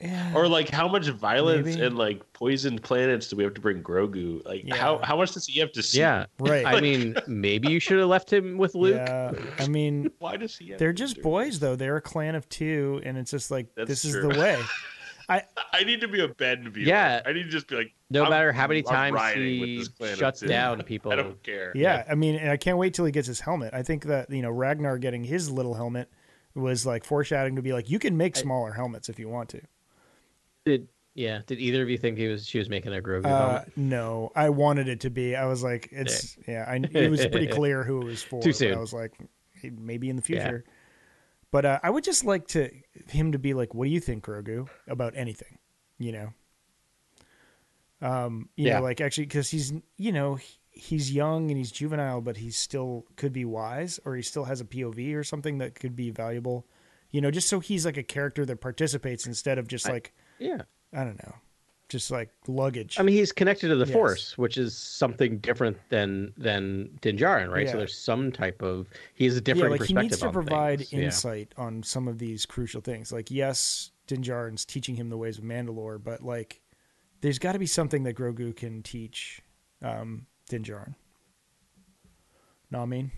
S5: yeah,
S4: Or like, how much violence
S5: Maybe.
S4: and like poisoned planets do we have to bring Grogu? Like, how
S5: Yeah.
S4: how much does he have to see?
S6: Yeah,
S5: right.
S6: I mean, maybe you should have left him with Luke.
S5: Yeah, I mean,
S4: Why does he? Have
S5: they're
S4: to do
S5: just
S4: that?
S5: boys though. They're a clan of two, and it's just like
S4: That's
S5: this is
S4: true.
S5: the way.
S4: I need to be a Ben viewer.
S6: Yeah.
S4: I need to just be like,
S6: No
S4: I'm-
S6: matter how many
S4: I'm
S6: times
S4: riding with
S6: he
S4: this planet
S6: shuts
S4: too.
S6: down people,
S4: I don't care.
S5: Yeah, I mean, and I can't wait till he gets his helmet. I think that you know Ragnar getting his little helmet was like foreshadowing to be like, you can make smaller helmets if you want to.
S6: did yeah? Did either of you think he was she was making a Grogu
S5: Uh,
S6: helmet?
S5: no, I wanted it to be. I was like, it's yeah. I, it was pretty clear who it was for.
S6: Too
S5: but
S6: soon.
S5: I was like, hey, maybe in the future. But uh, I would just like to him to be like, "What do you think, Grogu, about anything?" You know. Um. You
S6: Yeah.
S5: know, like actually, because he's you know he- he's young and he's juvenile, but he still could be wise, or he still has a POV or something that could be valuable. You know, just so he's like a character that participates instead of just like
S6: Yeah,
S5: I, don't know, just like luggage.
S6: I mean, he's connected to the
S5: Yes.
S6: Force, which is something different than than Dinjarin, right? So
S5: Yeah.
S6: there's some type of he has a different
S5: yeah, like he
S6: perspective
S5: needs to
S6: on
S5: provide
S6: things. Yeah.
S5: insight on some of these crucial things. Like, yes, Dinjarin's teaching him the ways of Mandalore, but like, there's got to be something that Grogu can teach um, Dinjarin. Know what I mean?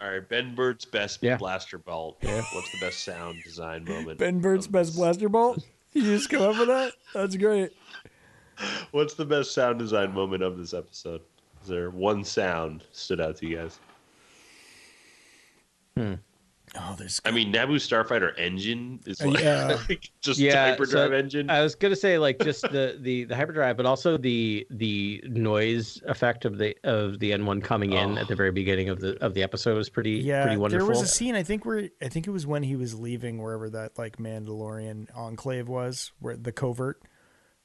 S4: All right, Ben Bird's best
S6: Yeah.
S4: blaster bolt. What's the best sound design moment? of this?
S5: blaster bolt. You just come up with that? That's great.
S4: What's the best sound design moment of this episode? Is there one sound stood out to you guys?
S5: Oh, there's
S4: I mean, Naboo Starfighter engine is
S5: Uh,
S4: like
S5: yeah.
S4: just
S6: Yeah,
S4: hyperdrive
S6: so
S4: engine.
S6: I was gonna say like just the the the hyperdrive, but also the the noise effect of the of the N one coming in at the very beginning of the of the episode was pretty
S5: Oh. yeah.
S6: pretty
S5: there
S6: wonderful.
S5: was a scene I think where I think it was when he was leaving wherever that like Mandalorian enclave was, where the covert.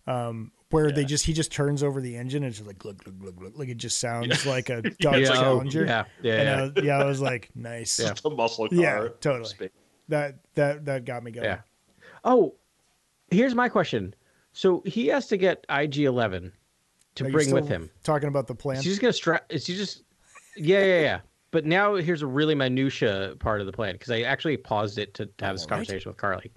S5: Um, where they just he just turns over the engine and it's just like glug glug glug glug like it just sounds like a Dodge
S6: yeah, oh,
S5: Challenger.
S6: yeah, yeah,
S5: and uh,
S6: yeah.
S5: I was, yeah, I was like, nice.
S6: Yeah.
S4: the muscle car.
S5: Yeah, totally.
S4: Space.
S5: That that that got me going.
S6: Yeah. Oh, here's my question. So he has to get IG Eleven to
S5: Are you
S6: bring
S5: still
S6: with him.
S5: Talking about the plan.
S6: Is he just gonna strap? Is he just? Yeah, yeah, yeah. But now here's a really minutia part of the plan because I actually paused it to, to have this
S5: All right.
S6: conversation with Carly.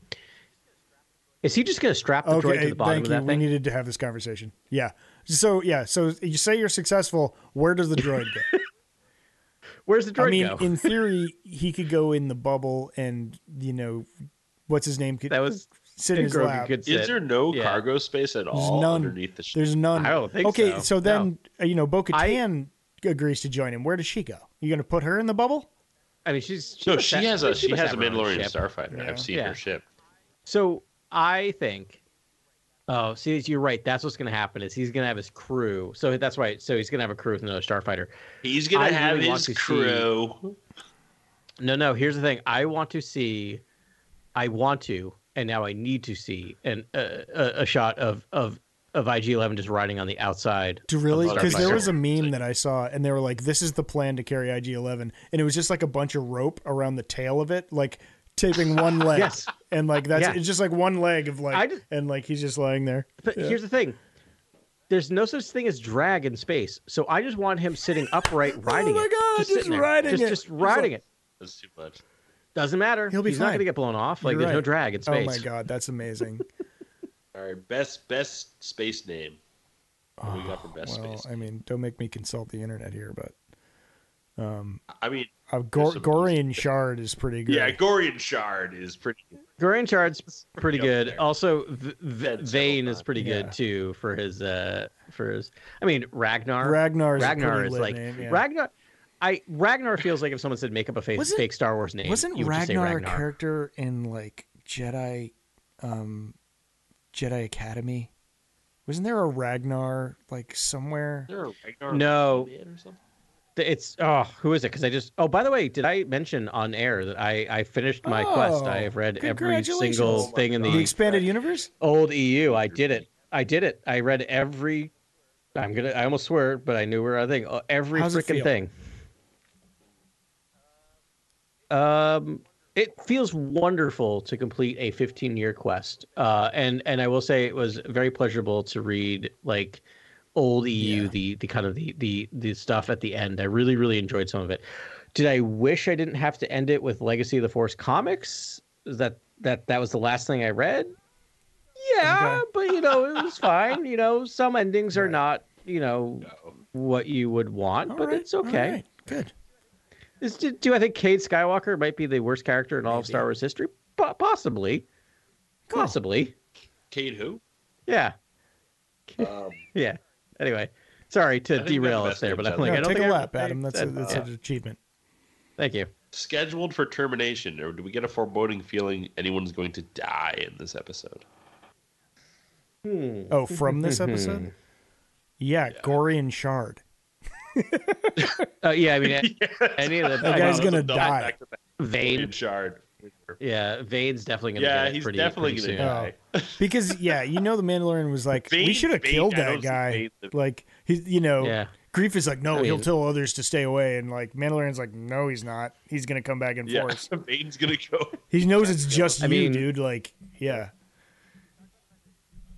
S6: Is he just gonna strap the droid to
S5: Okay,
S6: the bottom
S5: thank
S6: of
S5: you.
S6: that
S5: We
S6: thing?
S5: needed to have this conversation. Yeah. So yeah, so you say you're successful. Where does the droid go?
S6: Where's the droid
S5: I mean,
S6: go?
S5: in theory, he could go in the bubble, and you know, what's his name could
S6: that was
S5: sit in his
S6: Grogu
S5: lap.
S6: could
S4: Is
S6: sit.
S4: there no
S6: Yeah.
S4: cargo space at all
S5: none.
S4: underneath the ship?
S5: There's none.
S6: I don't think
S5: okay,
S6: so.
S5: so
S6: No.
S5: then uh, you know, Bo Katan agrees to join him. Where does she go? You gonna put her in the bubble?
S6: I mean, she's
S4: no,
S6: must
S4: she
S6: have-
S4: has a she
S6: must
S4: has a
S6: have her own
S4: Mandalorian
S6: ship.
S4: starfighter.
S5: Yeah.
S4: I've seen
S6: Yeah.
S4: her ship.
S6: So I think, oh, see, you're right. That's what's going to happen is he's going to have his crew. So that's why. So he's going to have a crew with another starfighter.
S4: He's gonna
S6: I
S4: have
S6: really want
S4: his
S6: to see-
S4: crew.
S6: No, no. Here's the thing. I want to see. I want to, and now I need to see an uh, a, a shot of of of IG Eleven just riding on the outside.
S5: To really,
S4: Oh,
S5: because there
S4: sure.
S5: was a meme that I saw, and they were like, "This is the plan to carry IG-11," and it was just like a bunch of rope around the tail of it, like taping one leg,
S6: Yes.
S5: and like that's
S6: Yeah.
S5: it's just like one leg of like,
S6: I just-
S5: and like he's just lying there.
S6: But here's the thing. There's no such thing as drag in space, so I just want him sitting upright, riding
S5: Oh my
S6: it.
S5: God, just
S6: sitting there.
S5: riding
S6: just,
S5: it.
S6: Just
S5: He's
S6: riding it.
S4: That's too much.
S6: Doesn't matter.
S5: He'll be
S6: He's
S5: fine.
S6: not going to get blown off. Like
S5: You're
S6: there's no
S5: right.
S6: drag in
S5: Oh
S6: space.
S5: my god, that's amazing.
S4: All right, best best space name. What do we got for best
S5: well,
S4: space?
S5: I mean, don't make me consult the internet here, but
S4: I mean,
S5: uh, Gor-
S4: There's some-
S5: Gorian Shard is pretty good.
S4: yeah, Gorian Shard is pretty.
S6: Gorian Shard's pretty
S4: up
S6: good.
S4: there.
S6: Also, v- v-
S4: That's
S6: Vane
S4: so
S6: is pretty
S5: Yeah.
S6: good too for his uh for his. I mean Ragnar.
S5: Ragnar is a
S6: Ragnar
S5: pretty
S6: is
S5: lit
S6: like
S5: name, yeah.
S6: Ragnar. I Ragnar feels like if someone said make up a fake,
S5: Wasn't-
S6: fake Star Wars name.
S5: Wasn't
S6: you would just say
S5: Ragnar, a
S6: Ragnar.
S5: character in like Jedi, um, Jedi Academy? Wasn't there a Ragnar like somewhere?
S4: Is there a Ragnar
S6: No.
S4: Red Man or something?
S6: It's oh who is it? Because I just oh by the way, did I mention on air that I I finished my quest?
S5: Oh,
S6: I have read every
S5: congratulations.
S6: single
S5: Oh
S4: my
S6: thing in
S5: The,
S4: The-
S6: the
S4: God.
S5: expanded universe?
S6: old EU. I did it. I did it. I read every. I'm gonna. I almost swear, but I knew where I think uh, every
S5: How's it
S6: freaking
S5: feel?
S6: thing. Um, it feels wonderful to complete a 15 year quest. Uh, and and I will say it was very pleasurable to read like old EU the the kind of the the the stuff at the end. I really really enjoyed some of it. Did I wish I didn't have to end it with Legacy of the Force comics? Is that that that was the last thing I read? Yeah,
S5: Okay.
S6: but you know, it was fine. You know, some endings are
S5: Right.
S6: not, you know, what you would want,
S5: All
S6: but
S5: right,
S6: it's
S5: all
S6: okay.
S5: right, Good.
S6: Is, do, do I think Cade Skywalker might be the worst character in all of Star Wars history? Po- possibly.
S5: Cool.
S6: Possibly.
S4: Cade who?
S6: Yeah.
S4: Um,
S6: Yeah. Anyway, sorry
S4: I
S6: to
S4: think we
S6: derail
S4: got the
S6: us
S4: best
S6: there, but
S4: names
S6: I'm
S4: out
S6: like,
S5: No,
S6: I don't
S5: take
S6: think uh,
S5: a
S6: I-
S5: lap, Adam. That's a,
S6: that-
S5: that's
S6: yeah.
S5: an achievement.
S6: Thank you.
S4: scheduled for termination, or do we get a foreboding feeling anyone's going to die in this episode? Hmm.
S5: Oh, from this episode? Yeah, Gorian Shard.
S6: Uh, yeah, I mean, any of the
S5: That guy's
S6: I
S5: gonna
S4: Double
S5: die.
S4: back-to-back
S6: don't know, Vane.
S4: Gorian Shard.
S6: Yeah, Vane's definitely gonna.
S4: Yeah,
S6: get it
S4: he's
S6: pretty,
S4: definitely
S6: pretty
S4: going to
S6: soon.
S5: die.
S4: die.
S5: Because yeah, you know the Mandalorian was like, we
S4: Bane-
S5: should have
S4: Bane-
S5: killed
S4: I
S5: that
S4: don't see
S5: guy.
S4: Bane the-
S5: Like he's you know,
S6: Yeah. Uh,
S5: grief is like, no,
S6: I
S5: he'll
S6: mean-
S5: tell others to stay away, and like Mandalorian's like, no, he's not. He's gonna come back in
S4: Yeah,
S5: force.
S4: Bane's going to go.
S5: He knows it's just
S6: I
S5: you,
S6: mean-
S5: dude. Like, yeah,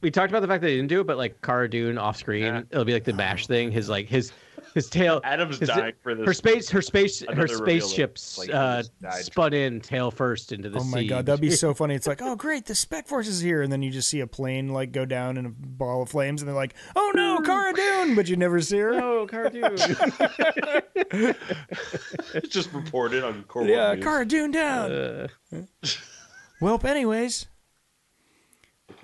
S6: we talked about the fact that they didn't do it, but like Cara Dune off screen,
S4: Yeah.
S6: it'll be like the Bash thing. His like his his tail.
S4: Adam's
S6: his-
S4: dying for this.
S6: Her space, her space, her
S4: Another reveal of,
S6: spaceships
S4: like, he
S6: uh,
S4: just died.
S6: spun in tail first into the
S5: oh
S6: sea.
S5: my god, that'd be so funny. It's like, oh great, the Spec Force is here, and then you just see a plane like go down in a ball of flames, and they're like, oh no, Cara Dune, but you never see her.
S6: Oh, Cara Dune.
S4: It's just reported on Corwin.
S5: yeah,
S4: News.
S5: Cara Dune down.
S6: Uh.
S5: Welp, anyways.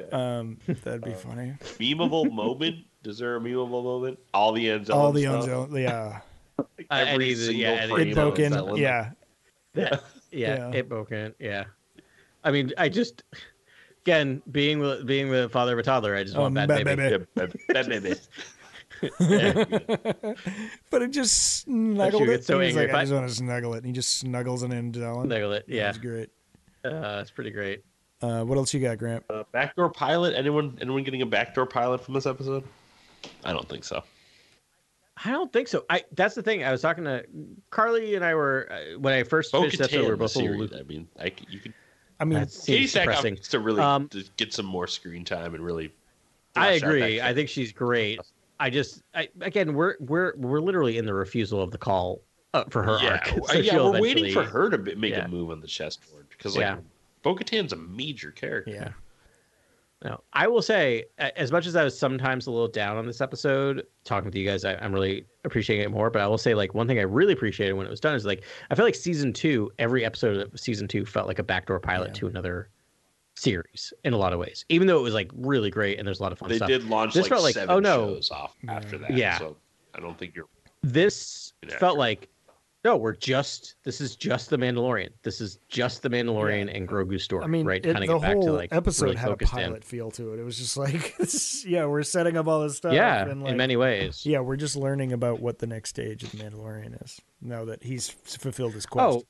S4: Okay.
S5: Um, that'd
S4: Uh,
S5: be funny.
S4: memeable moment. Is there a memeable moment? All the Anzalone
S5: All the
S4: stuff.
S5: Unzel, yeah,
S6: Uh,
S4: Every
S6: any of the-
S4: single
S6: yeah, any of
S4: frame
S6: the-
S5: it
S4: of
S5: broke in,
S4: Anzalone.
S5: yeah.
S6: yeah, yeah,
S5: Yeah.
S6: it broke in. Yeah, I mean, I just again being the- being the father of a toddler, I just want
S5: Um,
S6: that
S5: ba-
S6: baby.
S5: baby.
S4: Yeah, that- that made it.
S5: But it just snuggled
S6: would
S5: it.
S6: get so
S5: he was
S6: angry
S5: like,
S6: if
S5: I
S6: I-
S5: just want to snuggle it. And he just snuggles it into Ellen.
S6: Snuggle it, yeah.
S5: It's great.
S6: Uh, it's pretty great.
S5: Uh, what else you got, Grant?
S4: Uh, backdoor pilot. Anyone? Anyone getting a backdoor pilot from this episode? I don't think so.
S6: I don't think so. I that's the thing. I was talking to Carly and I were uh, when I first finished that show, we were
S4: Bo-Katan the
S6: both a little
S4: series.
S6: loopy.
S4: I mean, I c you could.
S5: I mean,
S6: That
S4: Katie
S6: seems
S4: Sackhoff
S6: depressing.
S4: needs to really
S6: Um,
S4: to get some more screen time and really.
S6: I
S4: flesh out
S6: agree.
S4: that
S6: I think she's great. I just I again we're we're we're literally in the refusal of the call uh, for her
S4: yeah,
S6: arc.
S4: w-
S6: So
S4: yeah.
S6: she'll
S4: We're waiting for
S6: eventually-
S4: her to b- make
S6: yeah.
S4: a move on the chessboard because like,
S6: Yeah.
S4: Bo-Katan's a major character.
S5: yeah.
S6: No, I will say, a- as much as I was sometimes a little down on this episode, talking to you guys, I, I'm really appreciating it more. But I will say, like one thing I really appreciated when it was done is like I felt like season two, every episode of season two felt like a backdoor pilot
S5: Yeah.
S6: to another series in a lot of ways, even though it was like really great and there's a lot of fun
S4: They
S6: stuff.
S4: did launch
S6: This
S4: like,
S6: felt like,
S4: seven
S6: oh, no.
S4: shows off after that.
S6: Yeah.
S4: So I don't think you're.
S6: This
S4: Good actor.
S6: felt like no, we're just this is just the Mandalorian. This is just the Mandalorian and Grogu's story.
S5: I mean,
S6: right?
S5: it-
S6: Kinda
S5: the
S6: get back
S5: whole
S6: to, like,
S5: episode
S6: really
S5: had a
S6: focused in.
S5: pilot feel to it. It was just like, yeah, we're setting up all this stuff.
S6: Yeah,
S5: and like,
S6: in many ways.
S5: Yeah, we're just learning about what the next stage of the Mandalorian is now that he's f- fulfilled his quest.
S6: Oh,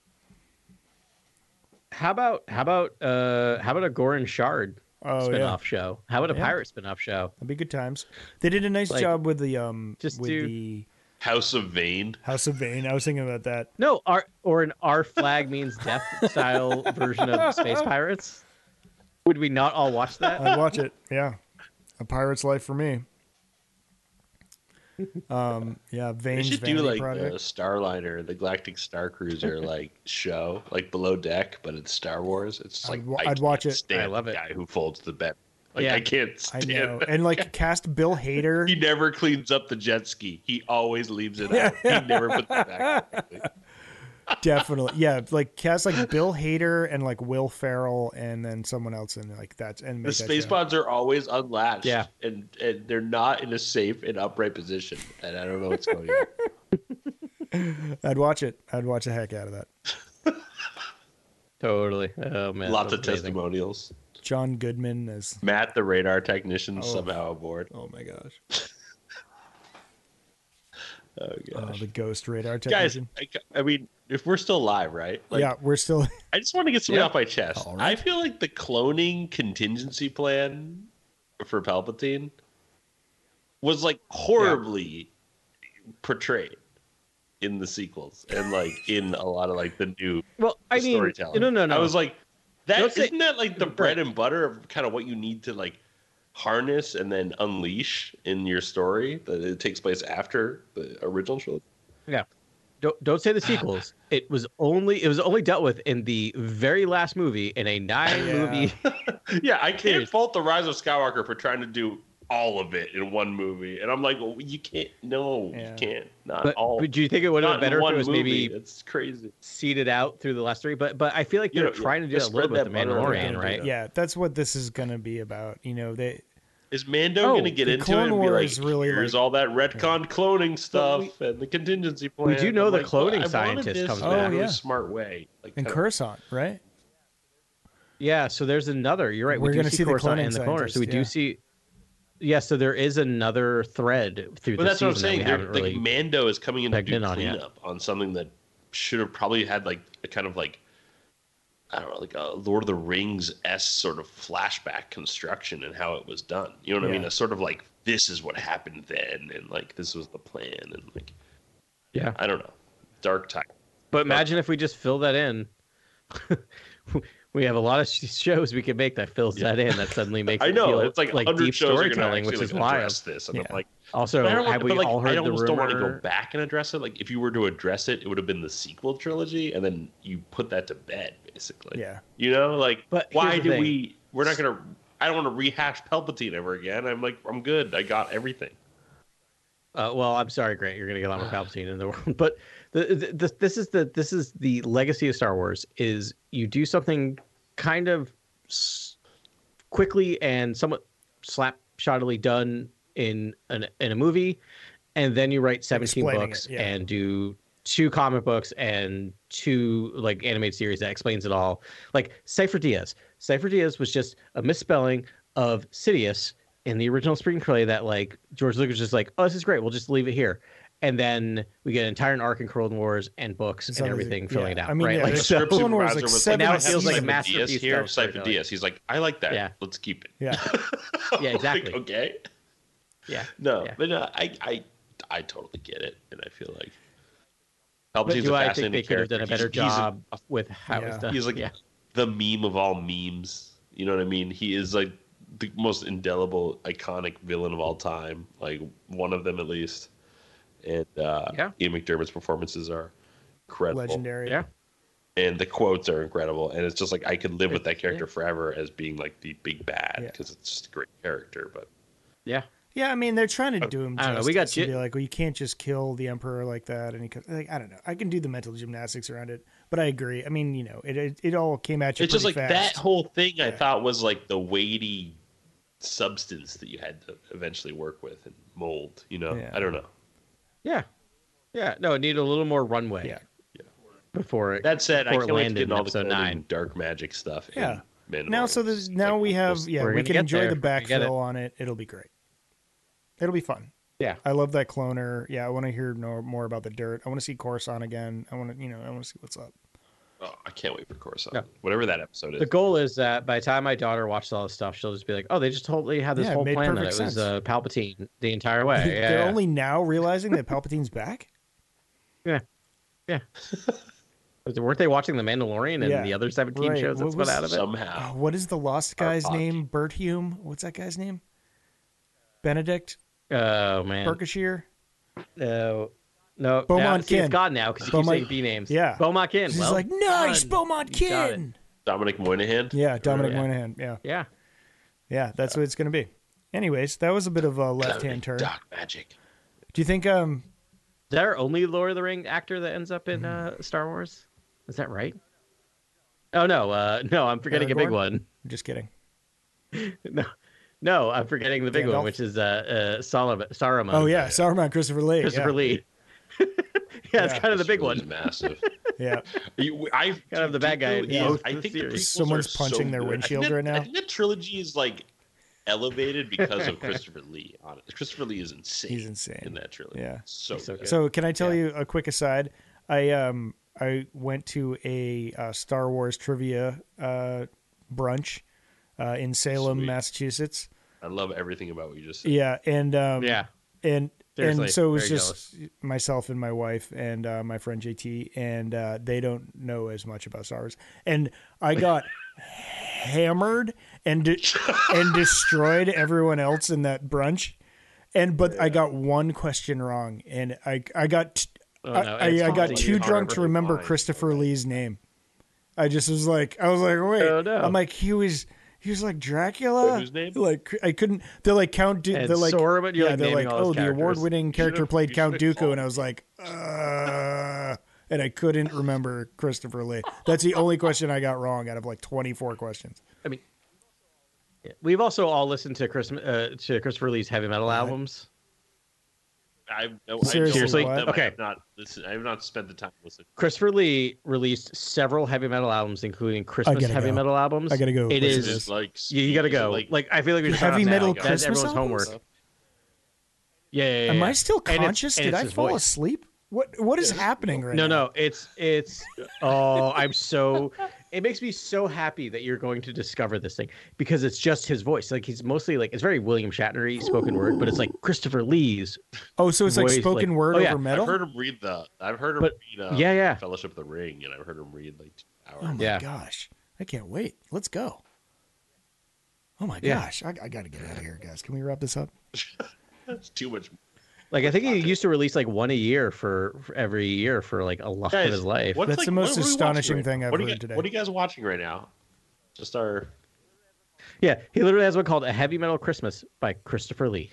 S6: how about how about uh how about a Goran Shard
S5: Oh, yeah.
S6: spin-off show? How about a
S5: Yeah.
S6: pirate spin-off show?
S5: That'd be good times. They did a nice
S6: Like,
S5: job with the um
S6: just
S5: with
S6: do-
S5: the
S4: House of Vane.
S5: House of Bane. I was thinking about that.
S6: No, our or an our flag means death style version of Space Pirates. Would we not all watch that?
S5: I'd watch it. Yeah, a pirate's life for me. Um, yeah,
S4: They
S5: Vane's
S4: should do
S5: Vanity
S4: like
S5: Project.
S4: the Starliner, the Galactic Star Cruiser, like show, like below deck, but it's Star Wars. It's just,
S5: I'd
S4: like
S5: wa-
S4: I
S5: I'd watch
S4: can't
S5: it.
S4: Stand
S6: I love
S4: the
S6: it.
S4: Guy who folds the bed. Like
S6: Yeah.
S4: I can't
S5: I
S4: stand.
S5: know,
S4: it.
S5: and like cast Bill
S4: He
S5: Hader.
S4: never cleans up the jet ski. He always leaves it out. He never puts it back. properly.
S5: definitely, yeah, like cast like Bill Hader and like Will Ferrell, and then someone else, and like that's and
S4: The
S5: make that
S4: space
S5: show.
S4: pods are always unlatched.
S6: Yeah.
S4: And and they're not in a safe and upright position. And I don't know what's going on.
S5: I'd watch it. I'd watch the heck out of that.
S6: Totally. Oh man.
S4: Lots of
S6: that's amazing.
S4: testimonials.
S5: John Goodman as
S4: Matt, the radar technician,
S5: Oh.
S4: somehow aboard.
S5: oh my gosh,
S4: Oh
S5: oh,
S4: gosh.
S5: the Ghost Radar
S4: Guys,
S5: technician.
S4: I, I mean, if we're still live, right? Like,
S5: yeah, we're still.
S4: I just want to get something
S6: Yeah.
S4: off my chest.
S5: All
S4: I
S5: right.
S4: feel like the cloning contingency plan for Palpatine was like horribly portrayed in the sequels and like in a lot of like the new
S6: Well, I mean,
S4: storytelling.
S6: no, no, no.
S4: I was like, that
S6: Don't say-
S4: not that like the bread and butter of kind of what you need to like harness and then unleash in your story that it takes place after the original trilogy.
S6: Yeah. Don't don't say the sequels. It was only it was only dealt with in the very last movie in a nine movie.
S4: Yeah, I can't
S6: Seriously.
S4: fault the Rise of Skywalker for trying to do all of it in one movie, and I'm like, well, you can't. No,
S5: Yeah.
S4: you can't. Not
S6: But,
S4: all.
S6: but do you think it would
S4: not
S6: have been better
S4: in
S6: if
S4: one
S6: it was
S4: movie.
S6: maybe
S4: It's crazy.
S6: seeded out through the last three, but but I feel like
S4: You
S6: they're
S4: know,
S6: trying to do
S4: yeah,
S6: that a little
S4: spread that
S6: bit with the
S4: butter around,
S6: Mandalorian,
S4: dude.
S6: right?
S5: Yeah, that's what this is gonna be about. You know, they
S4: Is Mando
S6: Oh,
S4: gonna get
S5: the
S4: into
S5: Clone
S4: it and be
S5: Wars
S4: like,
S5: really,
S4: here's
S5: like-
S4: all that retcon cloning
S6: Well, we-
S4: stuff and the contingency plan?
S6: We do know
S4: I'm
S6: the
S4: like, well,
S6: cloning
S4: I wanted
S6: scientist
S4: this
S6: comes
S4: in a
S5: back.
S4: really
S5: Oh, yeah.
S4: smart way. Like,
S5: and
S4: kinda-
S5: Cursant, right?
S6: Yeah, so there's another. You're right.
S5: We're
S6: we do
S5: gonna
S6: see
S5: see the
S6: Coruscant
S5: cloning
S6: in the corner, so we
S5: scientist,
S6: do
S5: yeah.
S6: see. Yeah, so there is another thread through.
S4: But
S6: the
S4: that's what I'm
S6: season
S4: saying.
S6: That we
S4: They're-
S6: haven't
S4: like
S6: really...
S4: Mando is coming in to
S6: pegged
S4: do
S6: in on yet.
S4: cleanup on something that should have probably had like a kind of like I don't know, like a Lord of the Rings s sort of flashback construction and how it was done. You know what I mean?
S5: Yeah.
S4: A sort of like this is what happened then, and like this was the plan, and like
S6: Yeah.
S4: I don't know, dark time.
S6: But
S4: uh,
S6: imagine if we just fill that in. we have a lot of sh- shows we could make that fills
S4: Yeah.
S6: that in. That suddenly makes
S4: I
S6: it
S4: know
S6: feel
S4: it's like
S6: like
S4: 100
S6: deep
S4: shows are gonna
S6: storytelling, which
S4: actually,
S6: is
S4: like,
S6: wild.
S4: address this, and I'm
S5: Yeah.
S4: like.
S6: Also,
S4: But I don't,
S6: have
S4: but,
S6: we
S4: like,
S6: all
S4: I
S6: heard the
S4: almost
S6: rumor?
S4: don't want to go back and address it. Like, if you were to address it, it would have been the sequel trilogy, and then you put that to bed, basically.
S5: Yeah.
S4: You know, like,
S6: But
S4: why
S6: here's the
S4: do
S6: thing.
S4: we? We're not gonna. I don't want to rehash Palpatine ever again. I'm like, I'm good. I got everything.
S6: Uh, well, I'm sorry, Grant. You're going to get on with Palpatine in the world, but the, the, this- this is the this is the legacy of Star Wars. Is you do something kind of s- quickly and somewhat slapshottily done in an, in a movie, and then you write 17
S5: Explaining
S6: books
S5: it, yeah.
S6: and do two comic books and two like animated series that explains it all. Like Cipher Diaz. Cipher Diaz was just a misspelling of Sidious in the original screenplay that like George Lucas was just like, oh, this is great. We'll just leave it here. and then we get an entire arc in Clone Wars and books
S5: It's
S6: and
S5: not as-
S6: everything
S5: yeah.
S6: filling it out.
S5: I mean,
S6: right?
S5: yeah,
S6: like
S5: the
S6: so,
S5: scripts- Clone Wars
S4: Supervisor
S5: like
S4: was
S5: seven
S6: And now it feels like
S4: Cypher
S6: masterpiece
S4: Diaz here,
S6: film
S4: Cypher
S6: storytelling.
S4: Diaz. He's like, I like that.
S6: Yeah.
S4: Let's keep it.
S5: Yeah.
S6: Yeah,
S4: Like,
S6: exactly.
S4: okay.
S6: yeah.
S4: No,
S6: Yeah.
S4: but no, I, I, I totally get it, and I feel like
S6: But
S4: Palpatine's a
S6: do I think
S4: fascinating
S6: they could have
S4: character.
S6: done a better
S4: He's- he's a-
S6: job with how
S5: Yeah.
S6: it's done?
S4: He's like
S6: yeah,
S4: the meme of all memes. You know what I mean? He is like the most indelible, iconic villain of all time. Like one of them at least. And uh,
S6: Yeah.
S4: Ian McDermott's performances are incredible,
S5: Legendary.
S6: yeah.
S4: and the quotes are incredible. And it's just like I could live with that
S6: It's- yeah.
S4: character forever as being like the big bad
S5: Yeah.
S4: because it's just a great character. But
S6: Yeah.
S5: Yeah, I mean they're trying to do him.
S6: Oh, I don't know,
S5: justice
S6: we got
S5: and
S6: Jit-
S5: be like, well, you can't just kill the emperor like that, and he could, like, I don't know. I can do the mental gymnastics around it, but I agree. I mean, you know, it it, it all came at you.
S4: it's just like
S5: pretty
S4: that
S5: fast.
S4: whole thing I
S5: Yeah.
S4: thought was like the weighty substance that you had to eventually work with and mold. You know,
S5: Yeah.
S4: I don't know.
S6: Yeah. Yeah. No, it needed a little more runway.
S5: Yeah.
S4: Yeah.
S6: before it.
S4: That said, I
S6: before it
S4: can't wait to
S6: landed
S4: get in
S6: in
S4: all the
S6: episode
S4: golden
S6: nine.
S4: dark magic stuff.
S5: Yeah.
S4: In
S5: Now, so
S4: there's
S5: there's now we have yeah,
S6: we're
S5: we
S6: gonna
S5: can
S6: get
S5: enjoy
S6: there.
S5: the
S6: We're gonna get it.
S5: backfill on it. It'll be great. It'll be fun.
S6: Yeah.
S5: I love that cloner. Yeah, I want to hear no, more about the dirt. I want to see Coruscant again. I want to, you know, I want to see what's up.
S4: Oh, I can't wait for Coruscant.
S6: No.
S4: Whatever that episode is.
S6: the goal is that by the time my daughter watches all this stuff, she'll just be like, "Oh, they just totally had this
S5: Yeah, it
S6: whole
S5: made
S6: plan that it
S5: perfect
S6: was
S5: sense.
S6: uh, Palpatine the entire way." Yeah,
S5: They're
S6: yeah.
S5: only now realizing that Palpatine's back.
S6: But weren't they watching The Mandalorian and
S5: Yeah,
S6: the other seventeen
S5: right.
S6: shows
S5: What
S6: that's
S5: was-
S6: put out of it?
S5: Oh,
S4: Somehow.
S5: what is the lost
S4: Our
S5: guy's
S4: Baki.
S5: name? Bert Hume. What's that guy's name? Benedict
S6: Oh man,
S5: Berkshire.
S6: no, no, now,
S5: Beaumont
S6: see, it's
S5: Kin.
S6: gone now because you
S5: Beaumont-
S6: keep saying B names.
S5: Yeah.
S6: Beaumont Kin.
S5: She's
S6: well
S5: like, "Mm." nice,
S6: done.
S5: Beaumont
S6: You got it.
S5: Kid.
S4: Dominic Moynihan.
S5: Yeah, Dominic
S6: Yeah.
S5: Moynihan. Yeah,
S6: Yeah,
S5: yeah, that's what it's gonna be. Anyways, that was a bit of a left-hand turn.
S4: Dark magic.
S5: Do you think? Um,
S6: is there only Lord of the Ring actor that ends up in uh, Star Wars? Is that right? Oh no, uh, no, I'm forgetting a big
S5: Aragorn?
S6: one.
S5: I'm just kidding.
S6: No, no, I'm forgetting the big
S5: Gandalf?
S6: one, which is uh, uh Solomon, Saruman.
S5: Oh yeah, Sauron, Christopher Lee.
S6: Christopher
S5: yeah.
S6: Lee. yeah, it's
S5: Yeah.
S6: kind of the
S4: This
S6: big
S4: really is
S6: one.
S4: massive.
S5: Yeah,
S4: You- I kind
S6: of the bad guy in both
S4: I
S6: the
S4: think the
S6: series.
S4: prequels
S5: Someone's
S4: are
S5: punching
S4: so good. I
S5: their
S4: think
S5: windshield
S4: that-
S5: right now.
S4: I think that trilogy is like elevated because of Christopher Lee. On it, Christopher Lee is insane.
S5: he's insane.
S4: in that trilogy.
S5: Yeah.
S4: so,
S6: He's so
S4: good.
S6: good.
S5: So can I tell
S6: Yeah.
S5: you a quick aside? I um I went to a uh, Star Wars trivia uh, brunch uh, in Salem,
S4: Sweet.
S5: Massachusetts.
S4: I love everything about what you just said.
S5: Yeah, and um,
S6: Yeah,
S5: and
S6: Seriously,
S5: and so it was
S6: very
S5: just myself and my wife and uh, my friend JT, and uh, they don't know as much about Star Wars, and I got hammered and de- and destroyed everyone else in that brunch, and but I got one question wrong, and I I got. T-
S6: Oh,
S5: I-
S6: no, it's
S5: I, I got
S6: fine.
S5: too
S6: You're
S5: drunk to
S4: perfectly
S5: remember
S4: fine.
S5: Christopher Lee's name. I just was like, I was like, wait,
S6: Oh, no.
S5: I'm like, he was, he was like Dracula.
S4: Wait, whose name?
S5: Like, I couldn't. They're like Count. Du-
S6: And
S5: they're like
S6: Sauron, you're,
S5: yeah,
S6: like,
S5: they're
S6: naming
S5: like,
S6: all his
S5: oh, the
S6: characters.
S5: award-winning character
S4: should've-
S5: played
S4: you
S5: Count
S4: should've
S5: Dooku, and I was like, uh, and I couldn't remember Christopher Lee. That's the only question I got wrong out of like 24 questions.
S6: we've also all listened to Chris uh, to Christopher Lee's heavy metal albums.
S4: I no,
S5: Seriously,
S4: I
S5: what?
S4: know them.
S6: Okay.
S4: I have not listen. I have not spent the time listening.
S6: Christopher Lee released several heavy metal albums, including Christmas
S5: gotta
S6: heavy
S5: go.
S6: metal albums.
S5: I gotta go
S6: It
S5: listen
S6: is.
S5: to this.
S4: Is it like
S6: You, you gotta
S4: is it
S6: go. Like, I feel like we should
S5: Heavy
S6: start on
S5: metal
S6: that. That's
S5: Christmas
S6: everyone's
S5: albums?
S6: homework. Yeah, yeah, yeah,
S5: Am
S6: yeah.
S5: I still
S6: And it's-
S5: conscious?
S6: and
S5: Did
S6: it's
S5: I
S6: his
S5: fall
S6: voice.
S5: asleep? What What is happening right
S6: no
S5: now?
S6: no it's it's oh i'm so it makes me so happy that you're going to discover this thing because it's just his voice like he's mostly like it's very william shatner spoken word but it's like christopher lee's
S5: Oh, so it's like
S6: Voice,
S5: spoken
S6: like-
S5: word
S6: oh, yeah,
S5: over metal.
S4: I've heard him read the. I've heard him
S6: But-
S4: read. Uh,
S6: yeah, yeah.
S4: Fellowship of the Ring, and I've heard him read like two
S5: Oh
S4: hours.
S5: my
S6: Yeah.
S5: gosh. I can't wait. Let's go. Oh my
S6: Yeah.
S5: gosh. I, I got to get out of here, guys. Can we wrap this up?
S4: That's too much.
S6: like i think he used to release like one a year for, for every year for like a lot of
S4: Guys,
S6: his life
S4: what's,
S5: That's the most
S4: are we watching
S5: astonishing
S4: right
S5: thing
S4: now?
S5: I've
S4: What are you
S5: heard
S4: guys-
S5: today.
S4: What are you guys watching right now? Just our.
S6: yeah he literally has one called a heavy metal christmas by christopher lee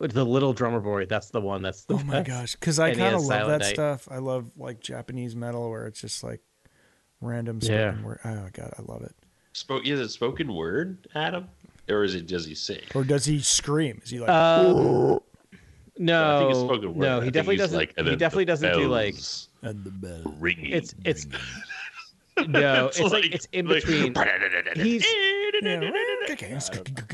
S6: With the little drummer boy that's the one that's the
S5: Oh my
S6: best.
S5: gosh. Because I
S6: And he
S5: kind of
S6: has
S5: love
S6: Silent
S5: that
S6: Night.
S5: stuff. I love like Japanese metal where it's just like random spoken
S6: Yeah.
S5: word. Oh my God. I love it.
S4: Spoke is it spoken word, Adam, or is it does he sing?
S5: Or does he scream? Is he like,
S6: Um,
S4: I think it's
S6: no,
S4: spoken word. I
S6: Oh, no, he
S4: think
S6: definitely
S4: he's
S6: doesn't.
S4: Like, and
S6: he
S4: then
S6: definitely
S4: the
S6: doesn't do like
S4: bells
S5: and the bell?
S4: ringing.
S6: it's it's no, it's like, it's in between.
S4: He's
S6: He's-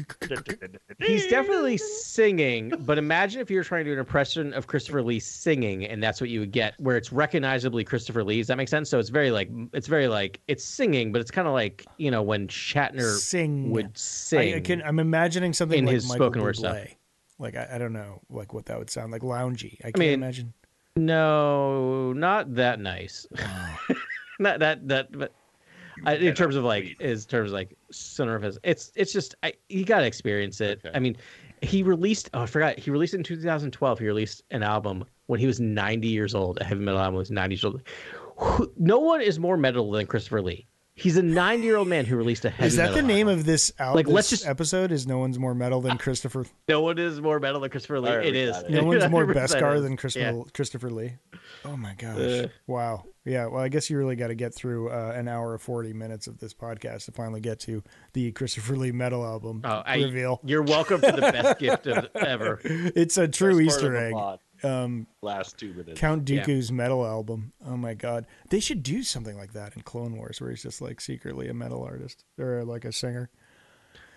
S6: He's definitely singing, but imagine if you were trying to do an impression of Christopher Lee singing, and that's what you would get, where it's recognizably Christopher Lee. Does that make sense? So it's very like it's very like it's singing, but it's kind of like you know when Shatner
S5: Sing.
S6: would sing.
S5: I, I can, I'm imagining something
S6: in
S5: like
S6: his
S5: Michael
S6: spoken word stuff.
S5: Bublé. Like I, I don't know, like what that would sound like. Loungy. I can't
S6: mean-
S5: imagine.
S6: No, not that nice.
S4: Oh.
S6: not that that, but I, in
S4: cannot
S6: terms of like,
S4: wait.
S6: is terms of like center of his, it's it's just I, you gotta experience it.
S4: Okay.
S6: I mean, he released. Oh, I forgot. He released in 2012. He released an album when he was 90 years old. A heavy metal album when he was 90 years old. Who, no one is more metal than Christopher Lee. He's a 90 year old man who released a heavy.
S5: Is that
S6: metal
S5: the name
S6: album.
S5: of this out
S6: Like,
S5: this
S6: let's just-
S5: episode? Is no one's more metal than Christopher?
S6: No one is more metal than Christopher Lee.
S4: All right,
S6: it
S4: we
S6: is.
S4: got it.
S5: No one's more
S6: 100%
S5: Beskar
S6: is.
S5: than Christopher
S6: Yeah.
S5: Christopher Lee. Oh my gosh!
S6: Uh.
S5: wow. Yeah. Well, I guess you really got to get through uh, an hour of forty minutes of this podcast to finally get to the Christopher Lee metal album
S6: Oh, I,
S5: reveal.
S6: You're welcome for the best gift of ever.
S5: It's a true Easter egg. Um,
S4: Last two minutes.
S5: Count
S6: Yeah.
S5: Dooku's metal album. Oh my god, they should do something like that in Clone Wars, where he's just like secretly a metal artist or like a singer.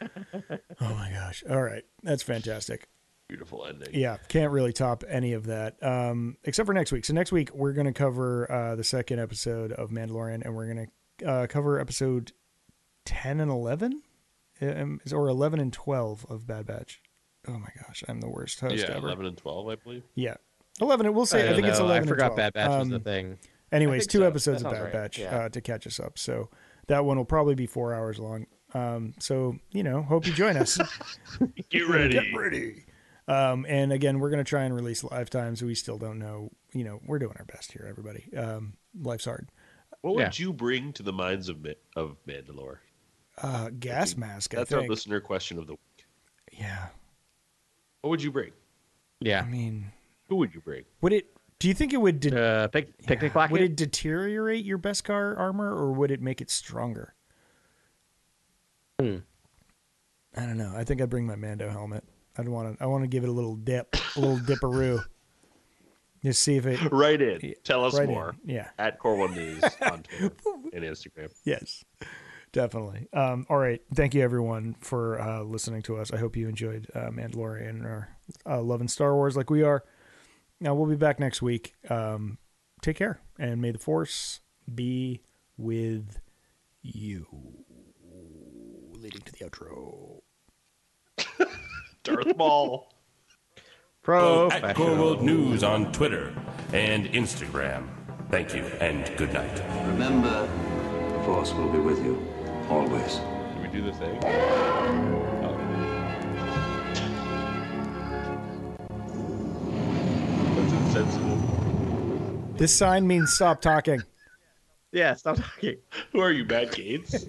S5: oh my gosh! All right, that's fantastic.
S4: Beautiful ending.
S5: Yeah, can't really top any of that, um, except for next week. So next week we're going to cover uh, the second episode of Mandalorian, and we're going to uh, cover episode ten and eleven, um, or eleven and twelve of Bad Batch. Oh my gosh, I'm the worst host
S4: Yeah,
S5: ever.
S4: 11 and 12, I believe.
S5: Yeah, eleven. We'll say. I,
S6: don't
S5: think it's
S6: know.
S5: eleven.
S6: Uh, I forgot
S5: and 12.
S6: Bad Batch was the
S5: Um,
S6: thing.
S5: Anyways,
S4: think
S5: two
S4: so.
S5: episodes
S6: That
S5: of Bad
S6: sounds right.
S5: Batch
S6: Yeah.
S5: uh, to catch us up. So that one will probably be four hours long. Um, so you know, hope you join us.
S4: Get ready.
S5: Get ready. Um, and again, we're gonna try and release live times. We still don't know. You know, we're doing our best here, everybody. Um, life's hard.
S4: What would
S6: Yeah.
S4: you bring to the minds of Ma- of Mandalore?
S5: Uh, gas mask. I
S4: That's our
S5: think.
S4: listener question of the week.
S5: Yeah.
S4: What would you bring?
S5: I
S6: Yeah.
S5: mean,
S4: Who would you bring?
S5: would it? Do you think it would? De-
S6: Uh, pic- picnic
S5: yeah. Would
S6: pocket.
S5: it deteriorate your best car armor, or would it make it stronger?
S6: Hmm.
S5: I don't know. I think I'd bring my Mando helmet. I'd want to. I want to give it a little dip, a little dipperoo. Just see if it.
S4: Write in. Tell us
S5: right in.
S4: more
S5: Yeah.
S4: at Core One News on Twitter and Instagram.
S5: Yes. Definitely. Um, all right. Thank you, everyone, for uh, listening to us. I hope you enjoyed uh, Mandalorian or uh, loving Star Wars like we are. Now we'll be back next week. Um, take care, and may the Force be with you. Leading to the outro.
S4: Darth Maul.
S6: Pro.
S3: at Core World News on Twitter and Instagram. Thank you and good night.
S7: Remember, the Force will be with you always.
S4: Did we do the thing? Oh. That's insensitive.
S5: This sign means stop talking.
S6: Yeah. Stop talking.
S4: Who are you, Matt Gates?